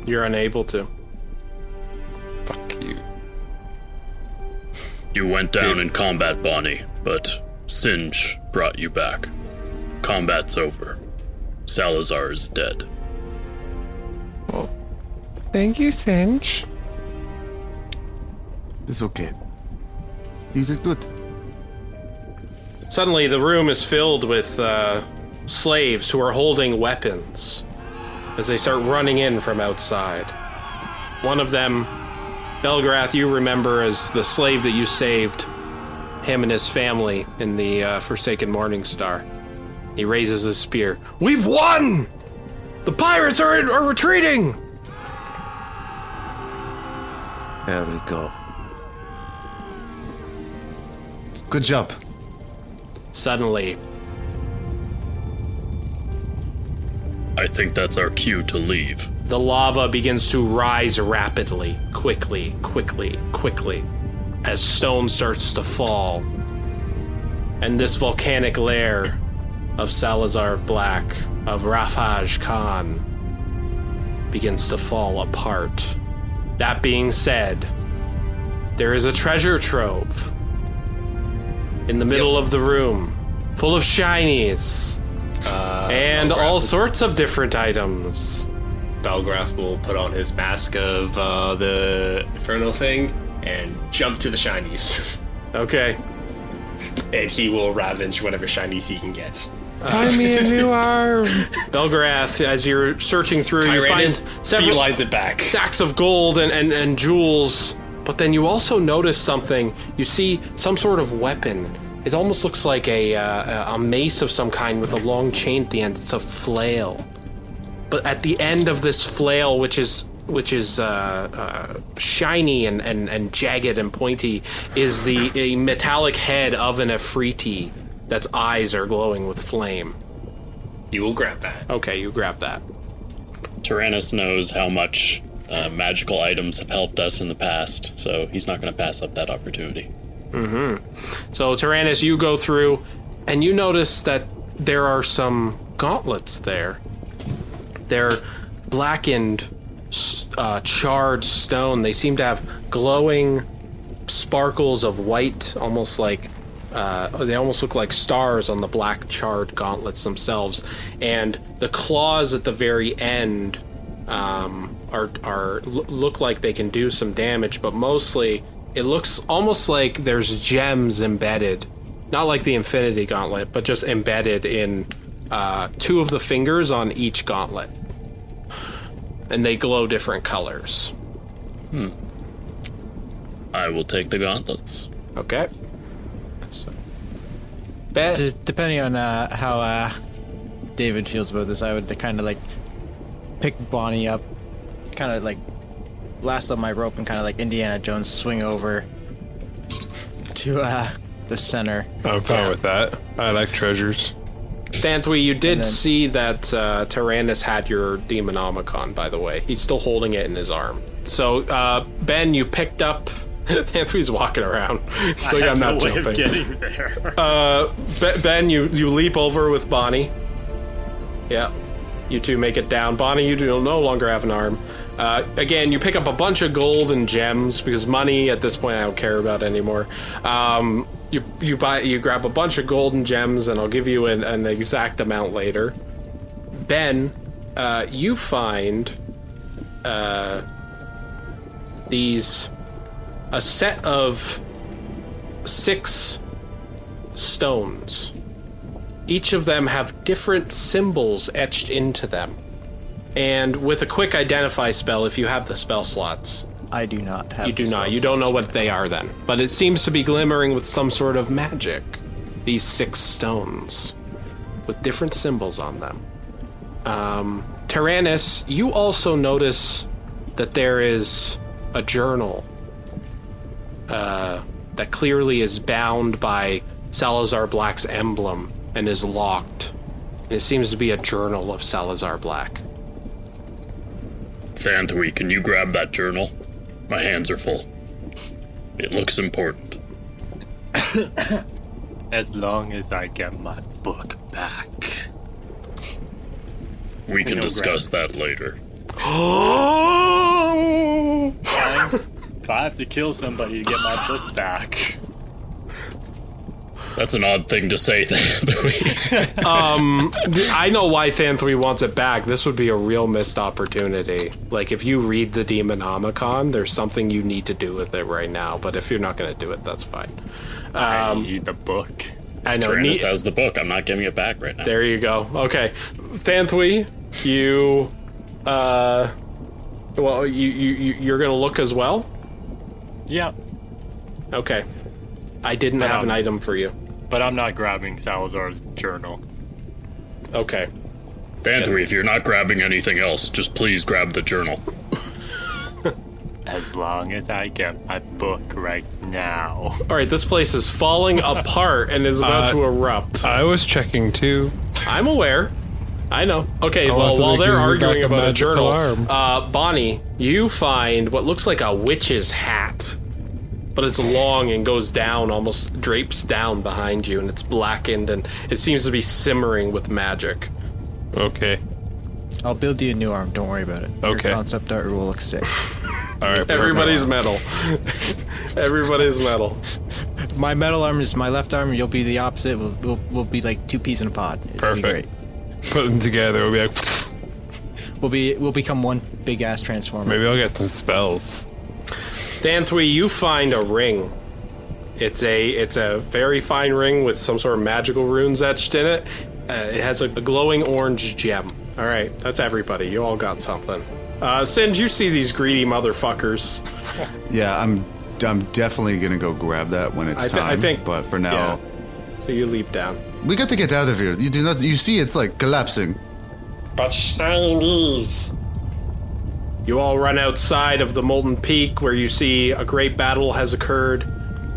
You're unable to. Fuck you. You went down in combat, Bonnie, but Singe brought you back. Combat's over. Salazar is dead. Thank you, Singe. It's okay. You did good. Suddenly, the room is filled with uh, slaves who are holding weapons as they start running in from outside. One of them, Belgrath, you remember as the slave that you saved, him and his family in the uh, Forsaken Morning Star. He raises his spear. We've won! The pirates are, are retreating! There we go. Good job. Suddenly, I think that's our cue to leave. the lava begins to rise rapidly, quickly, quickly, quickly, as stone starts to fall. And this volcanic lair of Salazar Black, of Rafaj Khan, begins to fall apart. That being said, there is a treasure trove in the middle of the room, full of shinies. and all sorts of different items. Balgraf will put on his mask of uh, the Inferno thing and jump to the shinies. Okay. and he will ravage whatever shinies he can get. Buy Uh, me a new arm. Belgrath, as you're searching through, you find Tyrannus several beelines it back. sacks of gold and, and, and jewels. But then you also notice something. You see some sort of weapon. It almost looks like a, uh, a- a mace of some kind with a long chain at the end. It's a flail. But at the end of this flail, which is which is uh, uh, shiny and, and, and jagged and pointy, is the a metallic head of an Afriti that's eyes are glowing with flame. You will grab that. Okay, you grab that. Tyrannus knows how much uh, magical items have helped us in the past, so he's not going to pass up that opportunity. Mm-hmm. So, Tyrannus, you go through and you notice that there are some gauntlets there. They're blackened, s- uh, charred stone. They seem to have glowing sparkles of white, almost like. Uh, they almost look like stars on the black charred gauntlets themselves, and the claws at the very end um, are are lo- look like they can do some damage, but mostly it looks almost like there's gems embedded, not like the Infinity Gauntlet, but just embedded in uh, two of the fingers on each gauntlet, and they glow different colors. Hmm. I will take the gauntlets. Okay. Bet. D- depending on uh, how uh, David feels about this, I would kind of like pick Bonnie up, kind of like lasso my rope and kind of like Indiana Jones swing over to uh, the center. I'm fine with that. I like treasures. Thantwi, you did then- see that uh, Tyrannus had your Demonomicon, by the way. He's still holding it in his arm. So, uh, Ben, you picked up. Thantwi's walking around. He's like, I have I'm not no way jumping. of getting there. uh, Be- ben, you, you leap over with Bonnie. Yeah. You two make it down. Bonnie, you do no longer have an arm. Uh, again, you pick up a bunch of gold and gems because money at this point I don't care about anymore. Um, you you buy you grab a bunch of gold and gems, and I'll give you an, an exact amount later. Ben, uh, you find uh, these a set of six stones. Each of them have different symbols etched into them. And with a quick identify spell, if you have the spell slots, I do not have. you do the not. spell You don't know slots. what they are then. But it seems to be glimmering with some sort of magic. These six stones with different symbols on them. Um, Tyrannus, you also notice that there is a journal uh, that clearly is bound by Salazar Black's emblem and is locked. And it seems to be a journal of Salazar Black. Fanthwy, can you grab that journal? My hands are full. It looks important. As long as I get my book back. We can discuss that later. Oh. If I have to kill somebody to get my book back. That's an odd thing to say, Fanthwy. Um, I know why Than3 wants it back. This would be a real missed opportunity. Like, if you read the Demonomicon, there's something you need to do with it right now. But if you're not going to do it, that's fine. Um, I need the book. I know. Tyrannus ne- has the book. I'm not giving it back right now. there you go. Okay, Than3, you, uh, well, you you you- you're going to look as well. Yeah, Okay, I didn't have an um, item for you. but I'm not grabbing Salazar's journal. Okay. Fanthwy, if you're not grabbing anything else, just please grab the journal. As long as I get my book right now. All right, this place is falling apart and is about Uh, to erupt. I was checking too. I'm aware. I know. Okay, well, Unless it while they're gives me back arguing a about a magical journal, arm. uh, Bonnie, you find what looks like a witch's hat, but it's long and goes down, almost drapes down behind you, and it's blackened and it seems to be simmering with magic. Okay. I'll build you a new arm. Don't worry about it. Your Okay. concept art rule looks sick. All right. Everybody's metal. Everybody's metal. my metal arm is my left arm. You'll be the opposite. We'll we'll, we'll be like two peas in a pod. It'll Be Perfect. great. Put them together. We'll be like, We'll be we'll become one big ass transformer. maybe I'll get some spells. Thanthwy, you find a ring. It's a it's a very fine ring with some sort of magical runes etched in it. Uh, it has a glowing orange gem. All right, that's everybody. You all got something. Uh, Singe, you see these greedy motherfuckers. Yeah, I'm. I'm definitely gonna go grab that when it's I thi- time. I think- but for now, So you leap down. we got to get out of here. You do not. You see, it's like collapsing. But Chinese. You all run outside of the Molten Peak where you see a great battle has occurred.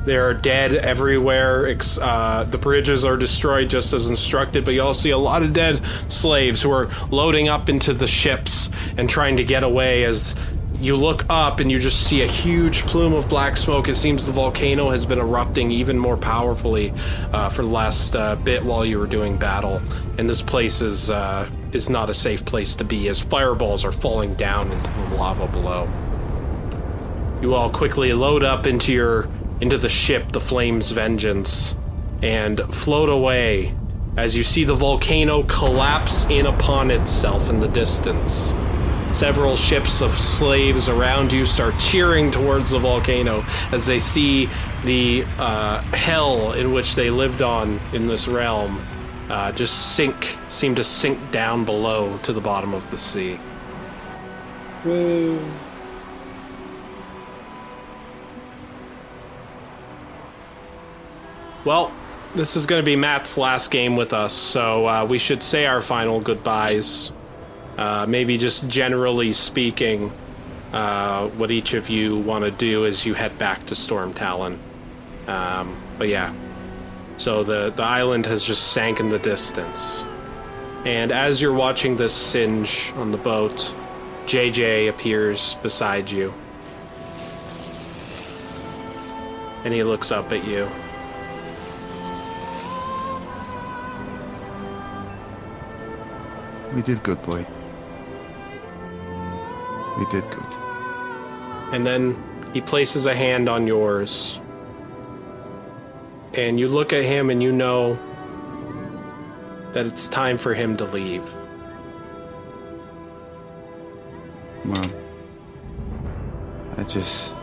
They are dead everywhere. Ex- uh, the bridges are destroyed just as instructed, but you all see a lot of dead slaves who are loading up into the ships and trying to get away as you look up and you just see a huge plume of black smoke. It seems the volcano has been erupting even more powerfully uh, for the last uh, bit while you were doing battle, and this place is uh, is not a safe place to be as fireballs are falling down into the lava below. You all quickly load up into your into the ship, the Flames Vengeance, and float away as you see the volcano collapse in upon itself in the distance. Several ships of slaves around you start cheering towards the volcano as they see the uh, hell in which they lived on in this realm uh, just sink, seem to sink down below to the bottom of the sea. Well, this is going to be Matt's last game with us, so uh, we should say our final goodbyes. Uh, maybe just generally speaking, uh, what each of you want to do as you head back to Storm Talon. Um, but yeah, so the the island has just sank in the distance, and as you're watching this singe on the boat, JJ appears beside you, and he looks up at you. We did good, boy. We did good. and then he places a hand on yours. And you look at him and you know that it's time for him to leave. Mom. I just.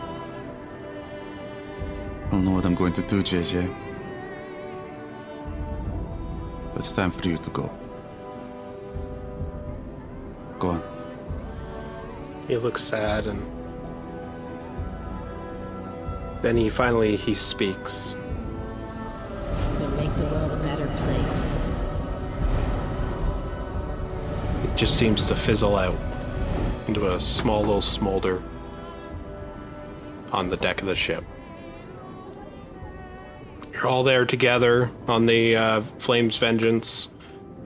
don't know what I'm going to do, JJ. But It's time for you to go. Go on. He looks sad and then he finally he speaks. We'll make the world a better place. It just seems to fizzle out into a small little smolder on the deck of the ship. You're all there together on the uh, Flames Vengeance,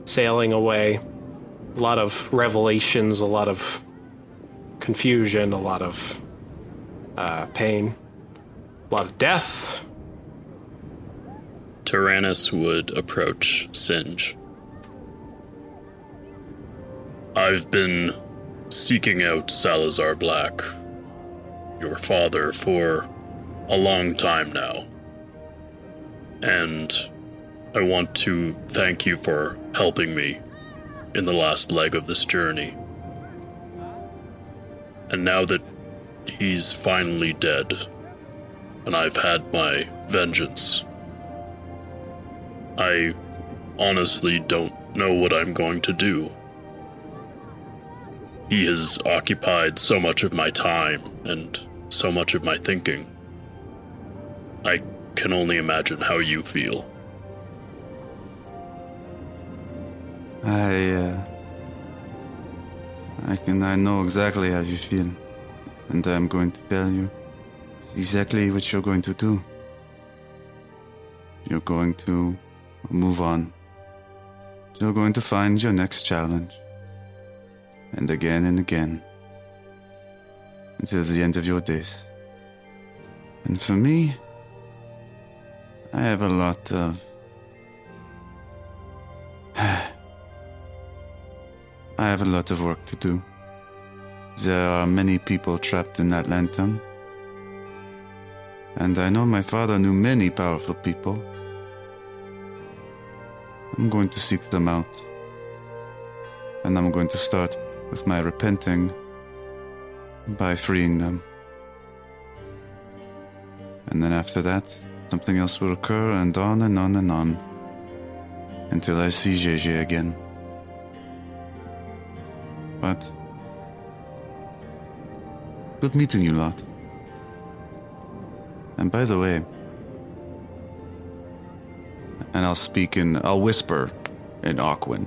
sailing away. A lot of revelations, a lot of confusion, a lot of uh, pain, a lot of death. Tyrannus would approach Singe. I've been seeking out Salazar Black, your father, for a long time now. And I want to thank you for helping me in the last leg of this journey. And now that he's finally dead, and I've had my vengeance, I honestly don't know what I'm going to do. He has occupied so much of my time and so much of my thinking. I can only imagine how you feel. I, uh, I can, I know exactly how you feel, and I'm going to tell you exactly what you're going to do. You're going to move on. You're going to find your next challenge, and again and again, until the end of your days. And for me, I have a lot of I have a lot of work to do. There are many people trapped in that lantern. And I know my father knew many powerful people. I'm going to seek them out. And I'm going to start with my repenting by freeing them. And then after that, something else will occur, and on and on and on. Until I see JJ again. But. Good meeting you lot. And by the way. And I'll speak in. I'll whisper in Aquin.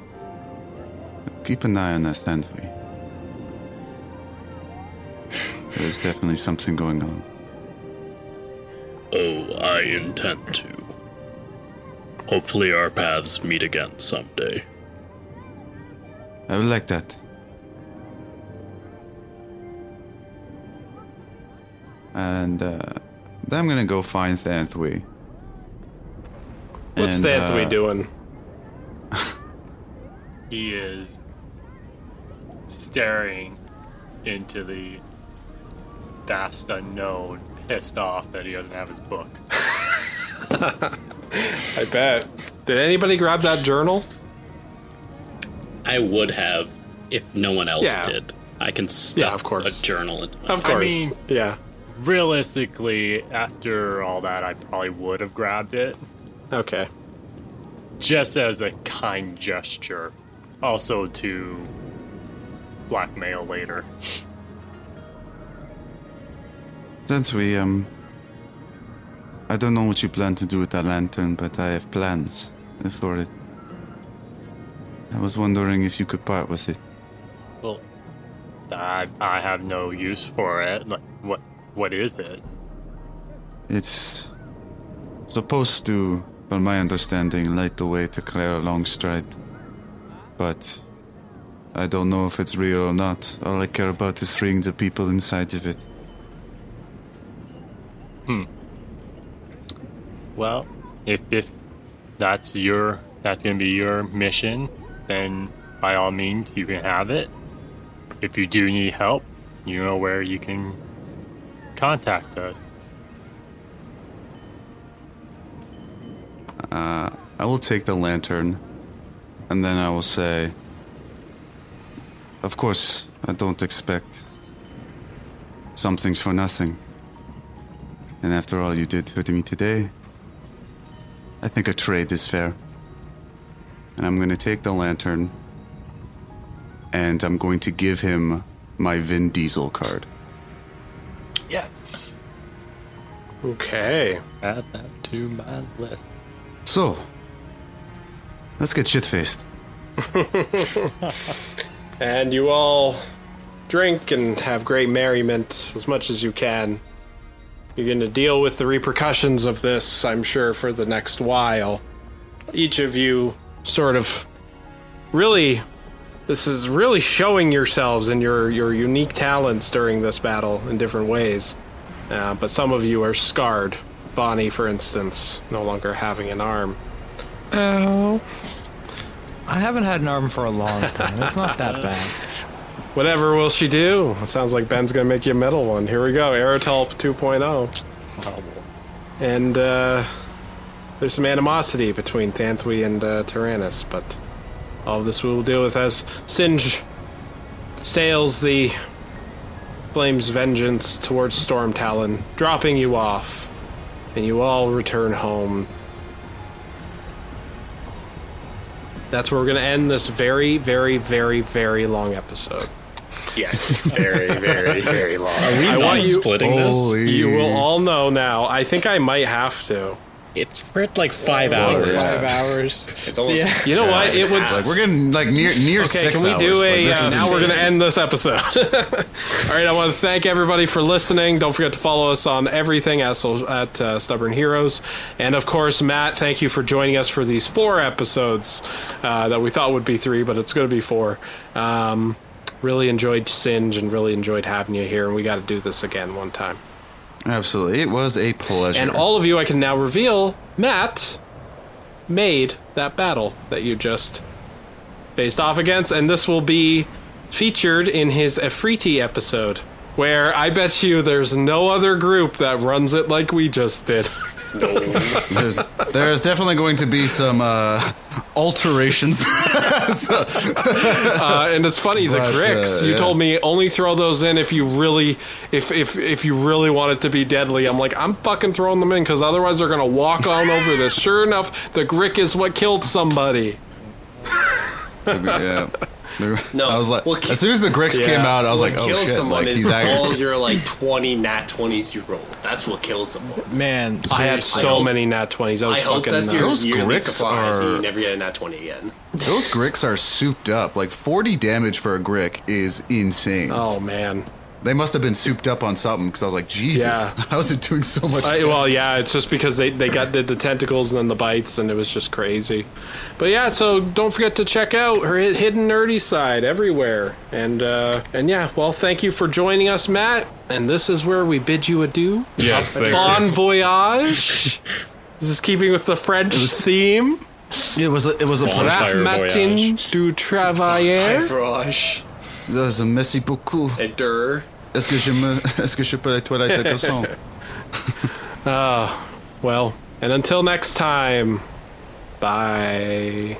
Keep an eye on that Thandwi. There's definitely something going on. Oh, I intend to. Hopefully, our paths meet again someday. I would like that. And uh, then I'm gonna go find Thanthui. What's And, Anthony uh, doing? He is staring into the vast unknown, pissed off that he doesn't have his book. I bet. Did anybody grab that journal? I would have if no one else Yeah. did. I can stuff of course. a journal into my Of course. mean- yeah. Realistically, after all that, I probably would have grabbed it Okay. just as a kind gesture, also to blackmail later. Thanthui, um, I don't know what you plan to do with that lantern, but I have plans for it. I was wondering if you could part with it. Well, I, I have no use for it. Like, what what is it? It's supposed to, from my understanding, light the way to Clara Longstride. But I don't know if it's real or not. All I care about is freeing the people inside of it. Well, if if that's your that's gonna be your mission, then by all means you can have it. If you do need help, you know where you can contact us. Uh, I will take the lantern, and then I will say, Of course, I don't expect something's for nothing. And after all you did for me today, I think a trade is fair. And I'm going to take the lantern, and I'm going to give him my Vin Diesel card. Yes. Okay. Add that to my list. So, let's get shit faced. And you all drink and have great merriment as much as you can. You're going to deal with the repercussions of this, I'm sure, for the next while. Each of you sort of really this is really showing yourselves and your your unique talents during this battle in different ways. Uh, but some of you are scarred. Bonnie, for instance, no longer having an arm. I haven't had an arm for a long time. It's not that bad. Whatever will she do? It sounds like Ben's gonna make you a metal one. Here we go, Aerotelp 2.0. oh. And uh, there's some animosity between Thanthui and uh, Tyrannus, but all of this we will deal with as Singe sails the Flame's vengeance towards Storm Talon, dropping you off, and you all return home. That's where we're gonna end this very, very, very, very long episode. Yes. Very, very, very long. I want you splitting this. You will all know now. I think I might have to. It's we're at like five hours. Five It's almost. You know what? It would. Like we're getting like near near Okay, six can we hours. do Like, a? this uh, was now we're going to end this episode. All right, I want to thank everybody for listening. Don't forget to follow us on everything at, so- at uh, Stubborn Heroes, and of course, Matt. Thank you for joining us for these four episodes uh, that we thought would be three, but it's going to be four. Um, really enjoyed Singe and really enjoyed having you here, and we got to do this again one time. Absolutely. It was a pleasure. And all of you, I can now reveal Matt made that battle that you just based off against, and this will be featured in his Efriti episode, where I bet you there's no other group that runs it like we just did. there's, there's definitely going to be some uh, alterations. So- Uh, and it's funny, the But, uh, Grix, you yeah. told me only throw those in if you really, if if if you really want it to be deadly. I'm like, I'm fucking throwing them in because otherwise they're gonna walk all over this. Sure enough, the Grick is what killed somebody. yeah. No, I was like, well, ki- as soon as the Grix came out, I was What like, oh killed shit, someone like is he's all accurate. your like 20 nat 20s you roll. That's what killed someone. Man, I seriously. had so hope- many nat twenties. That was I hope fucking that's your nuts. Those yearly Grix supplies and are- you never get a nat 20 again. Those Gricks are souped up. Like 40 damage for a Grick is insane. Oh man. They must have been souped up on something because I was like, Jesus, Yeah. how's it doing so much? I, damage? Uh, well, yeah, it's just because they, they got did the tentacles and then the bites, and it was just crazy. But yeah, so don't forget to check out her hi- hidden nerdy side everywhere. And uh, and yeah, well, thank you for joining us, Matt. And this is where we bid you adieu. Yes, thank you. Bon voyage. this is keeping with the French theme. it was a, it was a pleasure. Bonfire. Matin du travail. Frosh, That was a merci beaucoup. Endure. Est-ce que je me est-ce que je peux la toilette de garçon? Ah, Well, and until next time, bye.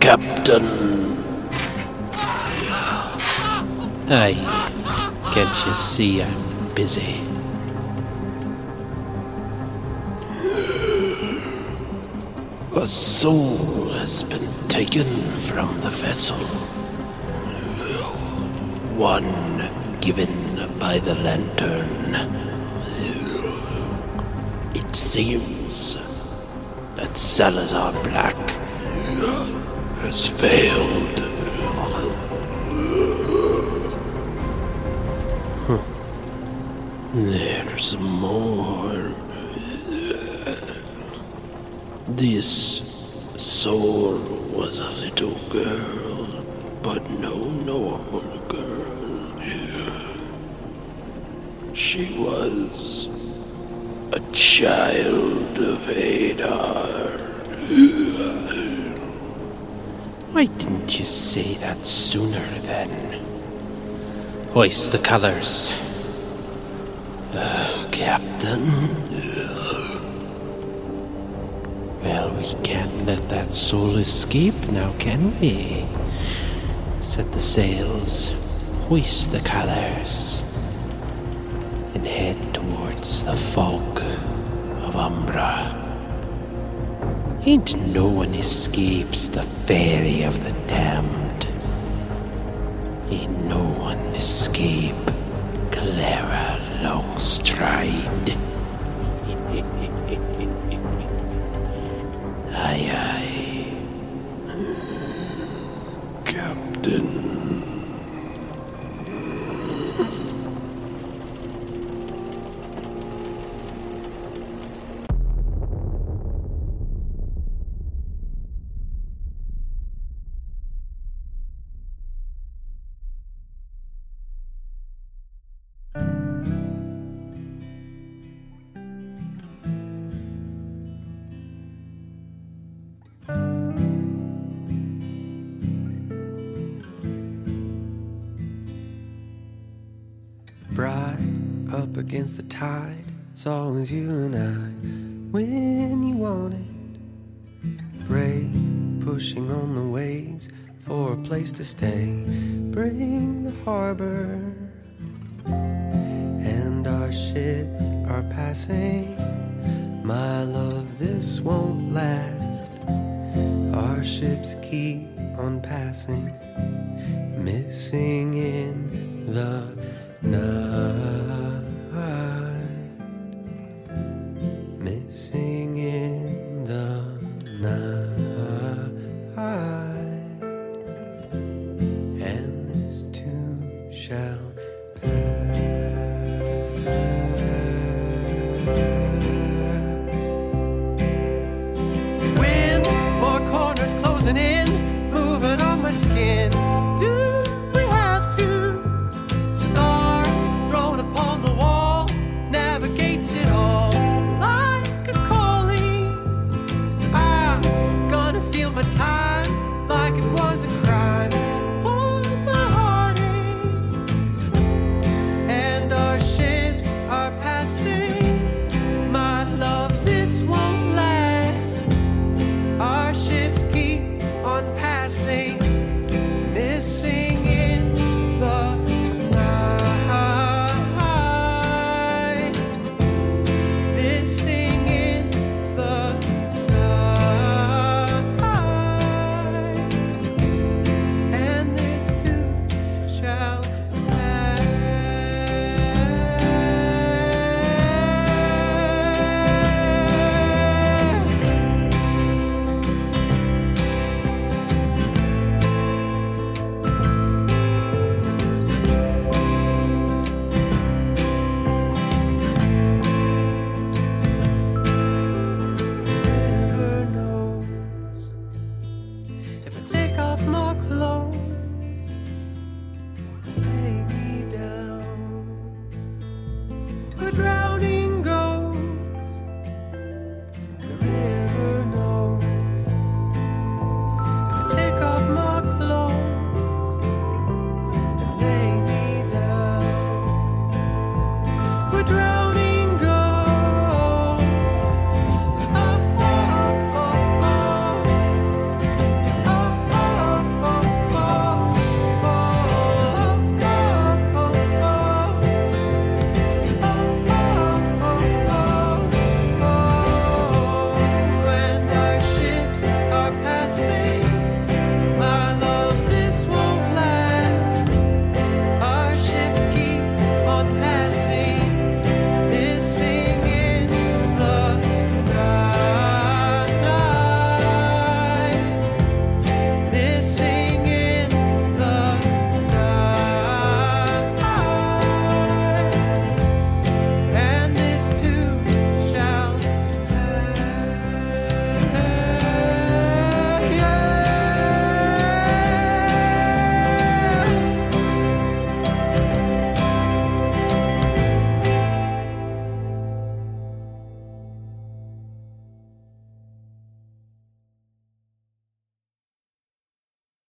Captain. Aye. Can't you see I'm busy? A soul has been taken from the vessel. One given by the lantern. It seems that Salazar Black has failed. There's more. This soul was a little girl, but no normal girl. She was a child of Adar. Why didn't you say that sooner then? Hoist the colors. Oh, Captain. Well, we can't let that soul escape now, can we? Set the sails, hoist the colors, and head towards the fog of Umbra. Ain't no one escapes the fairy of the damned. Ain't no one escape Clara Longstride. aye, aye. Captain. bright up against the tide. It's always you and I when you want it. Brave, pushing on the waves for a place to stay. Bring the harbor and our ships are passing. My love, this won't last. Our ships keep on passing, missing in the night. Missing in the night.